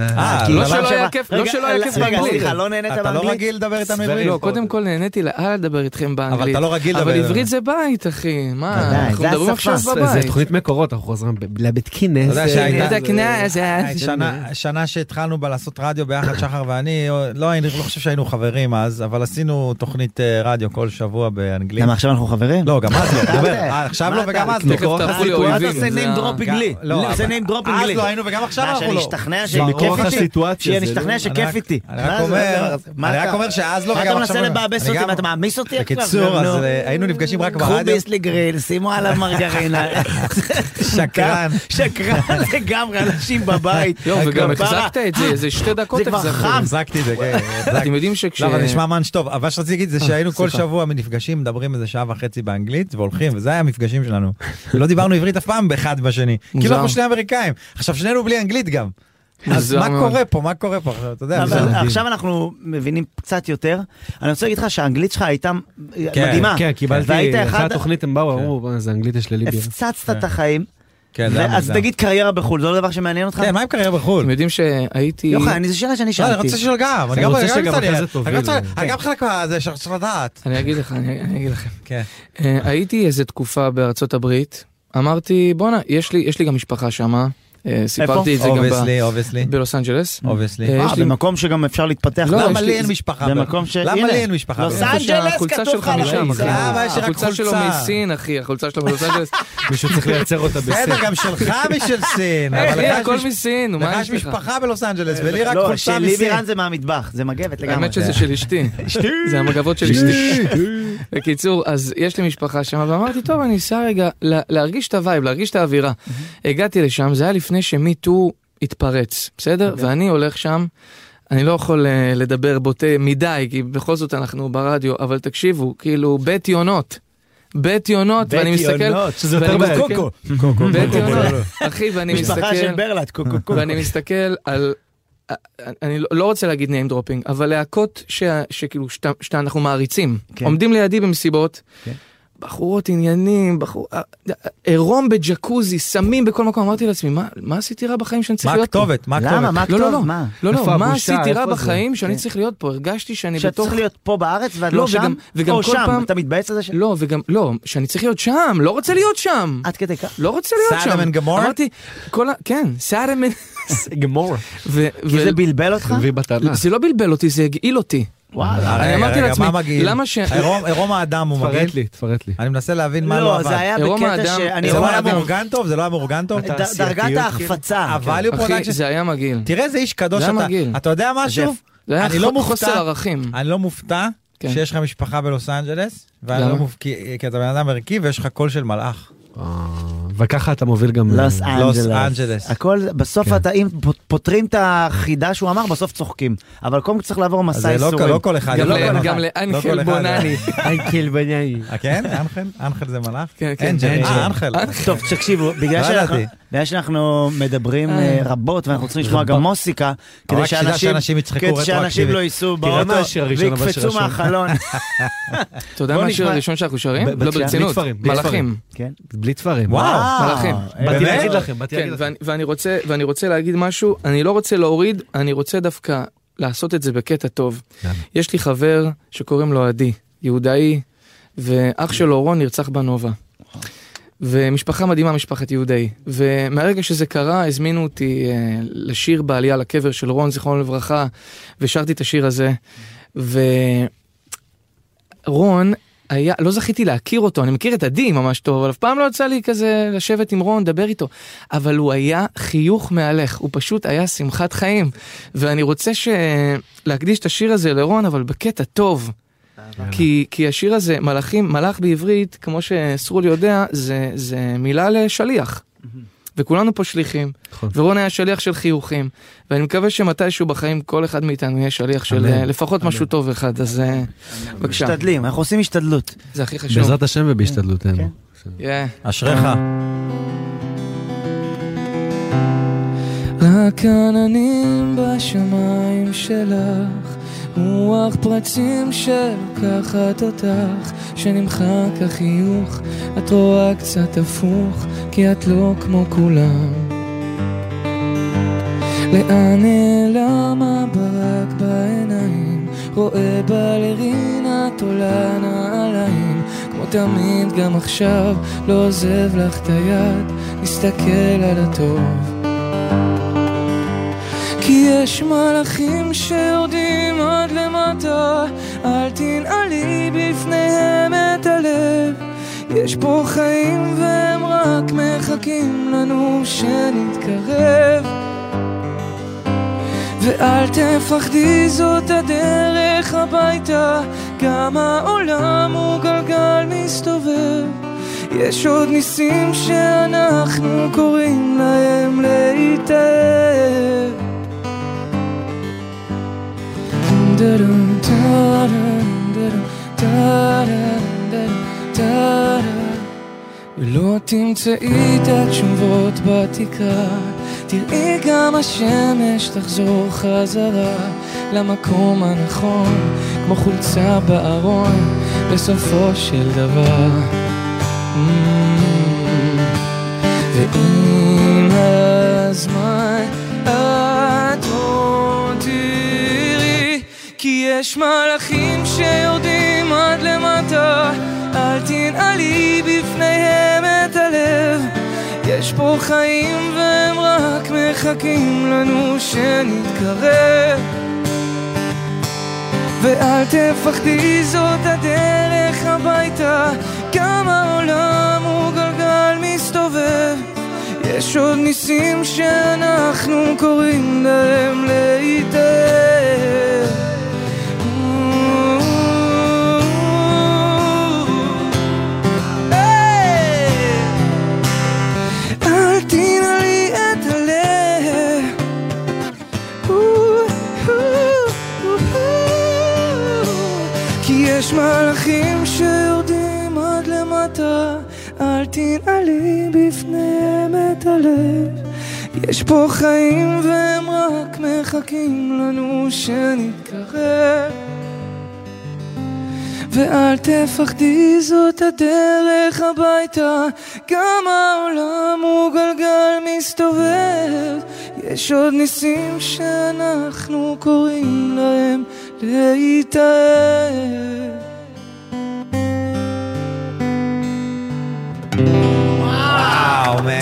Speaker 7: לא
Speaker 2: אבל-
Speaker 7: שלא
Speaker 1: אבל-
Speaker 7: היה כיף- לא
Speaker 1: רגע,
Speaker 7: שלא היה כיף
Speaker 1: רגע,
Speaker 7: באנגלית.
Speaker 1: סליחה, לא נהנית
Speaker 2: אתה לא
Speaker 1: באנגלית?
Speaker 2: רגיל לדבר איתנו עברית?
Speaker 7: לא, קודם כל נהניתי לאללה לדבר איתכם
Speaker 2: אבל
Speaker 7: באנגלית.
Speaker 2: אתה לא רגיל
Speaker 7: אבל
Speaker 2: לדבר.
Speaker 7: עברית זה בית, אחי.
Speaker 1: ודאי,
Speaker 7: מה, אנחנו
Speaker 1: אה, זה
Speaker 7: מדברים
Speaker 1: השפה.
Speaker 7: עכשיו
Speaker 3: זה
Speaker 7: בבית.
Speaker 3: תוכנית מקורות, אנחנו חוזרים ב- לבית כינס.
Speaker 2: אתה יודע שהייתה-
Speaker 7: אתה כנס, אה,
Speaker 2: שנה- שנה שהתחלנו בה לעשות רדיו ביחד, שחר ואני, לא אני לא חושב שהיינו חברים אז, אבל עשינו תוכנית אה, רדיו כל שבוע באנגלית.
Speaker 1: למה עכשיו אנחנו חברים?
Speaker 2: לא, גם אז לא, דבר.
Speaker 1: אתה?
Speaker 2: אה, עכשיו
Speaker 1: מה
Speaker 2: לא
Speaker 1: אתה?
Speaker 2: וגם אז
Speaker 7: תכף
Speaker 2: לא.
Speaker 7: אתה-
Speaker 1: אז
Speaker 7: תהפכו לי
Speaker 1: כאילו, אז
Speaker 7: לאויבים,
Speaker 1: עושה
Speaker 7: זה
Speaker 1: name
Speaker 7: ה-
Speaker 1: dropping לי.
Speaker 2: לא, אבל-
Speaker 1: עושה name dropping
Speaker 2: אז
Speaker 1: לי.
Speaker 2: לא היינו וגם עכשיו
Speaker 1: מה,
Speaker 2: אנחנו
Speaker 1: שאני
Speaker 2: לא.
Speaker 1: אשתכנע
Speaker 2: ברור,
Speaker 1: שכיף
Speaker 2: אחרי
Speaker 1: איתי?
Speaker 3: הסיטואציה,
Speaker 1: שאני
Speaker 3: זה
Speaker 1: אשתכנע
Speaker 3: לא-
Speaker 2: אני
Speaker 1: שכיף
Speaker 2: רק-
Speaker 1: איתי.
Speaker 2: אני רק
Speaker 1: מה זה
Speaker 2: אומר,
Speaker 1: הדבר הזה? מה
Speaker 2: אני רק
Speaker 1: אתה-
Speaker 2: אומר שאז לא
Speaker 1: מה
Speaker 2: וגם
Speaker 1: אתה
Speaker 2: עכשיו.
Speaker 1: מנסה
Speaker 2: לא.
Speaker 1: לבאבס
Speaker 2: אני
Speaker 1: אותי
Speaker 2: גם-
Speaker 1: ואתה מעמיס אותי עכשיו?
Speaker 2: בקיצור,
Speaker 1: נו.
Speaker 2: אז אה, היינו נפגשים רק
Speaker 1: קחו
Speaker 2: ברדיו.
Speaker 1: ביס לגריל, שימו עליו מרגרינה.
Speaker 2: שקרן.
Speaker 1: שקרן לגמרי, אנשים בבית.
Speaker 7: יואו, לא, וגם
Speaker 1: כפרה.
Speaker 7: החזקת את זה, איזה שתי דקות
Speaker 1: אה, זה כבר
Speaker 7: החזקת.
Speaker 1: חם.
Speaker 2: החזקתי את זה, כן. החזקתי.
Speaker 7: אתם יודעים שכש... אה,
Speaker 2: לא, אבל נשמע מאנש טוב. אבל מה שרציתי להגיד זה שהיינו כל שבוע נפגשים, מדברים איזה שעה וחצי באנגלית, והולכים, וזה היה המפגשים שלנו. לא דיברנו עברית אף פעם באחד בשני. כאילו
Speaker 7: מוזר.
Speaker 2: אנחנו שני אמריקאים. עכשיו שנינו בלי אנגלית גם. אז
Speaker 7: מוזר
Speaker 2: מה
Speaker 7: מאוד.
Speaker 2: קורה פה? מה קורה פה? עכשיו, אתה יודע, זה
Speaker 1: אבל
Speaker 2: מדהים.
Speaker 1: עכשיו אנחנו מבינים קצת יותר. אני רוצה להגיד לך שהאנגלית שלך הייתה
Speaker 2: כן,
Speaker 1: מדהימה.
Speaker 3: כן, קיבלתי,
Speaker 1: והיית
Speaker 3: אחרי
Speaker 1: אחד, כן.
Speaker 3: התוכנית הם באו, אמרו, "בוא'נה, זה אנגלית יש לליבי.
Speaker 1: הפצצת את החיים.
Speaker 2: כן, זה היה
Speaker 1: ו- אז
Speaker 2: מוגזם.
Speaker 1: תגיד קריירה בחו"ל, זה לא דבר שמעניין אותך?
Speaker 2: כן, מה עם קריירה
Speaker 7: אתם
Speaker 2: בחו"ל?
Speaker 7: יודעים שהייתי...
Speaker 1: יוחאי, אני- זו שאלה שאני
Speaker 2: לא, אני
Speaker 1: שאלתי.
Speaker 2: רוצה לשאול גם, אני
Speaker 3: אני
Speaker 2: גם
Speaker 3: רוצה
Speaker 2: אני גם
Speaker 3: שגם
Speaker 2: רוצה
Speaker 3: אחרי זה
Speaker 2: לדעת.
Speaker 3: תוביל.
Speaker 2: אני גם רוצה-
Speaker 3: כן.
Speaker 2: אני גם חלק מזה שרציתי לדעת.
Speaker 7: אני אגיד לך, אני אני אגיד לכם.
Speaker 2: כן.
Speaker 7: אה, הייתי איזה תקופה בארצות הברית, אמרתי, בואנה, יש לי יש לי גם משפחה שמה, אה, סיפרתי את זה גם ב-
Speaker 2: אובייסלי, אובייסלי,
Speaker 7: בלוס אנג'לס.
Speaker 2: אובייסלי.
Speaker 7: אה,
Speaker 1: אה,
Speaker 7: יש לי-
Speaker 1: במקום שגם אפשר להתפתח.
Speaker 7: לא,
Speaker 2: למה
Speaker 7: יש
Speaker 2: לי
Speaker 7: לי-
Speaker 2: אין משפחה?
Speaker 1: במקום ש...
Speaker 2: למה
Speaker 1: הנה, לא,
Speaker 2: לי אין משפחה?
Speaker 1: לוס
Speaker 2: בלוס
Speaker 1: אנג'לס
Speaker 7: החולצה
Speaker 1: כתוב
Speaker 7: שלך
Speaker 1: לך על
Speaker 7: משם,
Speaker 1: הכיס.
Speaker 7: אחי.
Speaker 2: למה יש לי רק
Speaker 7: החולצה שלו
Speaker 2: חולצה?
Speaker 7: מסין, אחי, החולצה שלו בלוס אנג'לס.
Speaker 3: מישהו צריך לייצר אותה בסדר.
Speaker 2: בסדר, גם שלך משל סין. אבל
Speaker 7: אחי,
Speaker 2: לך יש
Speaker 7: הכל
Speaker 2: מש-
Speaker 7: מסין, נו,
Speaker 2: לך
Speaker 7: מה
Speaker 2: יש
Speaker 7: יש לך?
Speaker 2: משפחה בלוס אנג'לס, ולי רק
Speaker 1: לא,
Speaker 2: חולצה
Speaker 1: שלי
Speaker 2: מסין.
Speaker 1: בירן זה מהמטבח, זה מגבת לגמרי.
Speaker 7: האמת שזה של אשתי. זה המגבות של אשתי. בקיצור, אז יש לי משפחה שם, ואמרתי, טוב, אני אסע רגע לה- להרגיש את הווייב, להרגיש את האווירה.
Speaker 1: Mm-hmm.
Speaker 7: הגעתי לשם, זה היה לפני שמיטו התפרץ, בסדר?
Speaker 1: אוקיי.
Speaker 7: ואני הולך שם, אני לא יכול אה, לדבר בוטה מדי, כי בכל זאת אנחנו ברדיו, אבל תקשיבו, כאילו, בית יונות. בית יונות, ואני מסתכל,
Speaker 1: שזה
Speaker 7: ואני
Speaker 1: בעיה,
Speaker 7: מסתכל-
Speaker 1: קוקו.
Speaker 7: בית יונות, אחי, ואני מסתכל,
Speaker 1: משפחה של ברלט, קוקו קוקו.
Speaker 7: ואני מסתכל על... אני לא- לא רוצה להגיד name dropping, אבל להקות ש- שכאילו שת- שאנחנו מעריצים.
Speaker 1: כן.
Speaker 7: עומדים לידי במסיבות,
Speaker 1: כן.
Speaker 7: בחורות עניינים, בחור... אה, אה, עירום בג'קוזי, סמים בכל מקום. אמרתי לעצמי, "מה- מה עשיתי רע בחיים שאני
Speaker 2: מה
Speaker 7: צריך להיות פה?
Speaker 2: הכתובת? מה
Speaker 1: למה?
Speaker 2: הכתובת?
Speaker 1: מה
Speaker 7: לא, לא,
Speaker 1: כתוב? מה?
Speaker 7: לא,
Speaker 3: איפה
Speaker 7: לא, מה
Speaker 3: הבושה?
Speaker 7: עשיתי רע
Speaker 3: איפה זה?
Speaker 7: בחיים שאני
Speaker 1: כן.
Speaker 7: צריך להיות פה? הרגשתי שאני
Speaker 1: שאתה
Speaker 7: בתוך...
Speaker 1: צריך להיות פה בארץ ואת לא
Speaker 7: לא,
Speaker 1: שם?
Speaker 7: וגם- וגם
Speaker 1: או
Speaker 7: כל
Speaker 1: שם,
Speaker 7: פעם-
Speaker 1: אתה מתבאס על זה ש...
Speaker 7: לא, וגם... לא, שאני צריך להיות שם, לא רוצה להיות שם.
Speaker 1: עד כדי כך.
Speaker 7: לא רוצה להיות שם.
Speaker 2: סאדם אנד גמורה?
Speaker 7: אמרתי, כל ה... כן, סאדם אנד...
Speaker 3: גמור.
Speaker 7: ו-
Speaker 1: כי
Speaker 7: ו-
Speaker 1: זה בלבל אותך?
Speaker 3: תביא בתנ"ך.
Speaker 7: זה לא בלבל אותי, זה הגעיל אותי.
Speaker 1: וואלה.
Speaker 2: רגע,
Speaker 7: אני אמרתי
Speaker 2: רגע,
Speaker 7: לעצמי,
Speaker 2: מה מגעיל?
Speaker 7: למה ש...
Speaker 2: עירום- עירום האדם הוא מגעיל?
Speaker 3: תפרט לי, תפרט לי.
Speaker 2: אני מנסה להבין מה לא
Speaker 1: לא, זה
Speaker 2: עבד.
Speaker 1: היה
Speaker 7: עירום
Speaker 1: בקטע
Speaker 7: האדם-
Speaker 1: שאני...
Speaker 2: זה לא
Speaker 7: עירום
Speaker 2: היה
Speaker 7: האדם.
Speaker 2: מאורגן טוב? זה לא היה מאורגן טוב? כאילו,
Speaker 1: ד- דרגת ההחפצה.
Speaker 2: ה-value
Speaker 7: אחי,
Speaker 2: production.
Speaker 7: זה היה מגעיל.
Speaker 2: תראה איזה איש קדוש
Speaker 7: זה היה
Speaker 2: אתה.
Speaker 7: מגעיל.
Speaker 2: אתה יודע משהו?
Speaker 1: זה-
Speaker 7: זה היה
Speaker 2: אני לא
Speaker 7: חו- חוסר
Speaker 2: מופתע.
Speaker 7: ערכים.
Speaker 2: אני לא מופתע
Speaker 7: כן.
Speaker 2: שיש לך משפחה בלוס אנג'לס, ואני
Speaker 7: למה?
Speaker 2: לא מופ- כי כי אתה בן אדם ערכי ויש לך קול של מלאך.
Speaker 3: וככה אתה מוביל גם...
Speaker 1: לוס
Speaker 7: Mm.
Speaker 2: לוס
Speaker 1: אנג'לס.
Speaker 2: אנג'לס.
Speaker 1: הכל, בסוף
Speaker 3: כן.
Speaker 1: אתה, אם פותרים את החידה שהוא אמר, בסוף צוחקים. אבל קודם צריך לעבור
Speaker 2: אז
Speaker 1: מסע
Speaker 2: זה לא-
Speaker 1: ייסורים.
Speaker 2: לא כל אחד.
Speaker 7: גם
Speaker 2: לא
Speaker 7: ל-
Speaker 2: כל אחד.
Speaker 7: גם
Speaker 2: לא
Speaker 7: לאנחל
Speaker 2: כל אחד.
Speaker 7: בונני.
Speaker 3: אייקל בניי.
Speaker 2: אה, כן? אנחל? אנחל זה מלאך?
Speaker 7: כן, כן.
Speaker 2: אנג'ל.
Speaker 7: אנג'ל.
Speaker 2: אה, אנחל.
Speaker 1: טוב, תקשיבו, בגלל
Speaker 2: לא
Speaker 1: שאנחנו-
Speaker 2: ידעתי.
Speaker 1: בגלל שאנחנו מדברים אה, רבות ואנחנו צריכים לשמוע גם מוסיקה, כדי
Speaker 2: רק שתדע שאנשים
Speaker 1: שאנשים
Speaker 2: יצחקו
Speaker 1: כדי שאנשים
Speaker 2: רטרואקטיבית.
Speaker 1: לא ייסעו
Speaker 3: תראה מה
Speaker 1: באוטו
Speaker 3: השיר הראשון, אבל
Speaker 1: ויקפצו
Speaker 3: שרשום.
Speaker 1: מהחלון.
Speaker 7: אתה יודע
Speaker 1: בוא
Speaker 7: מה השיר
Speaker 1: נשמע-
Speaker 7: הראשון שאנחנו שרים?
Speaker 3: ב-
Speaker 7: לא,
Speaker 3: בלי
Speaker 7: ברצינות.
Speaker 3: תפרים, בלי
Speaker 7: מלאכים.
Speaker 3: תפרים.
Speaker 1: כן.
Speaker 3: בלי תפרים.
Speaker 2: וואו.
Speaker 7: מלאכים.
Speaker 3: באתי
Speaker 2: באמת?
Speaker 3: להגיד לכם, באתי
Speaker 7: כן,
Speaker 3: להגיד לכם.
Speaker 7: ואני- ואני רוצה- ואני רוצה להגיד משהו, אני לא רוצה להוריד, אני רוצה דווקא לעשות את זה בקטע טוב.
Speaker 3: יאללה.
Speaker 7: יש לי חבר שקוראים לו עדי, יהודאי, ואח שלו רון נרצח בנובה. ומשפחה מדהימה, משפחת יהודאי. ומהרגע שזה קרה, הזמינו אותי אה, לשיר בעלייה לקבר של רון, זיכרונו לברכה, ושרתי את השיר הזה. ורון היה, לא זכיתי להכיר אותו, אני מכיר את עדי ממש טוב, אבל אף פעם לא יצא לי כזה לשבת עם רון, לדבר איתו. אבל הוא היה חיוך מהלך, הוא פשוט היה שמחת חיים. ואני רוצה ש... להקדיש את השיר הזה לרון, אבל בקטע טוב. כי, כי השיר הזה, מלאכים, מלאך בעברית, כמו שסרול יודע, זה, זה מילה לשליח. וכולנו פה שליחים,
Speaker 3: נכון.
Speaker 7: ורון היה שליח של חיוכים, ואני מקווה שמתישהו בחיים כל אחד מאיתנו יהיה שליח של
Speaker 3: אמן.
Speaker 7: אה, לפחות משהו טוב אחד, אז אה, בבקשה,
Speaker 1: משתדלים, אנחנו עושים השתדלות.
Speaker 7: זה הכי חשוב.
Speaker 3: בעזרת השם ובהשתדלותנו.
Speaker 1: כן.
Speaker 3: אה,
Speaker 7: Yeah.
Speaker 2: אשריך.
Speaker 7: רק עננים בשמיים שלך, רוח פרצים שלוקחת אותך, שנמחק החיוך, את רואה קצת הפוך, כי את לא כמו כולם. לאן נעלם הברק בעיניים, רואה בלרינה תולה נעליים, כמו תמיד גם עכשיו, לא עוזב לך את היד, נסתכל על הטוב. כי יש מלאכים שיורדים עד למטה, אל תנעלי בפניהם את הלב. יש פה חיים והם רק מחכים לנו שנתקרב. ואל תפחדי, זאת הדרך הביתה, גם העולם הוא גלגל מסתובב. יש עוד ניסים שאנחנו קוראים להם להתאהב. דרם, טרם, דרם, טרם, דרם, טרם. ולא תמצאי את התשובות בתקרה, תראי גם השמש תחזור חזרה למקום הנכון, כמו חולצה בארון, בסופו של דבר. Mm. ועם הזמן את עוד תראי כי יש מלאכים שיורדים עד למטה אל תנעלי בפניהם את הלב יש פה חיים והם רק מחכים לנו שנתקרב ואל תפחדי, זאת הדרך הביתה, גם העולם הוא גלגל מסתובב. יש עוד ניסים שאנחנו קוראים להם להיטב. אל תנעלי את הלב כי יש מלאכים שיורדים עד למטה, אל תנעלי בפניהם את הלב. יש פה חיים והם רק מחכים לנו שנתקרב. ואל תפחדי, זאת הדרך הביתה, גם העולם הוא גלגל מסתובב. יש עוד ניסים שאנחנו קוראים להם להתאהב.
Speaker 2: וואו, מן.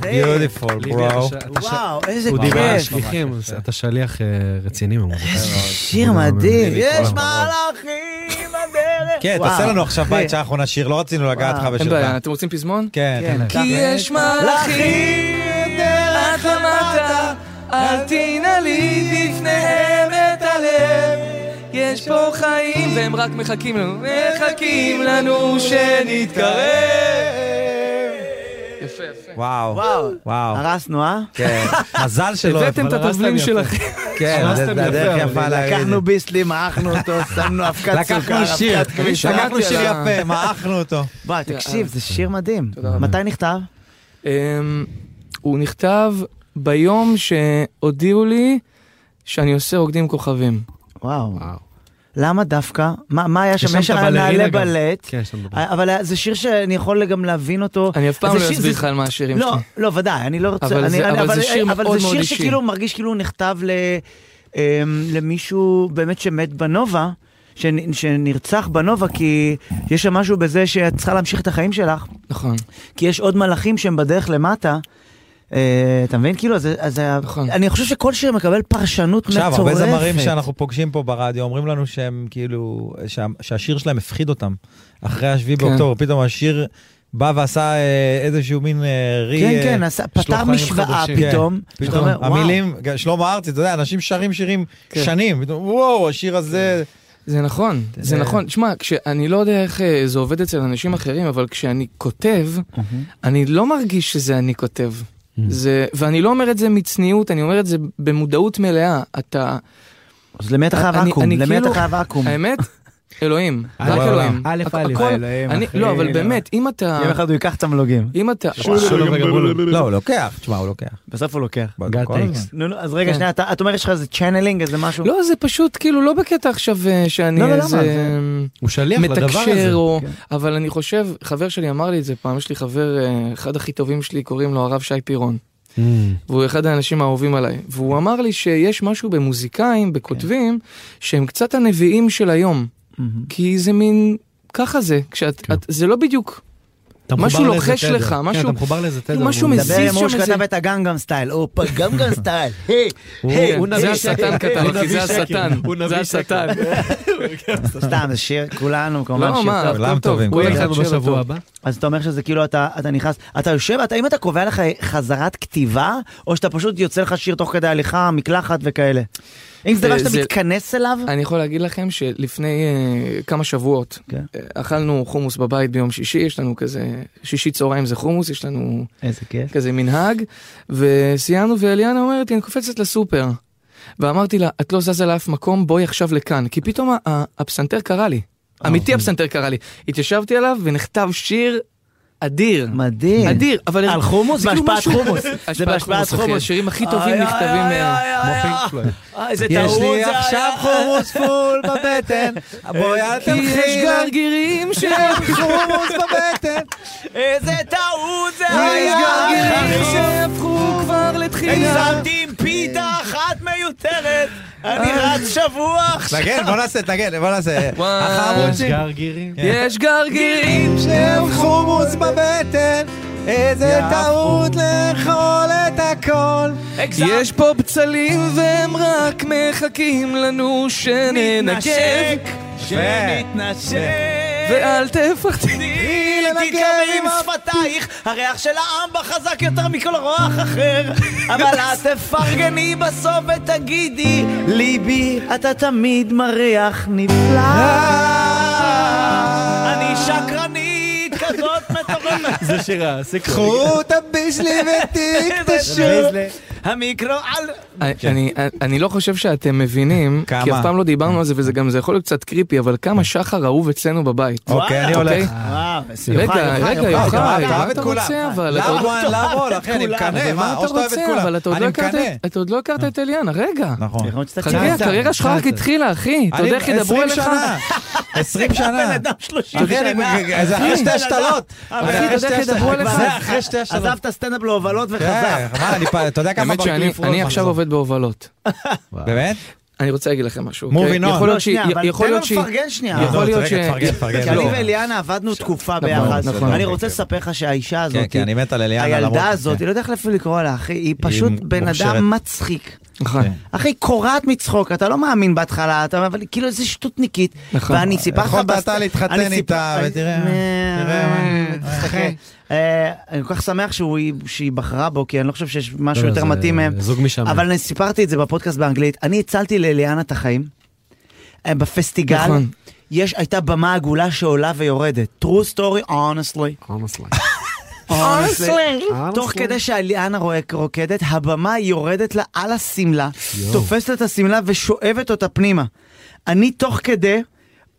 Speaker 2: ביוטיפול, ברו.
Speaker 1: וואו, איזה
Speaker 3: הוא דיבר על
Speaker 1: כיף.
Speaker 3: שליחים, אתה שליח אה, רציני ממש.
Speaker 1: שיר מדהים. יש מהלכים בדרך.
Speaker 2: כן,
Speaker 1: וואו.
Speaker 2: תעשה לנו עכשיו
Speaker 1: אחי.
Speaker 2: בית שאנחנו נשיר, לא רצינו לגעת לך
Speaker 1: וואו.
Speaker 7: אין
Speaker 2: בשלך.
Speaker 7: בעיה, אתם רוצים פזמון?
Speaker 2: כן.
Speaker 1: כן,
Speaker 7: כי יש מלאכים עד למטה, אל תנעלי בפניהם את הלב. יש פה חיים, והם רק מחכים לנו, מחכים לנו
Speaker 1: אה,
Speaker 7: שנתקרב. יפה, יפה.
Speaker 2: וואו.
Speaker 1: וואו.
Speaker 2: וואו.
Speaker 1: הרסנו, אה?
Speaker 2: כן. מזל שלא...
Speaker 7: הבאתם את התזרים שלכם.
Speaker 2: כן, זה זה הדרך יפה להגיד. את זה.
Speaker 1: לקחנו ביסלי, מעכנו אותו, שמנו אבקת סוכר,
Speaker 2: לקחנו שיר,
Speaker 1: אבקת כביש.
Speaker 7: שמעתי
Speaker 2: לקחנו שיר
Speaker 7: על ה-
Speaker 2: יפה, מעכנו אותו.
Speaker 1: וואי, תקשיב, זה שיר מדהים.
Speaker 7: תודה רבה.
Speaker 1: מתי נכתב?
Speaker 7: אמ, הוא נכתב ביום שהודיעו לי שאני עושה רוקדים עם כוכבים.
Speaker 1: וואו.
Speaker 3: וואו.
Speaker 1: למה דווקא? מה מה היה
Speaker 3: יש
Speaker 1: שם?
Speaker 3: שם
Speaker 1: יש
Speaker 3: את הבלרינה
Speaker 1: נעלי
Speaker 3: גם.
Speaker 1: בלט. אה,
Speaker 3: כן, יש לנו בבית.
Speaker 1: אבל היה- זה שיר שאני יכול גם להבין אותו.
Speaker 7: אני אף פעם
Speaker 1: זה
Speaker 7: לא
Speaker 1: שיר-
Speaker 7: אסביר
Speaker 1: זה-
Speaker 7: לך על מה השירים
Speaker 1: לא,
Speaker 7: שלי.
Speaker 1: לא, ודאי, אני לא רוצה...
Speaker 7: אבל
Speaker 1: אני-
Speaker 7: זה-
Speaker 1: אני-
Speaker 7: אבל זה שיר מאוד
Speaker 1: אבל זה
Speaker 7: מאוד
Speaker 1: שיר
Speaker 7: אישי.
Speaker 1: שכאילו מרגיש כאילו הוא נכתב ל- אמ, למישהו באמת שמת בנובה, שנ- שנרצח בנובה, כי יש שם משהו בזה שאת צריכה להמשיך את החיים שלך,
Speaker 7: נכון.
Speaker 1: כי יש עוד מלאכים שהם בדרך למטה. אה, אתה מבין? כאילו, אז, אז
Speaker 7: נכון.
Speaker 1: אני חושב שכל שיר מקבל פרשנות
Speaker 2: עכשיו,
Speaker 1: מטורפת.
Speaker 2: הרבה זמרים שאנחנו פוגשים פה ברדיו אומרים לנו שהם כאילו, שה- שהשיר שלהם הפחיד אותם. אחרי השביעי
Speaker 7: כן.
Speaker 2: באוקטובר, פתאום השיר בא ועשה אה, איזשהו מין אה, רי...
Speaker 1: כן,
Speaker 2: אה,
Speaker 1: כן, עשה- פתר
Speaker 2: שלוחנים
Speaker 1: משוואה
Speaker 2: חדשים.
Speaker 1: פתאום.
Speaker 2: כן,
Speaker 1: אתה
Speaker 2: פתאום
Speaker 1: אומר, וואו.
Speaker 2: המילים, גם שלמה ארצי, אתה יודע, אנשים שרים שירים
Speaker 7: כן.
Speaker 2: שנים, פתאום, וואו, השיר הזה...
Speaker 7: זה נכון, זה
Speaker 2: אה.
Speaker 7: נכון. תשמע, כשאני לא יודע איך אה, זה עובד אצל אנשים אחרים, אבל כשאני כותב, אני לא מרגיש שזה אני כותב.
Speaker 1: Mm.
Speaker 7: זה, ואני לא אומר את זה מצניעות, אני אומר את זה במודעות מלאה. אתה,
Speaker 1: אז למי אתה חייב
Speaker 7: אני-
Speaker 1: ואקום?
Speaker 7: אני
Speaker 1: למי אתה
Speaker 7: כאילו-
Speaker 1: חייב ואקום?
Speaker 7: האמת, אלוהים, רק
Speaker 2: אלוהים.
Speaker 7: אלוהים.
Speaker 1: א',
Speaker 7: הכ-
Speaker 1: א',
Speaker 7: הכל-
Speaker 1: אלוהים,
Speaker 7: אני-
Speaker 1: אחי,
Speaker 7: לא, אבל
Speaker 1: לא.
Speaker 7: באמת, אם אתה,
Speaker 1: יום אחד הוא ייקח תמלוגים.
Speaker 7: אם אתה,
Speaker 2: לא, הוא לוקח, תשמע, הוא לוקח.
Speaker 1: בסוף הוא לוקח.
Speaker 3: גאט
Speaker 2: כל הזמן.
Speaker 3: איקס.
Speaker 1: נו, נו, אז רגע,
Speaker 7: כן.
Speaker 1: שנייה, אתה- את אומרת שיש לך איזה צ'אנלינג, איזה משהו?
Speaker 7: לא, זה פשוט כאילו לא בקטע עכשיו אה, שאני
Speaker 1: לא, לא, למה?
Speaker 7: איזה...
Speaker 1: זה-
Speaker 3: הוא שליח לדבר הזה.
Speaker 7: מתקשר, או...
Speaker 1: כן.
Speaker 7: אבל אני חושב, חבר שלי אמר לי את זה פעם, יש לי חבר, אה, אחד הכי טובים שלי, קוראים לו הרב שי פירון. והוא אחד האנשים האהובים עליי. והוא אמר לי שיש משהו במוזיקאים, בכותבים,
Speaker 3: כן.
Speaker 7: שהם קצת הנביאים של היום.
Speaker 1: מהמם.
Speaker 7: כי זה מין, ככה זה, כשאת, את- זה לא בדיוק,
Speaker 3: כן. אתה
Speaker 7: משהו
Speaker 3: מחובר לאיזה
Speaker 7: לוחש
Speaker 3: תדר.
Speaker 7: לך,
Speaker 3: כן,
Speaker 7: משהו-
Speaker 3: אתה מחובר לאיזה תדר.
Speaker 7: משהו
Speaker 3: הוא-
Speaker 7: מזיז.
Speaker 1: דבר עם
Speaker 7: זיז
Speaker 1: ההוא
Speaker 7: שם
Speaker 1: שכתב
Speaker 7: איזה-
Speaker 1: את הגנגם סטייל, הופה, גנגם סטייל, היי, היי,
Speaker 3: הוא נביא
Speaker 7: זה
Speaker 3: שקר.
Speaker 7: השטן
Speaker 3: הוא
Speaker 7: כתב, כי
Speaker 3: נביא
Speaker 7: זה
Speaker 3: שקר.
Speaker 7: השטן,
Speaker 3: הוא נביא
Speaker 7: זה
Speaker 3: שקר.
Speaker 7: השטן.
Speaker 1: סתם, זה שיר, כולנו כמובן
Speaker 7: לא,
Speaker 1: שיר
Speaker 7: מה,
Speaker 1: טוב.
Speaker 2: כולם
Speaker 7: הכל טוב,
Speaker 2: טובים,
Speaker 7: הוא
Speaker 3: הוא יהיה
Speaker 7: אחד
Speaker 3: איתנו
Speaker 7: שלו טוב.
Speaker 3: בשבוע הבא.
Speaker 1: אז אתה אומר שזה כאילו אתה אתה נכנס, אתה יושב, אתה- האם אתה קובע לך חזרת כתיבה, או שאתה פשוט יוצא לך שיר תוך כדי הליכה, מקלחת וכאלה? אם זה דבר
Speaker 7: אה,
Speaker 1: שאתה
Speaker 7: זה-
Speaker 1: מתכנס אליו?
Speaker 7: אני יכול להגיד לכם שלפני אה, כמה שבועות
Speaker 1: כן.
Speaker 7: אה, אכלנו חומוס בבית ביום שישי, יש לנו כזה, שישי צהריים זה חומוס, יש לנו
Speaker 1: איזה כיף.
Speaker 7: כזה מנהג, וסיימנו ואליאנה אומרת לי, אני קופצת לסופר. ואמרתי לה, את לא זזה לאף מקום, בואי עכשיו לכאן. כי פתאום ה- ה- הפסנתר קרא לי.
Speaker 1: אה, אוקיי.
Speaker 7: אמיתי הפסנתר קרא לי. התיישבתי עליו ונכתב שיר אדיר.
Speaker 1: מדהים.
Speaker 7: אדיר, אבל...
Speaker 1: על חומוס?
Speaker 7: זה כאילו
Speaker 1: בהשפעת
Speaker 7: משהו-
Speaker 1: חומוס. זה
Speaker 7: השפעת
Speaker 1: בהשפעת
Speaker 7: חומוס, אוקיי. אחי.
Speaker 1: חומוס.
Speaker 7: השירים הכי טובים נכתבים... אה,
Speaker 1: איזה
Speaker 2: יש לי
Speaker 1: זה
Speaker 2: עכשיו
Speaker 1: היה.
Speaker 2: חומוס פול בבטן, בואי אל
Speaker 7: כי
Speaker 2: תלכי
Speaker 7: יש
Speaker 2: לה.
Speaker 7: גרגירים ש...
Speaker 2: חומוס בבטן,
Speaker 1: איזה טעות זה היה!
Speaker 7: גרגירים
Speaker 1: אחי.
Speaker 7: שהפכו כבר לתחייה.
Speaker 1: שמתי עם פיתה אחת מיותרת, אני רץ שבוע עכשיו.
Speaker 2: נגן, אה. בוא נעשה, נגן, בוא נעשה.
Speaker 7: וואי.
Speaker 2: החרוצים. כן.
Speaker 3: גרגירים.
Speaker 7: יש גרגירים.
Speaker 2: שהפכו מוץ בבטן, איזה טעות לאכול את הכל.
Speaker 7: יש פה בצלים והם רק מחכים לנו שננשק
Speaker 1: שנתנשק.
Speaker 7: ואל תפחדי
Speaker 1: תתקרב עם שפתייך, הריח של האמבה חזק יותר מכל רוח אחר. אבל את תפרגני בסוף ותגידי, ליבי, אתה תמיד מריח נפלא.
Speaker 2: אה.
Speaker 1: אני שקרנית כזאת מטורפת.
Speaker 3: זה שירה, זה
Speaker 2: קחו את הבישלי
Speaker 1: איזה
Speaker 2: ותקדשו.
Speaker 1: ביזלי. המיקרו על...
Speaker 7: אני- אה, אני- אני לא חושב שאתם מבינים,
Speaker 2: כן. כמה? אה. כן.
Speaker 7: כי אף פעם לא דיברנו על זה וזה גם זה יכול להיות קצת קריפי, אבל כמה שחר אהוב אצלנו בבית.
Speaker 2: אוקיי, אני
Speaker 7: אוקיי?
Speaker 2: הולך.
Speaker 1: וואו,
Speaker 7: רגע, רגע, יוחאי,
Speaker 2: אתה
Speaker 7: מה
Speaker 2: אוהב את
Speaker 7: אתה
Speaker 2: כולם.
Speaker 7: רוצה אבל? אתה עוד-
Speaker 2: למה, למה,
Speaker 1: אוהב
Speaker 2: אחי,
Speaker 1: את
Speaker 2: אני
Speaker 1: כולם.
Speaker 2: מקנא,
Speaker 7: אבל
Speaker 2: מה, או שאתה אוהב את כולם.
Speaker 7: אבל אתה עוד
Speaker 2: אני
Speaker 7: לא הכרת
Speaker 2: מקנא. אה.
Speaker 7: את- אתה עוד לא הכרת את אליאנה, רגע.
Speaker 2: נכון.
Speaker 1: יכול להיות שאתה
Speaker 7: חכה,
Speaker 1: צעיר.
Speaker 7: הקריירה שלך רק התחילה, אחי. אתה יודע איך
Speaker 2: אני-
Speaker 7: ידברו
Speaker 2: 20
Speaker 7: עליך?
Speaker 2: שנה. 20 שנה.
Speaker 1: בן אדם 30
Speaker 2: אחי, אני-
Speaker 1: שנה.
Speaker 2: זה אוקיי, אחרי שתי השתלות.
Speaker 1: אחי,
Speaker 2: אחרי
Speaker 7: אתה יודע
Speaker 2: שתי
Speaker 7: איך ידברו
Speaker 2: השתלות.
Speaker 7: עליך?
Speaker 2: זה אחרי שתי השתלות.
Speaker 1: עזב את הסטנדאפ להובלות וחזר.
Speaker 2: כן, מה, אני פ- אתה יודע כמה
Speaker 7: האמת שאני
Speaker 2: ברקלי
Speaker 7: אני
Speaker 2: פרוז
Speaker 7: עכשיו
Speaker 2: מחזור.
Speaker 7: עובד בהובלות.
Speaker 2: באמת?
Speaker 7: אני רוצה להגיד לכם משהו.
Speaker 2: Moving
Speaker 7: אוקיי?
Speaker 2: on.
Speaker 7: יכול
Speaker 1: לא,
Speaker 7: להיות שהיא...
Speaker 1: שנייה, אבל
Speaker 7: יכול
Speaker 1: תן לו
Speaker 7: להיות שהיא...
Speaker 1: לפרגן שנייה.
Speaker 7: יכול
Speaker 2: לא,
Speaker 7: להיות
Speaker 2: רגע,
Speaker 7: ש-
Speaker 2: תפרגן, תפרגן.
Speaker 1: כי
Speaker 2: לא.
Speaker 1: אני ואליאנה עבדנו תקופה
Speaker 7: נכון,
Speaker 1: ביחד.
Speaker 7: נכון.
Speaker 1: אני
Speaker 2: כן,
Speaker 1: רוצה לספר לך
Speaker 2: כן,
Speaker 1: שהאישה הזאת,
Speaker 2: כן, אני מת על אליאנה. למרות-
Speaker 1: הילדה הזאת,
Speaker 2: כן.
Speaker 1: היא לא יודע איך אפילו לקרוא לה, אחי, היא פשוט בן
Speaker 2: מוכשרת.
Speaker 1: אדם מצחיק.
Speaker 7: נכון.
Speaker 1: אחי, קורעת מצחוק, אתה לא מאמין בהתחלה, אתה אומר, אבל יכולה איזה שטותניקית.
Speaker 7: נכון.
Speaker 1: ואני סיפרתי לך...
Speaker 2: יכולת
Speaker 1: בסט-
Speaker 2: אתה להתחתן
Speaker 1: אני סיפ-
Speaker 2: איתה,
Speaker 1: אני-
Speaker 2: ותראה,
Speaker 1: אה,
Speaker 2: תראה מה-
Speaker 1: אה, תסתכל. אה, אני כל כך שמח שהוא- שהיא בחרה בו, כי אני לא חושב שיש משהו יותר מתאים מהם.
Speaker 3: זוג משם.
Speaker 1: אבל אני סיפרתי את זה בפודקאסט באנגלית, אני הצלתי לאליאנה את החיים. אה, בפסטיגל,
Speaker 7: נכון.
Speaker 1: יש, הייתה במה עגולה שעולה ויורדת. True story, honestly. תוך כדי שאליאנה רוק- רוקדת, הבמה יורדת לה על השמלה,
Speaker 3: יואו.
Speaker 1: תופסת את השמלה ושואבת אותה פנימה. אני תוך כדי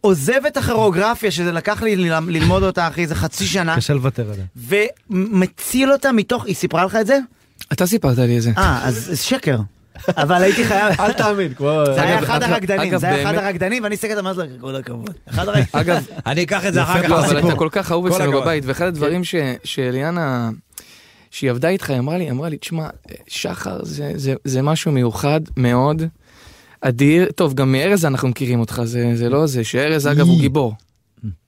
Speaker 1: עוזב את הכרוגרפיה, שזה לקח לי ל- ללמוד אותה, אחי, זה חצי שנה,
Speaker 3: קשה לוותר עליה.
Speaker 1: ומציל אותה מתוך, היא סיפרה לך את זה?
Speaker 7: אתה סיפרת לי את זה.
Speaker 1: אה, אז זה שקר. אבל הייתי חייב...
Speaker 3: אל תאמין, כמו...
Speaker 1: זה היה
Speaker 7: אגב,
Speaker 1: אחד
Speaker 7: אגב,
Speaker 1: הרקדנים,
Speaker 7: אגב,
Speaker 1: זה היה אחד
Speaker 7: באמת-
Speaker 1: הרקדנים, ואני מסתכלת אמרתי לו, כל הכבוד. אחד הרקדנים.
Speaker 7: אגב,
Speaker 2: אני אקח את זה אחר כך
Speaker 7: לא, אבל
Speaker 2: לסיפור.
Speaker 7: אתה כל כן. כך אהוב
Speaker 2: כל
Speaker 7: אצלנו
Speaker 2: הכבוד.
Speaker 7: בבית, ואחד הדברים ש- שאליאנה, שהיא עבדה איתך, היא אמרה לי, אמרה לי, תשמע, שחר זה- זה- זה משהו מיוחד מאוד, אדיר, טוב, גם מארז אנחנו מכירים אותך, זה זה לא זה, שארז אגב הוא גיבור.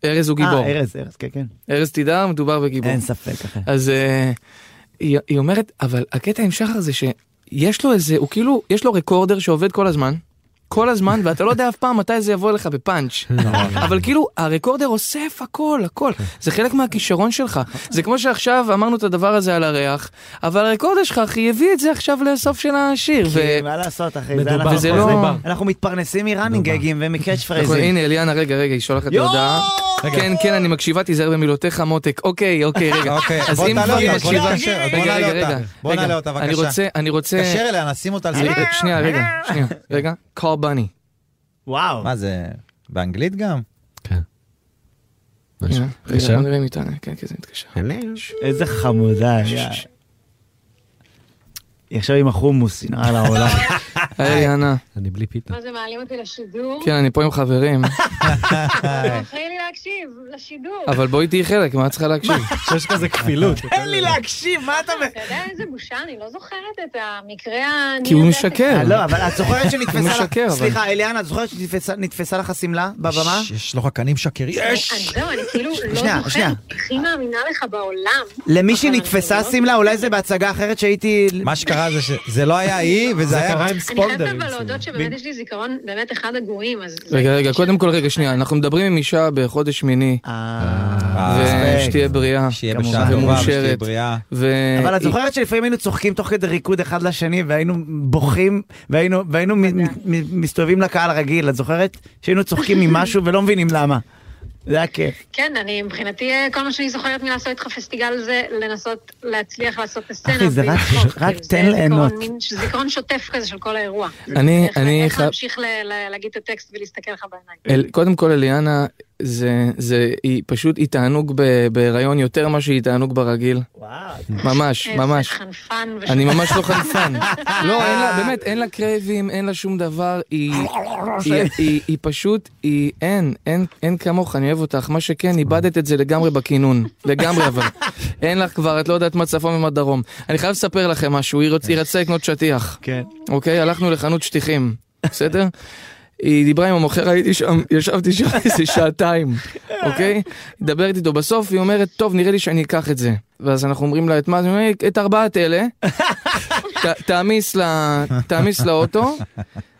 Speaker 7: ארז הוא גיבור.
Speaker 1: אה, ארז, ארז, כן, כן.
Speaker 7: ארז תדהר, מדובר בגיבור.
Speaker 1: אין ספק, אחי.
Speaker 7: אז אה, היא היא אומרת, אבל הקטע עם שחר זה שיש לו איזה, הוא כאילו, יש לו רקורדר שעובד כל הזמן. כל הזמן, ואתה לא יודע אף פעם מתי זה יבוא לך בפאנץ'.
Speaker 1: לא,
Speaker 7: אבל כאילו, הרקורדר אוסף הכל, הכל.
Speaker 1: כן.
Speaker 7: זה חלק מהכישרון שלך. זה כמו שעכשיו אמרנו את הדבר הזה על הריח, אבל הרקורדר שלך, אחי, הביא את זה עכשיו לסוף של השיר. ו...
Speaker 1: כי מה לעשות, אחי, זה
Speaker 3: מדובר,
Speaker 1: אנחנו
Speaker 7: וזה
Speaker 1: חוזרים.
Speaker 7: לא-
Speaker 1: אנחנו מתפרנסים מראנינג גגים ומקאץ'
Speaker 7: נכון,
Speaker 1: פרייזים.
Speaker 7: הנה, אליאנה, רגע, רגע, היא שולחת לי
Speaker 1: יואו!
Speaker 7: הודעה. כן, כן, אני מקשיבה, תיזהר במילותיך, מותק. אוקיי, אוקיי, רגע.
Speaker 2: אוקיי,
Speaker 7: אז
Speaker 2: בוא
Speaker 7: אם
Speaker 2: תעלה
Speaker 7: כבר
Speaker 2: אותה,
Speaker 7: היא
Speaker 2: בוא
Speaker 7: מקשיבה...
Speaker 2: נעלה אותה, בוא
Speaker 7: רגע, רגע,
Speaker 2: נעלה
Speaker 7: רגע.
Speaker 2: אותה. בוא
Speaker 7: רגע,
Speaker 2: נעלה אותה,
Speaker 7: אני
Speaker 2: בבקשה.
Speaker 7: רוצה, אני רוצה...
Speaker 2: תתקשר אליה, נשים אותה על
Speaker 7: אני-
Speaker 2: זה.
Speaker 7: שנייה, רגע, שנייה, רגע. call bunny.
Speaker 1: וואו.
Speaker 2: מה זה, באנגלית גם?
Speaker 7: הנה, רגע,
Speaker 3: בבקשה.
Speaker 7: בוא נראה אם היא תענה, כן, כן, זה מתקשר.
Speaker 1: איזה חמודה. יא. היא עכשיו עם החומוס, היא נראה לעולם.
Speaker 7: היי, אנה.
Speaker 3: אני בלי פיתה.
Speaker 9: מה זה, מעלים אותי לשידור?
Speaker 7: כן, אני פה עם חברים,
Speaker 9: תתחיל לי להקשיב, לשידור.
Speaker 7: אבל בואי תהיי חלק, מה את צריכה להקשיב?
Speaker 3: שיש כזה כפילות.
Speaker 1: תן לי להקשיב, מה אתה...
Speaker 9: אתה יודע איזה בושה, אני לא זוכרת את המקרה ה...
Speaker 7: כי הוא משקר.
Speaker 1: לא, אבל את זוכרת שנתפסה
Speaker 7: הוא
Speaker 1: לך...
Speaker 7: משקר, אבל-
Speaker 1: סליחה, אליאנה, את זוכרת שנתפסה לך השמלה בבמה?
Speaker 2: ש- יש לו חקנים שקרים.
Speaker 9: יש! אני זהו, אני כאילו לא
Speaker 1: שנייה, שנייה. כן,
Speaker 9: זוכרת, הכי מאמינה לך בעולם.
Speaker 1: למי
Speaker 9: אבל
Speaker 1: שנתפסה
Speaker 9: אני לא-
Speaker 1: השמלה, אולי זה בהצגה אחרת שהייתי...
Speaker 2: מה שקרה זה שזה לא היה היא, וזה
Speaker 3: זה
Speaker 2: היה...
Speaker 3: קרה עם
Speaker 9: אני חייבת
Speaker 3: ספונדרים.
Speaker 1: כן.
Speaker 9: אבל להודות שבאמת יש לי זיכרון באמת אחד הגרועים, אז... זה-
Speaker 7: רגע, רגע, קודם כל, רגע, שנייה, אנחנו מדברים עם אישה בחודש מיני,
Speaker 1: אה,
Speaker 2: אה,
Speaker 7: ושתהיה בריאה,
Speaker 2: שיהיה
Speaker 1: כמובן.
Speaker 2: בשעה טובה, ושתהיה
Speaker 7: ומאושרת.
Speaker 2: בריאה.
Speaker 7: ו...
Speaker 1: אבל
Speaker 2: אה,
Speaker 1: את זוכרת שלפעמים היינו צוחקים תוך כדי ריקוד אחד לשני והיינו בוכים והיינו והיינו מ- מ- מ- מסתובבים לקהל הרגיל, את זוכרת? שהיינו צוחקים ממשהו ולא מבינים למה. זה היה כיף.
Speaker 9: כן, אני מבחינתי, אה, כל מה שאני זוכרת מלעשות איתך פסטיגל זה לנסות להצליח לעשות את הסצנה.
Speaker 1: אחי, זה
Speaker 9: בלי
Speaker 1: רק-
Speaker 9: לחמוק.
Speaker 1: רק
Speaker 9: כאילו, זה
Speaker 1: תן
Speaker 9: זיכרון,
Speaker 1: ליהנות.
Speaker 9: מין ש- זיכרון שוטף כזה של כל האירוע.
Speaker 7: אני-
Speaker 9: איך-
Speaker 7: אני
Speaker 9: איך
Speaker 7: חייב-
Speaker 9: להמשיך ל- ל- להגיד את הטקסט ולהסתכל לך בעיניים.
Speaker 7: אל, קודם כל אליאנה זה, זה, היא פשוט, היא תענוג ב- בהיריון יותר ממה שהיא תענוג ברגיל.
Speaker 1: וואו.
Speaker 7: ממש,
Speaker 9: איזה
Speaker 7: ממש.
Speaker 9: חנפן. וש-
Speaker 7: אני ממש לא חנפן. לא, אין לה, באמת, אין לה קרייבים, אין לה שום דבר, היא, היא, היא, היא פשוט, היא, אין, אין, אין כמוך, אני אוהב אותך. מה שכן, איבדת את זה לגמרי בכינון. לגמרי אבל. אין לך כבר, את לא יודעת מה צפון ומה דרום. אני חייב לספר לכם משהו, היא רוצ- היא רצתה לקנות שטיח.
Speaker 1: כן.
Speaker 7: אוקיי? הלכנו לחנות שטיחים, בסדר? היא דיברה עם המוכר, הייתי שם, ישבתי שם איזה שעתיים, אוקיי? היא מדברת איתו בסוף, היא אומרת, טוב, נראה לי שאני אקח את זה. ואז אנחנו אומרים לה את מה, אז היא אומרת, את ארבעת אלה, ת- תעמיס לה- תעמיס לאוטו,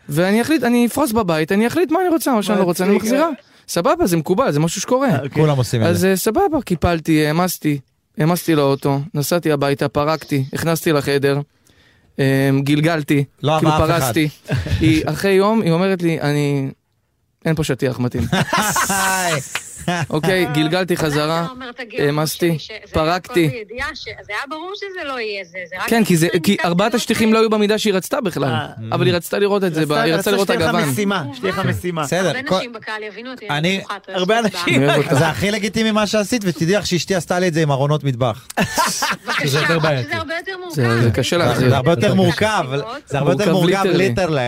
Speaker 7: ואני אחליט, אני אפרוס בבית, אני אחליט מה אני רוצה, מה שאני לא רוצה, אני מחזירה. סבבה, זה מקובל, זה משהו שקורה.
Speaker 2: כולם עושים את
Speaker 7: אז
Speaker 2: זה.
Speaker 7: אה, סבבה, קיפלתי, העמסתי, העמסתי לאוטו, נסעתי הביתה, פרקתי, הכנסתי לחדר, אה, גלגלתי,
Speaker 2: לא
Speaker 7: כאילו
Speaker 2: עבר אף אחד.
Speaker 7: פרסתי. היא, אחרי יום, היא אומרת לי, אני... אין פה שטיח מתאים. אוקיי, גלגלתי חזרה,
Speaker 9: אתה אומר את הגרסה
Speaker 7: העמסתי,
Speaker 9: שלי, שזה
Speaker 7: פרקתי.
Speaker 9: הכל בידיעה ש- זה היה ברור שזה לא יהיה זה, זה רק...
Speaker 7: כן, כי, זה, כי
Speaker 9: ניצחת
Speaker 7: ארבעת
Speaker 9: לא
Speaker 7: השטיחים לא היו במידה שהיא רצתה בכלל,
Speaker 1: אה.
Speaker 7: אבל היא רצתה לראות את זה, ב- היא רצתה לראות את
Speaker 1: שתהיה לך
Speaker 7: הגוון.
Speaker 1: משימה, שתהיה לך משימה.
Speaker 2: אה. בסדר,
Speaker 9: הרבה
Speaker 2: כל-
Speaker 9: נשים בקהל יבינו אותי,
Speaker 2: אני- אוקיי,
Speaker 9: בטוחה, אתה
Speaker 1: הרבה
Speaker 9: יושב
Speaker 1: אנשים.
Speaker 7: אני אוהב אותה.
Speaker 2: זה הכי לגיטימי מה שעשית, ותדעי לך שאשתי עשתה לי את זה עם ארונות מטבח.
Speaker 9: בבקשה,
Speaker 3: שזה יותר
Speaker 9: רק
Speaker 3: בעייתי.
Speaker 9: שזה הרבה יותר מורכב.
Speaker 7: זה- זה קשה
Speaker 9: צריך
Speaker 7: להחזיר.
Speaker 2: זה הרבה יותר
Speaker 9: לקחת
Speaker 2: מורכב,
Speaker 9: סיבות.
Speaker 2: זה הרבה יותר
Speaker 7: מורכב
Speaker 2: מורכב
Speaker 7: ליטרלי.
Speaker 2: ליטרלי.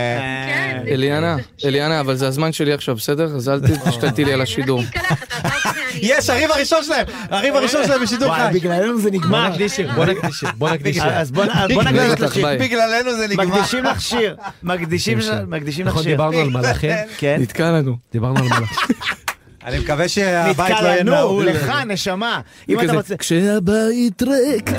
Speaker 9: כן, זה-
Speaker 7: אליאנה,
Speaker 9: זה-
Speaker 7: אליאנה, אבל זה הזמן שלי עכשיו, בסדר? אז אל
Speaker 2: אה.
Speaker 7: תשתלטי לי על השידור.
Speaker 9: אני רק מתקלחת, אתה לא יודע, אני-
Speaker 2: יש, הריב הראשון שלהם, הריב הראשון שלהם בשידור
Speaker 1: וואי,
Speaker 2: חי.
Speaker 1: בגללנו זה
Speaker 3: בוא
Speaker 1: נגמר.
Speaker 3: נקדיש שיר, בוא נקדיש שיר, בוא נקדיש שיר.
Speaker 1: אז בוא אז בוא
Speaker 7: נגמר
Speaker 1: נקדיש
Speaker 7: אותך,
Speaker 1: לך שיר.
Speaker 7: ביי.
Speaker 2: בגללנו זה נגמר.
Speaker 1: מקדישים לך שיר. מקדישים לך- מקדישים לך
Speaker 3: נכון,
Speaker 1: שיר.
Speaker 3: דיברנו על מלאכים,
Speaker 1: כן.
Speaker 7: נתקע לנו.
Speaker 3: דיברנו על מלאכים.
Speaker 2: אני מקווה שהבית לא יהיה
Speaker 1: נתקלנו
Speaker 2: נעול.
Speaker 1: לך, נשמה. אם אתה
Speaker 7: כזה,
Speaker 1: רוצה-
Speaker 7: כשהבית ריק.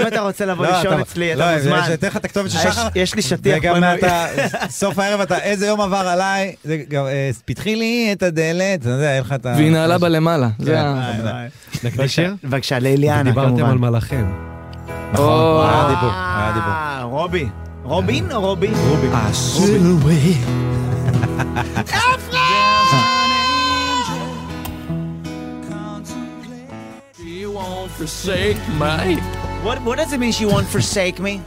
Speaker 1: אם אתה רוצה לבוא
Speaker 2: לא,
Speaker 1: לישון אצלי,
Speaker 2: לא,
Speaker 1: אתה
Speaker 2: יש-
Speaker 1: מוזמן. אה,
Speaker 2: אתן לך את הכתובת של
Speaker 1: יש-
Speaker 2: שחר.
Speaker 1: יש לי שטיח
Speaker 2: וגם
Speaker 1: בנוי.
Speaker 2: אתה, סוף הערב אתה, איזה יום עבר עליי, זה גם, אה, פתחי לי את הדלת, אתה יודע, אין לך את ה...
Speaker 7: והיא נעלה בלמעלה. זה
Speaker 2: כן.
Speaker 7: ה...
Speaker 3: נקדיש שיר?
Speaker 1: בבקשה, לאליאנה
Speaker 3: דיברתם על
Speaker 1: כמובן.
Speaker 3: מלאכים.
Speaker 7: או,
Speaker 2: נכון, היה דיבור, היה דיבור.
Speaker 1: אה, רובי. רובין או רובי? רובי. What what does it mean she won't forsake me?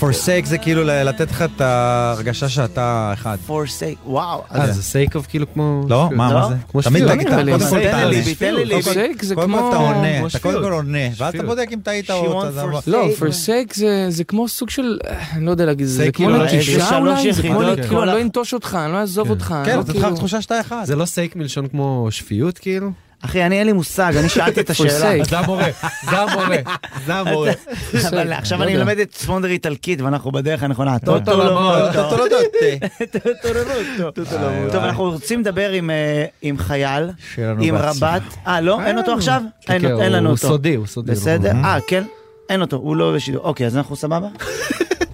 Speaker 2: forsake זה כאילו ל- לתת לך את ההרגשה שאתה אחד.
Speaker 1: forsake, וואו.
Speaker 3: אה, זה סייקוב כאילו כמו...
Speaker 2: לא? מה,
Speaker 1: לא?
Speaker 2: מה זה?
Speaker 3: כמו
Speaker 2: תמיד
Speaker 3: שפיות.
Speaker 2: תגיד,
Speaker 7: אבל
Speaker 2: קודם
Speaker 7: היא
Speaker 2: כל אתה
Speaker 1: נותנת לי,
Speaker 2: עונה.
Speaker 1: תן לי
Speaker 2: קודם כל-
Speaker 7: forsake זה
Speaker 2: קודם כל
Speaker 7: כמו-
Speaker 2: אתה עונה,
Speaker 3: כמו
Speaker 2: אתה
Speaker 3: שפיות.
Speaker 2: קודם כל עונה, ואז אתה
Speaker 3: שפיות.
Speaker 2: בודק אם טעית
Speaker 1: She
Speaker 2: או...
Speaker 1: won't
Speaker 2: אתה- זה-
Speaker 1: forsake.
Speaker 7: לא,
Speaker 1: Sake.
Speaker 7: פרסק זה זה כמו סוג של, אה, אני לא יודע להגיד, זה
Speaker 3: Sake
Speaker 7: כמו
Speaker 3: כאילו, איזה
Speaker 7: נטישה
Speaker 1: שלוש
Speaker 7: אולי, זה כמו
Speaker 1: יחידות,
Speaker 7: כאילו,
Speaker 1: כן.
Speaker 7: אני לא אנטוש אותך, אני לא אעזוב
Speaker 3: כן.
Speaker 7: אותך, אני
Speaker 2: כן,
Speaker 7: לא
Speaker 2: אתה צריך
Speaker 7: כאילו...
Speaker 2: תחושה שאתה אחד.
Speaker 3: זה לא סייק מלשון כמו שפיות כאילו?
Speaker 1: אחי, אני אין לי מושג, אני שאלתי את השאלה.
Speaker 7: forsake.
Speaker 3: זה המורה, זה המורה, זה המורה.
Speaker 1: אבל עכשיו
Speaker 7: לא
Speaker 1: אני
Speaker 7: יודע.
Speaker 1: מלמד את ספונדר איטלקית ואנחנו בדרך הנכונה. טוטו
Speaker 3: טוטו
Speaker 1: למוטו.
Speaker 2: טוטו לא טוטה.
Speaker 1: לא
Speaker 3: לא
Speaker 1: טוב, אנחנו רוצים לדבר עם, אה, עם חייל,
Speaker 2: שיהיה לנו
Speaker 1: עם
Speaker 2: בהצלחה.
Speaker 1: רבת. אה, לא? אין אותו עכשיו? אין
Speaker 3: כן,
Speaker 1: אותו- אין
Speaker 3: הוא-
Speaker 1: לנו
Speaker 3: הוא
Speaker 1: אותו.
Speaker 3: סודי, הוא סודי.
Speaker 1: בסדר?
Speaker 3: לא-
Speaker 1: אה, כן? אין אותו, הוא לא בשידור. אוקיי, אז אנחנו סבבה?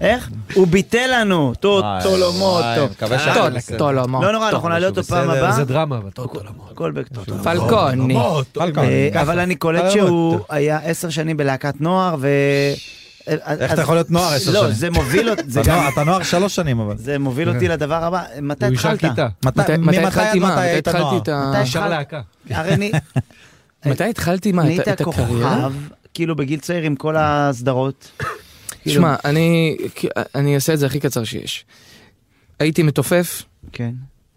Speaker 1: איך? הוא ביטל לנו, טוטו לא
Speaker 2: וואי,
Speaker 1: מוטו.
Speaker 2: מקווה
Speaker 7: טוב,
Speaker 2: שאתה...
Speaker 7: טוב, לא, מה.
Speaker 1: לא נורא, אנחנו נעלה אותו פעם
Speaker 2: בסדר,
Speaker 1: הבאה.
Speaker 3: זה דרמה, אבל לא, טוב, טוב, למות.
Speaker 1: הכל בקטוטו.
Speaker 7: פלקוני.
Speaker 2: פלקון,
Speaker 1: לא, אה,
Speaker 2: ככה.
Speaker 1: אבל אני קולט
Speaker 2: אה,
Speaker 1: שהוא
Speaker 2: טוב.
Speaker 1: היה עשר שנים בלהקת נוער, ו...
Speaker 2: איך אתה יכול להיות נוער עשר
Speaker 1: לא,
Speaker 2: שנים?
Speaker 1: זה מוביל אותי, זה
Speaker 2: אתה
Speaker 1: גם-
Speaker 2: נוער- אתה נוער כן. שלוש שנים אבל.
Speaker 1: זה מוביל אותי לדבר הבא, מתי
Speaker 3: הוא אישה
Speaker 1: התחלת?
Speaker 3: כיתה.
Speaker 7: מתי- מתי
Speaker 2: ממתי
Speaker 7: התחלתי
Speaker 2: עד
Speaker 7: מה?
Speaker 2: מתי
Speaker 7: מתי
Speaker 2: היית
Speaker 7: התחלתי
Speaker 2: נוער?
Speaker 7: את ה...
Speaker 1: מתי
Speaker 3: אישה
Speaker 1: התחלת?
Speaker 3: להקה.
Speaker 1: הרי אני-
Speaker 7: מתי התחלתי מה?
Speaker 1: נהיית
Speaker 7: את- את הקריירה?
Speaker 1: כוכב, כאילו בגיל צעיר עם כל כאילו- הסדרות.
Speaker 7: שמע, אני אני אעשה את זה הכי קצר שיש. הייתי מתופף
Speaker 1: כן.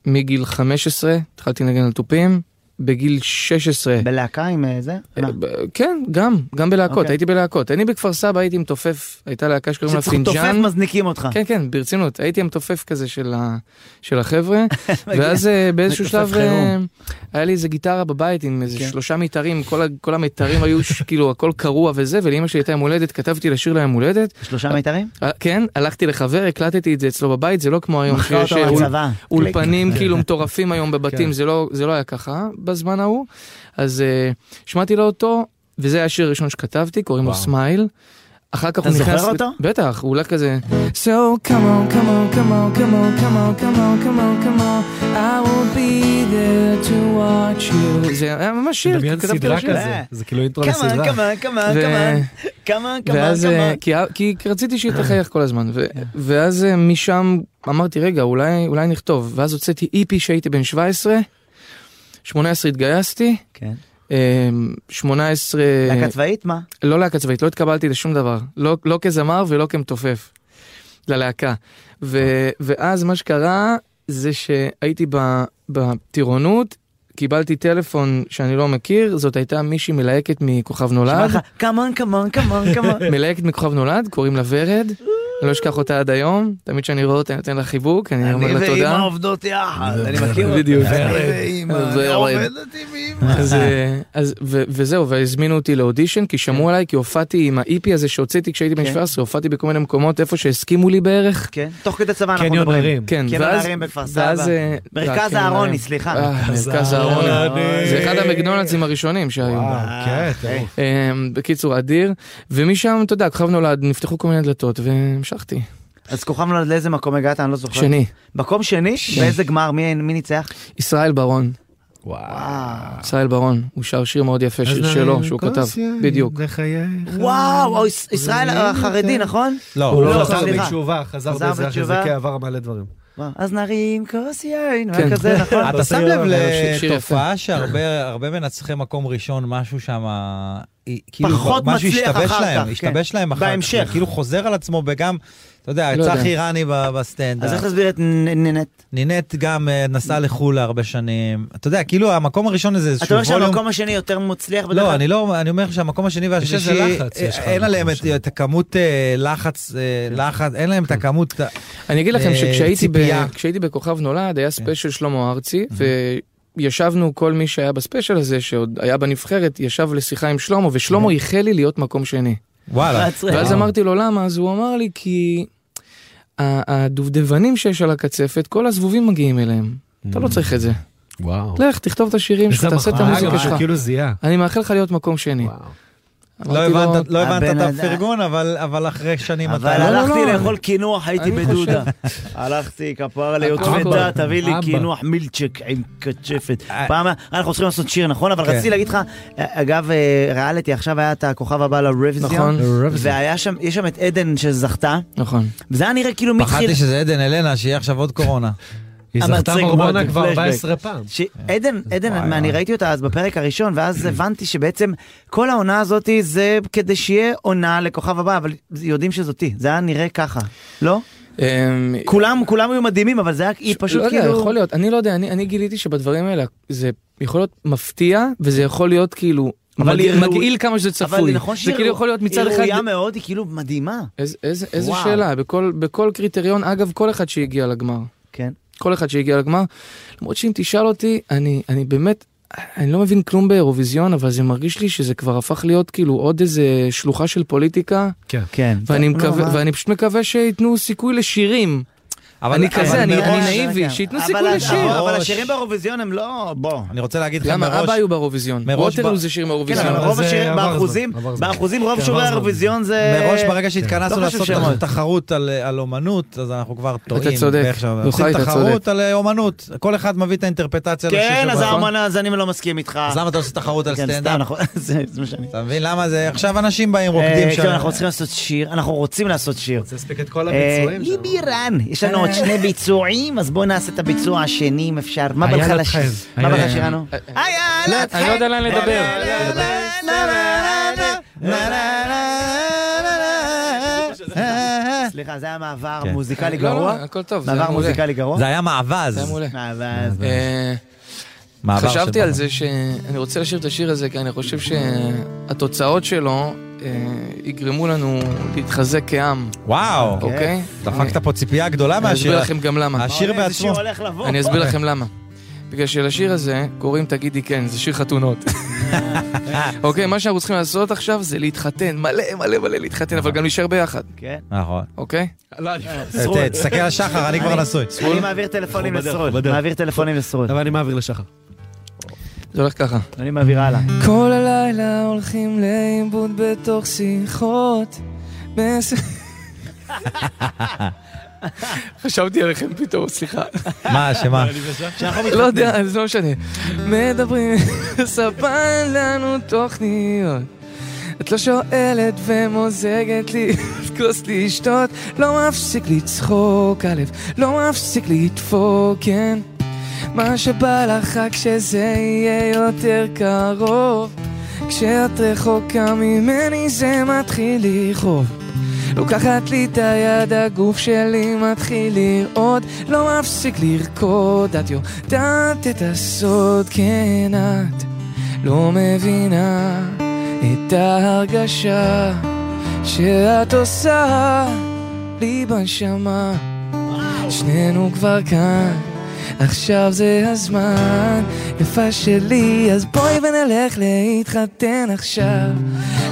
Speaker 7: מגיל 15, התחלתי לנגן על תופים, בגיל 16
Speaker 1: בלהקה עם אה, זה? מה?
Speaker 7: ב- כן, גם, גם בלהקות,
Speaker 1: אוקיי.
Speaker 7: הייתי בלהקות. אני בכפר סבא הייתי מתופף, הייתה להקה שקוראים לה
Speaker 1: כשצריך תופף
Speaker 7: פינג'אן.
Speaker 1: מזניקים אותך.
Speaker 7: כן, כן, ברצינות. הייתי המתופף כזה של, ה... של החבר'ה, ואז אה, באיזשהו
Speaker 1: מתופף
Speaker 7: שלב אה,
Speaker 1: חירום.
Speaker 7: היה לי איזה גיטרה בבית עם איזה
Speaker 1: כן.
Speaker 7: שלושה מיתרים, כל, ה... כל המיתרים היו ש- כאילו הכל קרוע וזה, ולאמא שלי הייתה יום הולדת, כתבתי לה שיר ליום הולדת.
Speaker 1: שלושה מיתרים?
Speaker 7: אה, כן, הלכתי לחבר, הקלטתי את זה אצלו בבית, זה לא כמו היום
Speaker 1: מכרה
Speaker 7: שיש
Speaker 1: אותו כן.
Speaker 7: אה, אול-
Speaker 1: מהצבא.
Speaker 7: אולפנים כאילו מטורפים היום בבתים, זה לא- זה לא היה ככה בזמן ההוא. אז אה, שמעתי לו אותו, וזה היה השיר הראשון שכתבתי, קוראים לו סמייל. אחר כך
Speaker 1: אתה
Speaker 7: הוא נכנס...
Speaker 1: זוכר אותו?
Speaker 7: בטח, הוא הולך כזה... So come on, come on, come on, come on, come on, come on, come on, come on, I will be there to watch you. זה היה ממש שיר,
Speaker 3: דמיין
Speaker 7: כתבתי לו
Speaker 3: סדרה
Speaker 7: שיר.
Speaker 3: כזה, זה כאילו אינטרו
Speaker 1: כמה,
Speaker 3: לסדרה.
Speaker 1: כמה, כמה,
Speaker 7: לא, ו-
Speaker 1: כמה, כמה, כמה,
Speaker 7: ואז,
Speaker 1: כמה. כן.
Speaker 7: אה, כי, כי רציתי שהיא תחייך כל הזמן, ו, ואז אה, משם אמרתי, רגע, אולי, אולי נכתוב, ואז הוצאתי איפי שהייתי בן 17, 18 התגייסתי,
Speaker 1: כן.
Speaker 7: אה, 18,
Speaker 1: להקה צבאית? מה?
Speaker 7: לא להקה צבאית, לא התקבלתי לשום דבר, לא, לא כזמר ולא כמתופף, ללהקה. ו, ואז מה שקרה זה שהייתי ב- בטירונות, קיבלתי טלפון שאני לא מכיר, זאת הייתה מישהי מלהקת מכוכב
Speaker 1: אמר
Speaker 7: נולד.
Speaker 1: לך, כמון, כמון, כמון, כמון.
Speaker 7: מלהקת מכוכב נולד, קוראים לה ורד. אני לא אשכח אותה עד היום, תמיד כשאני רואה אותה אני נותן לה חיבוק, אני אומר לה
Speaker 1: ואימא
Speaker 7: תודה.
Speaker 1: עובדות יחד, אני מכיר אותה.
Speaker 7: בדיוק.
Speaker 1: אני
Speaker 7: ורד.
Speaker 1: ואימא, עובדת עם אימא.
Speaker 7: אז, אה, אז ו- וזהו, והזמינו אותי לאודישן, כי שמעו עליי, כי הופעתי עם האיפי הזה שהוצאתי כשהייתי בן
Speaker 1: כן.
Speaker 7: 17, הופעתי בכל מיני מקומות איפה שהסכימו לי בערך.
Speaker 1: כן, תוך כדי צבא אנחנו
Speaker 3: קניון
Speaker 1: מדברים.
Speaker 3: ערים.
Speaker 7: כן,
Speaker 1: קניון
Speaker 7: ואז...
Speaker 1: הערים בכפר
Speaker 7: ואז,
Speaker 1: סבא.
Speaker 7: אה,
Speaker 1: מרכז
Speaker 7: כן,
Speaker 1: אהרוני,
Speaker 7: הערים.
Speaker 1: סליחה.
Speaker 7: אה, מרכז אהרוני. זה אחד המקדונלדסים הראשונים שהיו.
Speaker 1: וואו,
Speaker 3: כן,
Speaker 1: אוקיי.
Speaker 3: טירוף.
Speaker 7: אמ, בקיצור, אדיר. ומשם, אתה יודע, כוכב נולד, נפתחו כל מיני דלתות, והמשכתי.
Speaker 1: אז כוכב נולד לאיזה מקום הגעת? אני לא זוכר.
Speaker 7: שני,
Speaker 1: מקום שני? באיזה גמר? מי מי ניצח?
Speaker 7: ישראל ברון.
Speaker 1: וואו.
Speaker 7: ישראל ברון, הוא שר שיר מאוד יפה שיר שלו, שהוא כתב. בדיו
Speaker 3: בחייך.
Speaker 1: וואו, אוי, יש- ישראל החרדי, נכון?
Speaker 2: לא,
Speaker 3: הוא לא
Speaker 1: לא,
Speaker 3: חזר
Speaker 1: סליחה.
Speaker 3: בתשובה, חזר
Speaker 1: חזר
Speaker 3: באיזה אחרי זה
Speaker 1: בתשובה.
Speaker 3: כעבר מלא דברים.
Speaker 1: וואו, אז נרים כוס יין, מה
Speaker 7: כן.
Speaker 1: כזה, נכון?
Speaker 2: אתה שם לב
Speaker 7: שיר- שיר
Speaker 2: לתופעה שהרבה הרבה מנצחי מקום ראשון, משהו שם, היא- כאילו
Speaker 1: פחות
Speaker 2: משהו
Speaker 1: מצליח
Speaker 2: השתבש
Speaker 1: אחר
Speaker 2: להם,
Speaker 1: כך, כן.
Speaker 2: השתבש להם אחר כך,
Speaker 1: בהמשך.
Speaker 2: כאילו חוזר על עצמו וגם, אתה יודע,
Speaker 7: לא יודע.
Speaker 2: צחי רני ב-
Speaker 1: אז איך
Speaker 2: בסטנדאפ,
Speaker 1: תסביר את נ- ננט?
Speaker 2: נינט גם אה, נסעה לחו"ל הרבה שנים, אתה יודע, כאילו המקום הראשון הזה
Speaker 1: אתה
Speaker 2: איזשהו
Speaker 1: אומר
Speaker 2: ווליום,
Speaker 1: שהמקום השני יותר מצליח בדרך
Speaker 2: לא,
Speaker 1: כלל?
Speaker 2: אני לא, אני אומר שהמקום השני
Speaker 3: איזה
Speaker 2: והשלישי,
Speaker 3: לחץ
Speaker 2: אה,
Speaker 3: יש לך
Speaker 2: אין
Speaker 3: על
Speaker 2: עליהם
Speaker 3: המקום
Speaker 2: את
Speaker 3: השני.
Speaker 2: את הכמות אה, לחץ, אה, לחץ, אין להם את הכמות,
Speaker 7: כן. אני אגיד לכם
Speaker 2: אה,
Speaker 7: שכשהייתי ב-
Speaker 2: ציפייה. כן.
Speaker 7: כשהייתי בכוכב נולד, היה ספיישל שלמה ארצי, וישבנו, כל מי שהיה בספיישל הזה, שעוד היה בנבחרת, ישב לשיחה עם שלמה, ושלמה ייחל לי להיות מקום שני.
Speaker 2: וואלה.
Speaker 7: ואז
Speaker 1: וואו.
Speaker 7: אמרתי לו למה, אז הוא אמר לי כי ה- הדובדבנים שיש על הקצפת, כל הזבובים מגיעים אליהם. אתה לא צריך את זה.
Speaker 3: וואו.
Speaker 7: לך, תכתוב את השירים שלך, תעשה את המוזיקה שלך.
Speaker 3: כאילו זיהה.
Speaker 7: אני מאחל לך להיות מקום שני.
Speaker 3: וואו.
Speaker 2: לא
Speaker 7: אמרתי לו,
Speaker 2: הבנת, לא הבנת
Speaker 1: הבן
Speaker 2: את
Speaker 1: אדם-
Speaker 2: הפרגון, אבל, אבל אחרי שנים
Speaker 1: אבל
Speaker 2: אתה...
Speaker 7: לא, לא,
Speaker 1: הלכתי
Speaker 7: לא.
Speaker 1: לאכול קינוח, הייתי
Speaker 7: אני
Speaker 1: בדודה. הלכתי כפר
Speaker 7: אבא.
Speaker 1: ליוטבתה, תביא לי
Speaker 3: אבא.
Speaker 1: קינוח מילצ'ק עם קצפת.
Speaker 2: אה.
Speaker 1: פעם, אנחנו צריכים לעשות שיר, נכון? אבל
Speaker 2: כן.
Speaker 1: רציתי להגיד לך, אגב, אה, ריאליטי, עכשיו היה את הכוכב הבא לאירוויזיון.
Speaker 7: נכון,
Speaker 1: והיה שם, יש שם את עדן שזכתה,
Speaker 7: נכון.
Speaker 1: וזה היה נראה כאילו
Speaker 2: פחדתי
Speaker 1: מתחיל...
Speaker 2: שזה עדן אלנה, שיהיה עכשיו עוד קורונה.
Speaker 3: היא
Speaker 1: המצג
Speaker 3: זכתה
Speaker 1: מאוד,
Speaker 3: בהורמונה כבר
Speaker 1: פלשבק.
Speaker 3: 14 פעם.
Speaker 1: ש-
Speaker 2: כן.
Speaker 1: עדן, עדן,
Speaker 3: וואי,
Speaker 1: אני
Speaker 3: וואי.
Speaker 1: ראיתי אותה אז בפרק הראשון, ואז הבנתי שבעצם כל העונה הזאת זה כדי שיהיה עונה לכוכב הבא, אבל יודעים שזאתי, זה היה נראה ככה, לא?
Speaker 7: אמ,
Speaker 1: כולם, כולם היו מדהימים, אבל זה היה, היא פשוט
Speaker 7: לא יודע,
Speaker 1: כאילו...
Speaker 7: יכול להיות, אני לא יודע, אני אני גיליתי שבדברים האלה זה יכול להיות מפתיע, וזה יכול להיות כאילו
Speaker 1: אבל היא
Speaker 7: מגעיל-
Speaker 1: ראו-
Speaker 7: מגעיל כמה שזה
Speaker 1: אבל
Speaker 7: צפוי.
Speaker 1: נכון
Speaker 7: זה כאילו יכול להיות מצד
Speaker 1: היא
Speaker 7: אחד...
Speaker 1: ראויה מאוד, היא כאילו מדהימה.
Speaker 7: איזה- איזה איזה
Speaker 1: וואו.
Speaker 7: שאלה, בכל- בכל קריטריון, אגב, כל אחד שהגיע לגמר.
Speaker 1: כן.
Speaker 7: כל אחד שהגיע לגמר. למרות שאם תשאל אותי, אני, אני באמת, אני לא מבין כלום באירוויזיון, אבל זה מרגיש לי שזה כבר הפך להיות כאילו עוד איזה שלוחה של פוליטיקה,
Speaker 1: כן.
Speaker 7: ואני,
Speaker 1: לא,
Speaker 7: מקווה,
Speaker 1: מה?
Speaker 7: ואני פשוט מקווה שייתנו סיכוי לשירים.
Speaker 2: אבל
Speaker 7: אני כזה, אני-
Speaker 2: מראש-
Speaker 7: אני
Speaker 1: כן.
Speaker 7: נאיבי, שייתנו סיכוי
Speaker 1: אבל-
Speaker 7: לשיר.
Speaker 1: אבל
Speaker 2: מראש.
Speaker 1: השירים באירוויזיון הם לא... בוא.
Speaker 2: אני רוצה להגיד לך
Speaker 7: למה
Speaker 2: מראש,
Speaker 7: אבא היו באירוויזיון,
Speaker 2: מראש
Speaker 7: ווטרלו
Speaker 2: ב-
Speaker 7: זה שיר
Speaker 1: כן,
Speaker 7: מאירוויזיון.
Speaker 1: אבל
Speaker 3: אבל
Speaker 1: רוב
Speaker 3: זה
Speaker 1: השירים
Speaker 3: עבר זמן,
Speaker 1: באחוזים,
Speaker 3: עבר זמן.
Speaker 1: באחוזים רוב
Speaker 3: כן,
Speaker 1: שירי
Speaker 3: עבר זמן.
Speaker 1: האירוויזיון זה...
Speaker 2: מראש ברגע
Speaker 1: לא
Speaker 2: שהתכנסנו
Speaker 1: חשוב
Speaker 2: לעשות
Speaker 1: שמות.
Speaker 2: תחרות על- אה, על אומנות, אז אנחנו כבר טועים.
Speaker 7: צודק.
Speaker 2: באיך שאנחנו-
Speaker 7: יוחאי,
Speaker 2: עושים
Speaker 7: אתה
Speaker 2: תחרות על אה, אומנות, כל אחד מביא את האינטרפטציה לשיר
Speaker 1: כן,
Speaker 2: שלו.
Speaker 1: אז
Speaker 2: נכון?
Speaker 1: האמן אז אני לא מסכים איתך.
Speaker 2: אז למה אתה עושה תחרות על
Speaker 1: כן, סתם,
Speaker 2: סטנדאפ?
Speaker 1: נכון, זה זה מה שאני...
Speaker 2: אתה מבין למה זה? עכשיו אנשים באים, רוקדים
Speaker 1: אה,
Speaker 2: שם.
Speaker 1: כן, אנחנו צריכים לעשות שיר, אנחנו רוצים לעשות שיר.
Speaker 3: זה הספיק את כל
Speaker 1: אה,
Speaker 3: הביצועים שם.
Speaker 1: ליבי רן, יש לנו עוד שני ביצועים, אז בואו נעשה את הביצוע השני אם אפשר. מה
Speaker 3: איילת
Speaker 1: בלך לש...
Speaker 3: חן.
Speaker 1: מה
Speaker 3: איילת
Speaker 1: בלך
Speaker 3: חן.
Speaker 1: שלנו? איילת
Speaker 7: אני לא יודע לאן לדבר.
Speaker 1: סליחה, זה היה מעבר
Speaker 2: כן.
Speaker 1: מוזיקלי
Speaker 7: לא, לא,
Speaker 1: גרוע.
Speaker 7: הכל טוב, זה היה
Speaker 1: מעבר
Speaker 7: מעולה.
Speaker 1: מוזיקלי גרוע.
Speaker 2: זה היה מאבז.
Speaker 7: נכון. זה היה מעולה.
Speaker 1: אה, ואז-
Speaker 7: אה,
Speaker 2: מעבר
Speaker 7: חשבתי
Speaker 2: של-
Speaker 7: על זה שאני רוצה לשיר את השיר הזה, כי אני חושב שהתוצאות שלו אה, יגרמו לנו להתחזק כעם,
Speaker 2: וואו,
Speaker 7: אוקיי?
Speaker 2: דפקת פה ציפייה גדולה
Speaker 7: אני
Speaker 2: מהשיר.
Speaker 7: אסביר לכם גם למה.
Speaker 2: השיר
Speaker 1: איזה
Speaker 2: בעצמו.
Speaker 1: שיר הולך לבוא.
Speaker 7: אני אסביר לכם למה. בגלל שלשיר הזה קוראים תגידי כן, זה שיר חתונות. אוקיי, מה שאנחנו צריכים לעשות עכשיו זה להתחתן, מלא מלא מלא להתחתן, אבל גם להישאר ביחד,
Speaker 1: כן.
Speaker 2: נכון.
Speaker 7: אוקיי?
Speaker 3: אה,
Speaker 1: שרוד.
Speaker 2: ת- תסתכל על שחר, אני כבר נשוי.
Speaker 1: אה, אני מעביר טלפונים לשרוד. מעביר טלפונים לשרוד.
Speaker 3: אבל אני מעביר לשחר.
Speaker 7: זה הולך ככה.
Speaker 1: אני מעביר הלאה.
Speaker 7: כל הלילה הולכים לאיבוד בתוך שיחות. מס- חשבתי עליכם פתאום, סליחה.
Speaker 2: מה, שמה?
Speaker 7: לא יודע, אז לא משנה. מדברים, ספן לנו תוכניות. את לא שואלת ומוזגת לי כוס לשתות, לא מפסיק לצחוק, א', לא מפסיק לדפוק, כן. מה שבא לך רק שזה יהיה יותר קרוב, כשאת רחוקה ממני זה מתחיל לכאוב.
Speaker 8: לוקחת לי את היד, הגוף שלי מתחיל לרעוד, לא מפסיק לרקוד, את יודעת את הסוד, כן את לא מבינה את ההרגשה שאת עושה לי בנשמה. שנינו כבר כאן, עכשיו זה הזמן, יפה שלי, אז בואי ונלך להתחתן עכשיו.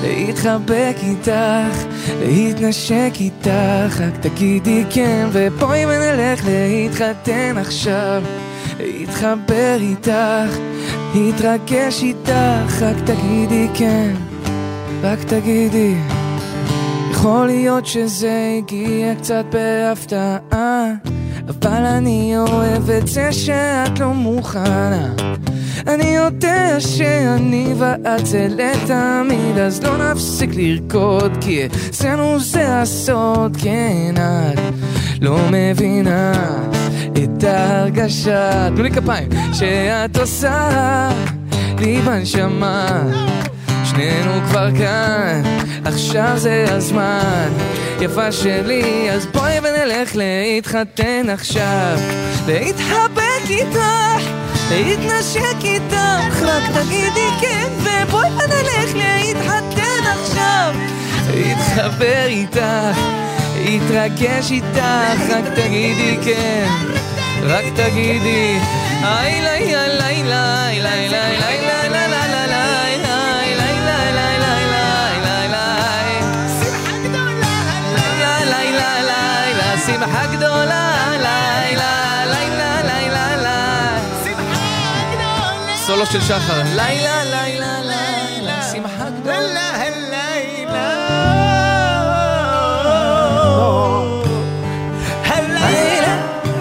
Speaker 8: להתחבק איתך, להתנשק איתך, רק תגידי כן, ובואי ונלך להתחתן עכשיו. להתחבר איתך, להתרגש איתך, רק תגידי כן, רק תגידי. יכול להיות שזה הגיע קצת בהפתעה, אבל אני אוהב את זה שאת לא מוכנה. אני יודע שאני ואת זה לתמיד, אז לא נפסיק לרקוד, כי אצלנו זה הסוד, כן את לא מבינה את ההרגשה. תנו לי כפיים. שאת עושה לי בנשמה. שנינו כבר כאן, עכשיו זה הזמן. יפה שלי, אז בואי ונלך להתחתן עכשיו. להתחבק איתך, להתנשק איתך, רק תגידי כן, ובואי ונלך להתחתן עכשיו. להתחבר איתך, להתרגש איתך, רק תגידי כן, רק תגידי. איי, ליי, איי, ליי, ליי, ליי, ליי, ליי, ליי, ליי, ליי, ליי, ליי, ליי, ליי, ליי, ליי, ליי, ליי. ליי, ליי, ליי, ליי, ליי, שמחה גדולה, ליי, ליי, ליי, ליי, ליי, ליי, ליי. סולו של שחר. ליי, ליי, ליי, ליי, ליי, ליי, שמחה גדולה. לא.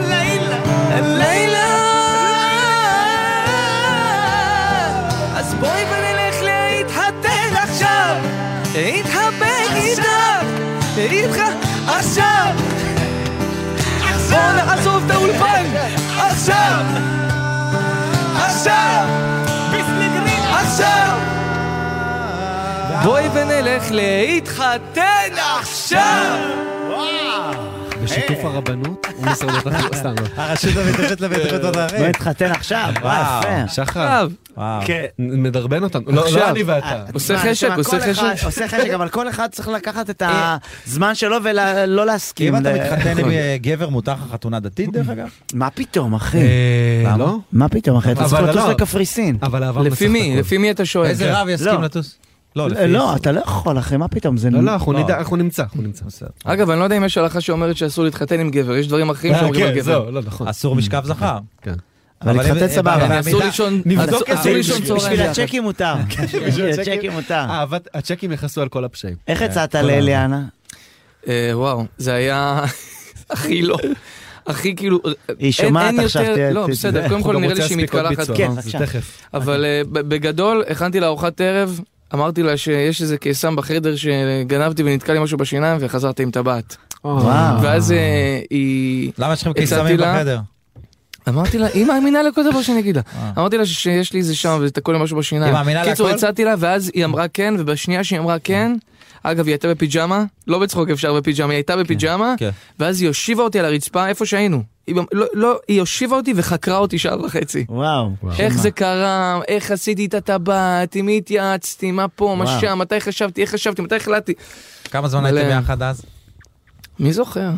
Speaker 8: לילה, לילה. אז בואי ונלך להתחתן עכשיו, להתחבק איתך, איתך עכשיו. בואו נעזוב את האולפן, עכשיו, עכשיו, עכשיו. בואי ונלך להתחתן עכשיו!
Speaker 3: בשיתוף
Speaker 1: אה.
Speaker 3: הרבנות ומשרד התחבורה, סתם לא.
Speaker 7: הרשות המתנגדת לבטיחות
Speaker 1: בוא
Speaker 7: בדרכים.
Speaker 1: נתחתן עכשיו, וואו,
Speaker 7: וואו.
Speaker 1: יפה.
Speaker 3: שחר,
Speaker 7: וואו.
Speaker 1: כן.
Speaker 3: נ- מדרבן אותנו. לא, לא
Speaker 8: עכשיו.
Speaker 3: אני ואתה.
Speaker 8: עושה
Speaker 1: מה,
Speaker 8: חשק,
Speaker 1: תשמע,
Speaker 8: עושה
Speaker 1: כל אחד-
Speaker 8: חשק.
Speaker 1: עושה חשק, אבל כל אחד צריך לקחת את הזמן שלו ולא להסכים.
Speaker 7: אם אתה
Speaker 1: ל-
Speaker 7: מתחתן עם אה, גבר, מותר לך חתונה דתית דרך אגב?
Speaker 1: מה פתאום, אחי?
Speaker 3: אה,
Speaker 7: למה?
Speaker 3: לא?
Speaker 1: מה פתאום, אחי? אתה
Speaker 3: אבל
Speaker 1: צריך לטוס
Speaker 3: לא.
Speaker 1: לקפריסין.
Speaker 3: אבל אהבה מנצחת
Speaker 8: לפי מי?
Speaker 3: הכל.
Speaker 8: לפי מי אתה שואל?
Speaker 3: כן.
Speaker 7: איזה רב יסכים
Speaker 1: לא.
Speaker 7: לטוס?
Speaker 3: אה,
Speaker 1: לא, אתה לא יכול, אחי, מה פתאום? זה...
Speaker 3: לא, לא, אנחנו
Speaker 7: לא.
Speaker 3: נדע, אנחנו נמצא, אנחנו נמצא.
Speaker 8: אגב, אני לא יודע אם יש הלכה שאומרת שאסור להתחתן עם גבר, יש דברים אחרים שאומרים על
Speaker 3: כן,
Speaker 8: גבר.
Speaker 3: זהו, לא, נכון. כן.
Speaker 7: אסור משכב זכר.
Speaker 1: אבל
Speaker 7: אבל
Speaker 3: אה,
Speaker 1: להתחתן
Speaker 7: אם-
Speaker 1: סבבה.
Speaker 7: אבל-
Speaker 8: אסור
Speaker 7: המידע-
Speaker 8: לישון
Speaker 3: נבדוק
Speaker 8: אסור-
Speaker 3: את זה.
Speaker 8: אסור לישון
Speaker 3: בשביל-
Speaker 8: צהריים.
Speaker 1: בשביל הצ'קים מותר. בשביל הצ'קים מותר.
Speaker 3: אהבת, הצ'קים יכסו על כל הפשעים.
Speaker 1: איך הצעת לאליאנה?
Speaker 8: אה, וואו, זה היה הכי לא. הכי כאילו,
Speaker 1: היא
Speaker 8: אין,
Speaker 1: שומעת
Speaker 8: אין
Speaker 1: עכשיו.
Speaker 8: יותר,
Speaker 1: תהיה-
Speaker 8: לא
Speaker 1: ת-
Speaker 8: בסדר, קודם כל נראה לי שהיא מתקלחת,
Speaker 1: כן,
Speaker 3: זה
Speaker 1: בבקשה.
Speaker 3: תכף.
Speaker 8: אבל אה, ב- בגדול הכנתי לה ארוחת ערב, אמרתי לה שיש איזה קיסם בחדר שגנבתי ונתקע לי משהו בשיניים וחזרתי עם טבעת.
Speaker 1: וואו.
Speaker 8: ואז אה, היא,
Speaker 7: למה יש לכם
Speaker 8: הצעתי
Speaker 7: קיסמים
Speaker 8: לה-
Speaker 7: בחדר?
Speaker 8: אמרתי לה, היא מאמינה לכל דבר שאני אגיד לה. אמרתי לה שיש לי איזה שם ותקוע לי משהו בשיניים.
Speaker 7: אה. היא מאמינה
Speaker 8: קיצור,
Speaker 7: להכל?
Speaker 8: הצעתי לה, ואז היא אמרה כן, ובשנייה שהיא אמרה כן, אגב, היא הייתה בפיג'מה, לא בצחוק אפשר בפיג'מה, היא הייתה בפיג'מה,
Speaker 7: כן.
Speaker 8: ואז היא הושיבה אותי על הרצפה איפה שהיינו. היא במ- לא- לא, היא הושיבה אותי וחקרה אותי שעה וחצי.
Speaker 1: וואו.
Speaker 8: איך זה קרה, איך עשיתי את הטבעת, עם מי התייעצתי, מה פה, מה
Speaker 1: וואו.
Speaker 8: שם, מתי חשבתי, איך חשבתי, מתי החלטתי.
Speaker 7: כמה זמן
Speaker 8: מלא.
Speaker 7: הייתם ביחד אז?
Speaker 8: מי זוכר?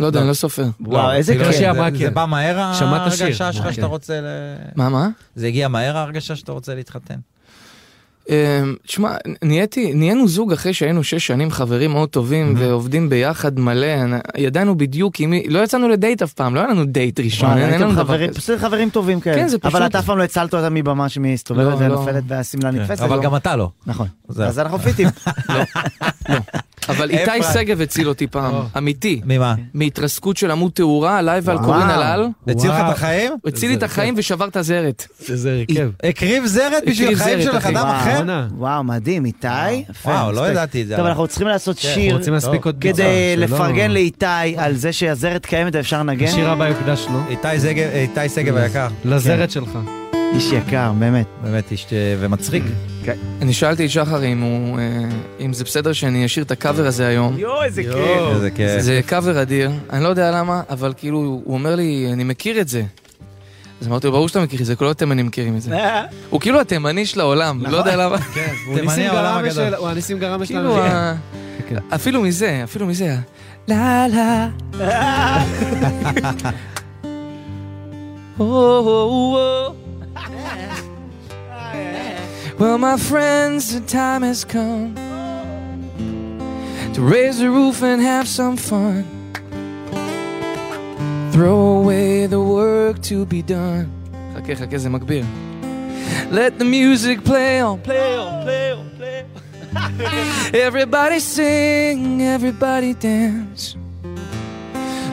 Speaker 8: לא יודע, אני לא סופר.
Speaker 1: אה. וואו, איזה
Speaker 7: כאילו,
Speaker 1: כיף.
Speaker 7: זה-
Speaker 3: שהיא אמרה,
Speaker 7: זה
Speaker 3: כן.
Speaker 7: בא מהר
Speaker 3: שמעת שיר.
Speaker 7: ההרגשה
Speaker 3: כן.
Speaker 7: שלך שאתה רוצה ל...
Speaker 8: מה, מה?
Speaker 7: זה הגיע מהר ההרגשה שאתה רוצה להתחתן?
Speaker 8: אמ, תשמע, נהייתי, נהיינו זוג אחרי שהיינו שש שנים חברים מאוד טובים ועובדים ביחד מלא, אנ- ידענו בדיוק עם מי, לא יצאנו לדייט אף פעם, לא היה לנו דייט ראשון,
Speaker 1: וואו,
Speaker 8: אין- אין
Speaker 1: הייתם
Speaker 8: לנו דבר
Speaker 1: חברים-
Speaker 8: כזה.
Speaker 1: פשוט חברים טובים כאלה.
Speaker 8: כן, זה פשוט-
Speaker 1: אבל אתה אף פעם לא הצלת אותה מבמה שמסתובבת
Speaker 8: לא, לא.
Speaker 1: ונופלת והשמלה נתפסת.
Speaker 7: כן. אבל
Speaker 1: לא.
Speaker 7: גם אתה לא.
Speaker 1: נכון.
Speaker 7: זהו.
Speaker 1: אז אנחנו פיטים.
Speaker 8: לא. אבל איתי
Speaker 7: איפה?
Speaker 8: שגב הציל אותי פעם, אמיתי,
Speaker 7: ממה?
Speaker 8: מהתרסקות של עמוד תאורה עליי ועל
Speaker 1: וואו.
Speaker 8: קורין הלל,
Speaker 7: הציל לך את החיים? כן.
Speaker 8: הוא הציל לי את
Speaker 3: זה-
Speaker 8: החיים ושבר את הזרת.
Speaker 3: איזה הרכב.
Speaker 7: הקריב אה, זרת בשביל
Speaker 8: הקריב
Speaker 7: החיים
Speaker 8: זרת,
Speaker 7: של
Speaker 8: אחי.
Speaker 7: אדם
Speaker 1: וואו. נכון.
Speaker 7: אחר?
Speaker 3: עונה.
Speaker 1: וואו, מדהים, איתי. יפה,
Speaker 7: וואו, לא
Speaker 1: מספיק.
Speaker 7: ידעתי את זה.
Speaker 1: טוב,
Speaker 7: אבל- כן.
Speaker 1: אנחנו צריכים לעשות
Speaker 3: אנחנו
Speaker 1: שיר
Speaker 3: רוצים להספיק עוד ביצוע,
Speaker 1: כדי
Speaker 3: שלא-
Speaker 1: לפרגן לאיתי על זה שהזרת קיימת ואפשר לנגן.
Speaker 3: השיר הבא יוקדש לא? לו.
Speaker 7: איתי זגב- איתי שגב היקר.
Speaker 3: לזרת שלך.
Speaker 2: איש יקר, באמת.
Speaker 6: באמת איש אה, ומצחיק.
Speaker 8: כן. אני שאלתי את שחר אם הוא, אה, אם זה בסדר שאני אשאיר את הקאבר הזה היום.
Speaker 2: יואו, איזה
Speaker 3: יואו.
Speaker 1: כן,
Speaker 6: איזה כיף.
Speaker 8: זה קאבר אדיר, אני לא יודע למה, אבל כאילו, הוא אומר לי, אני מכיר את זה. אז אמרתי לו, ברור שאתה מכיר את זה, כל התימנים מכירים את זה. הוא כאילו התימני של העולם,
Speaker 6: נכון.
Speaker 8: לא יודע למה.
Speaker 6: כן,
Speaker 3: הוא ניסים גרמה של... הוא הניסים גרמה של...
Speaker 8: כאילו,
Speaker 3: האנשים.
Speaker 8: ה-
Speaker 3: כן.
Speaker 8: אפילו מזה, אפילו מזה. ה- לה לה. Well, my friends, the time has come to raise the roof and have some fun. Throw away the work to be done. חכה, חכה, זה מגביר. Let the music play on, play on, play on, play on. Everybody sing, everybody dance.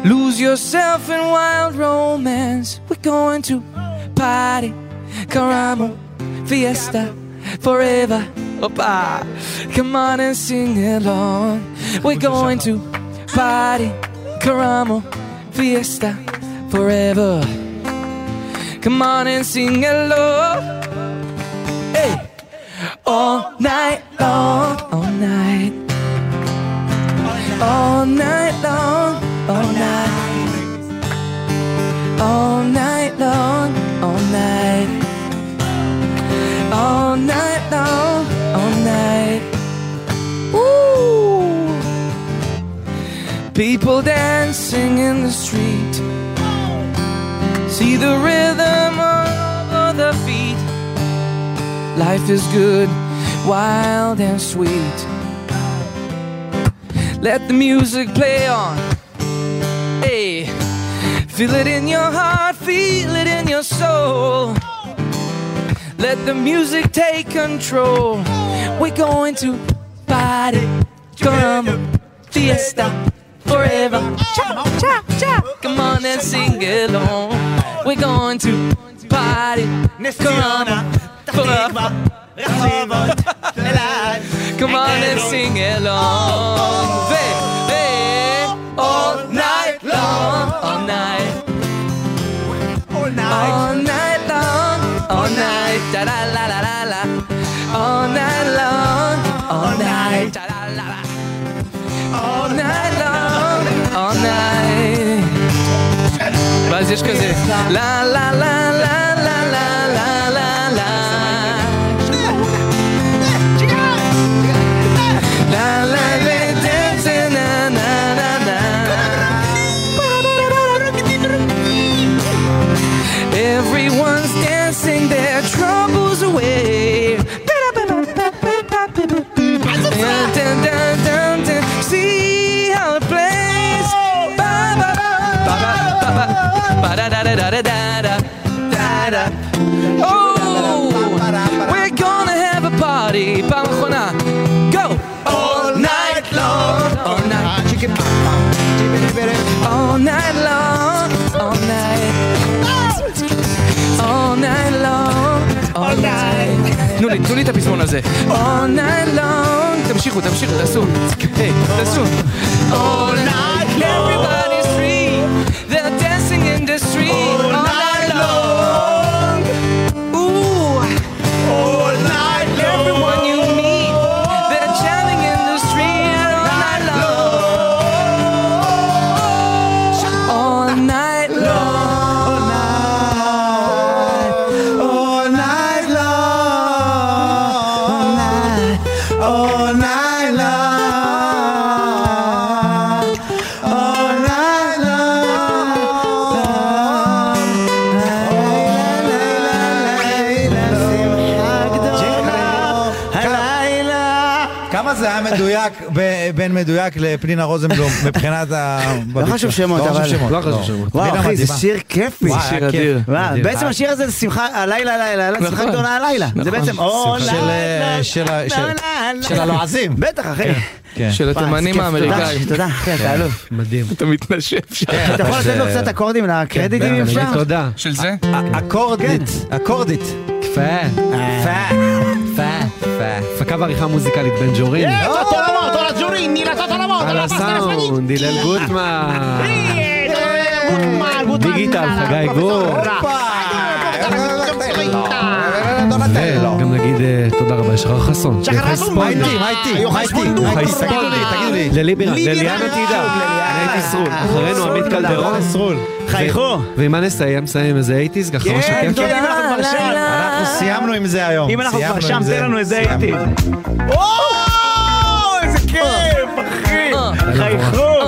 Speaker 8: Lose yourself in wild romance. We're going to party, caramba, fiesta, forever. Opa. Come on and sing along. We're going to party, caramba, fiesta, forever. Come on and sing along. Hey all night long, all night, all night long, all night, all night long, all night, all night long, all night. Woo! People dancing in the street. See the rhythm of the feet. Life is good, wild and sweet. Let the music play on. Hey, feel it in your heart, feel it in your soul. Let the music take control. We're going to party, come fiesta forever. Cha, cha, cha. Come on and sing along. We're going to party, come on, forever. Come on and sing along. Hey, hey, all night long, all night. oh, All night long, all night. Da la la la la la. All night long, all night. Da la la la. All night long, all night. ואז יש כזה לה לה לה לה לה לה לה לה לה La la la dance na na na na. Everyone's dancing their troubles away. Dun, dun, dun, dun, dun. See how it plays. Ba, ba, ba, ba, ba, ba, ba. Ba, da, da, da, da, da, da, da, da. Oh, we're gonna have a party. פעם אחרונה. Go! All night long, all night. All night long, all night. All night long, all night. תנו לי, תנו לי את הפזמון הזה. All night long. תמשיכו, תמשיכו, תעשו. היי, תעשו. All night long. Everybody's free. They're dancing in the street. All night long. Ooh. All night long. Everyone you meet. They're jamming in the street. All night long. All night long.
Speaker 6: כמה זה היה מדויק, ב- בין מדויק לפנינה רוזנבלום, מבחינת ה...
Speaker 2: לא חשוב שמות,
Speaker 6: לא חשוב
Speaker 2: אבל-
Speaker 6: שמות,
Speaker 3: לא חשוב שמות.
Speaker 2: וואו,
Speaker 6: פנינה
Speaker 2: אחי, זה
Speaker 6: מדהימה.
Speaker 2: שיר כיפי.
Speaker 6: וואי, היה
Speaker 8: שיר
Speaker 6: כיף.
Speaker 8: אדיר.
Speaker 2: וואו,
Speaker 3: מדהים.
Speaker 2: בעצם השיר הזה זה שמחה, הלילה, הלילה, הלילה, שמחה
Speaker 8: נכון.
Speaker 2: גדולה הלילה. זה
Speaker 8: נכון.
Speaker 2: בעצם, לא או,
Speaker 6: של-
Speaker 2: לילה,
Speaker 6: של-
Speaker 2: לילה,
Speaker 6: של-
Speaker 2: לילה.
Speaker 6: של הלועזים.
Speaker 2: בטח, אחי. וואי,
Speaker 6: כן.
Speaker 8: של
Speaker 2: איזה
Speaker 8: התימנים
Speaker 2: כיף, תודה,
Speaker 8: האמריקאים.
Speaker 2: תודה, אחי, אתה אלוף.
Speaker 3: מדהים.
Speaker 8: אתה מתנשף שם.
Speaker 2: אתה יכול לתת לו
Speaker 6: זה-
Speaker 2: קצת אקורדים לקרדיטים, אם
Speaker 3: תגיד
Speaker 2: אפשר?
Speaker 3: תודה.
Speaker 8: של זה?
Speaker 6: אקורדית, אקורדית.
Speaker 3: יפה.
Speaker 2: פאק.
Speaker 3: הפקה ועריכה מוזיקלית בן ג'ורין. על הסאונד, הלל גוטמן. דיגיטל, חגי גור.
Speaker 6: הופה!
Speaker 2: דונטלו.
Speaker 3: גם נגיד אה, תודה רבה לשחר חסון.
Speaker 2: מה איתי? מה איתי? מה איתי? מה איתי? תגידו לי, תגידו לי.
Speaker 1: לליבי- לליאנה תדע, אני הייתי סרול, אחרינו עמית קלדרון,
Speaker 2: סרול.
Speaker 6: חייכו.
Speaker 3: ועם מה נסיים? נסיים איזה אייטיז, ככה
Speaker 2: כן,
Speaker 3: ממש הכיף.
Speaker 6: תודה, אם אנחנו כבר שם.
Speaker 2: אנחנו סיימנו עם זה היום.
Speaker 6: אם אנחנו כבר
Speaker 2: סיימנו
Speaker 6: שם,
Speaker 2: עם זה.
Speaker 6: תן לנו איזה
Speaker 2: סיימנו.
Speaker 6: אייטיז. או, איזה כיף, אחי. חייכו.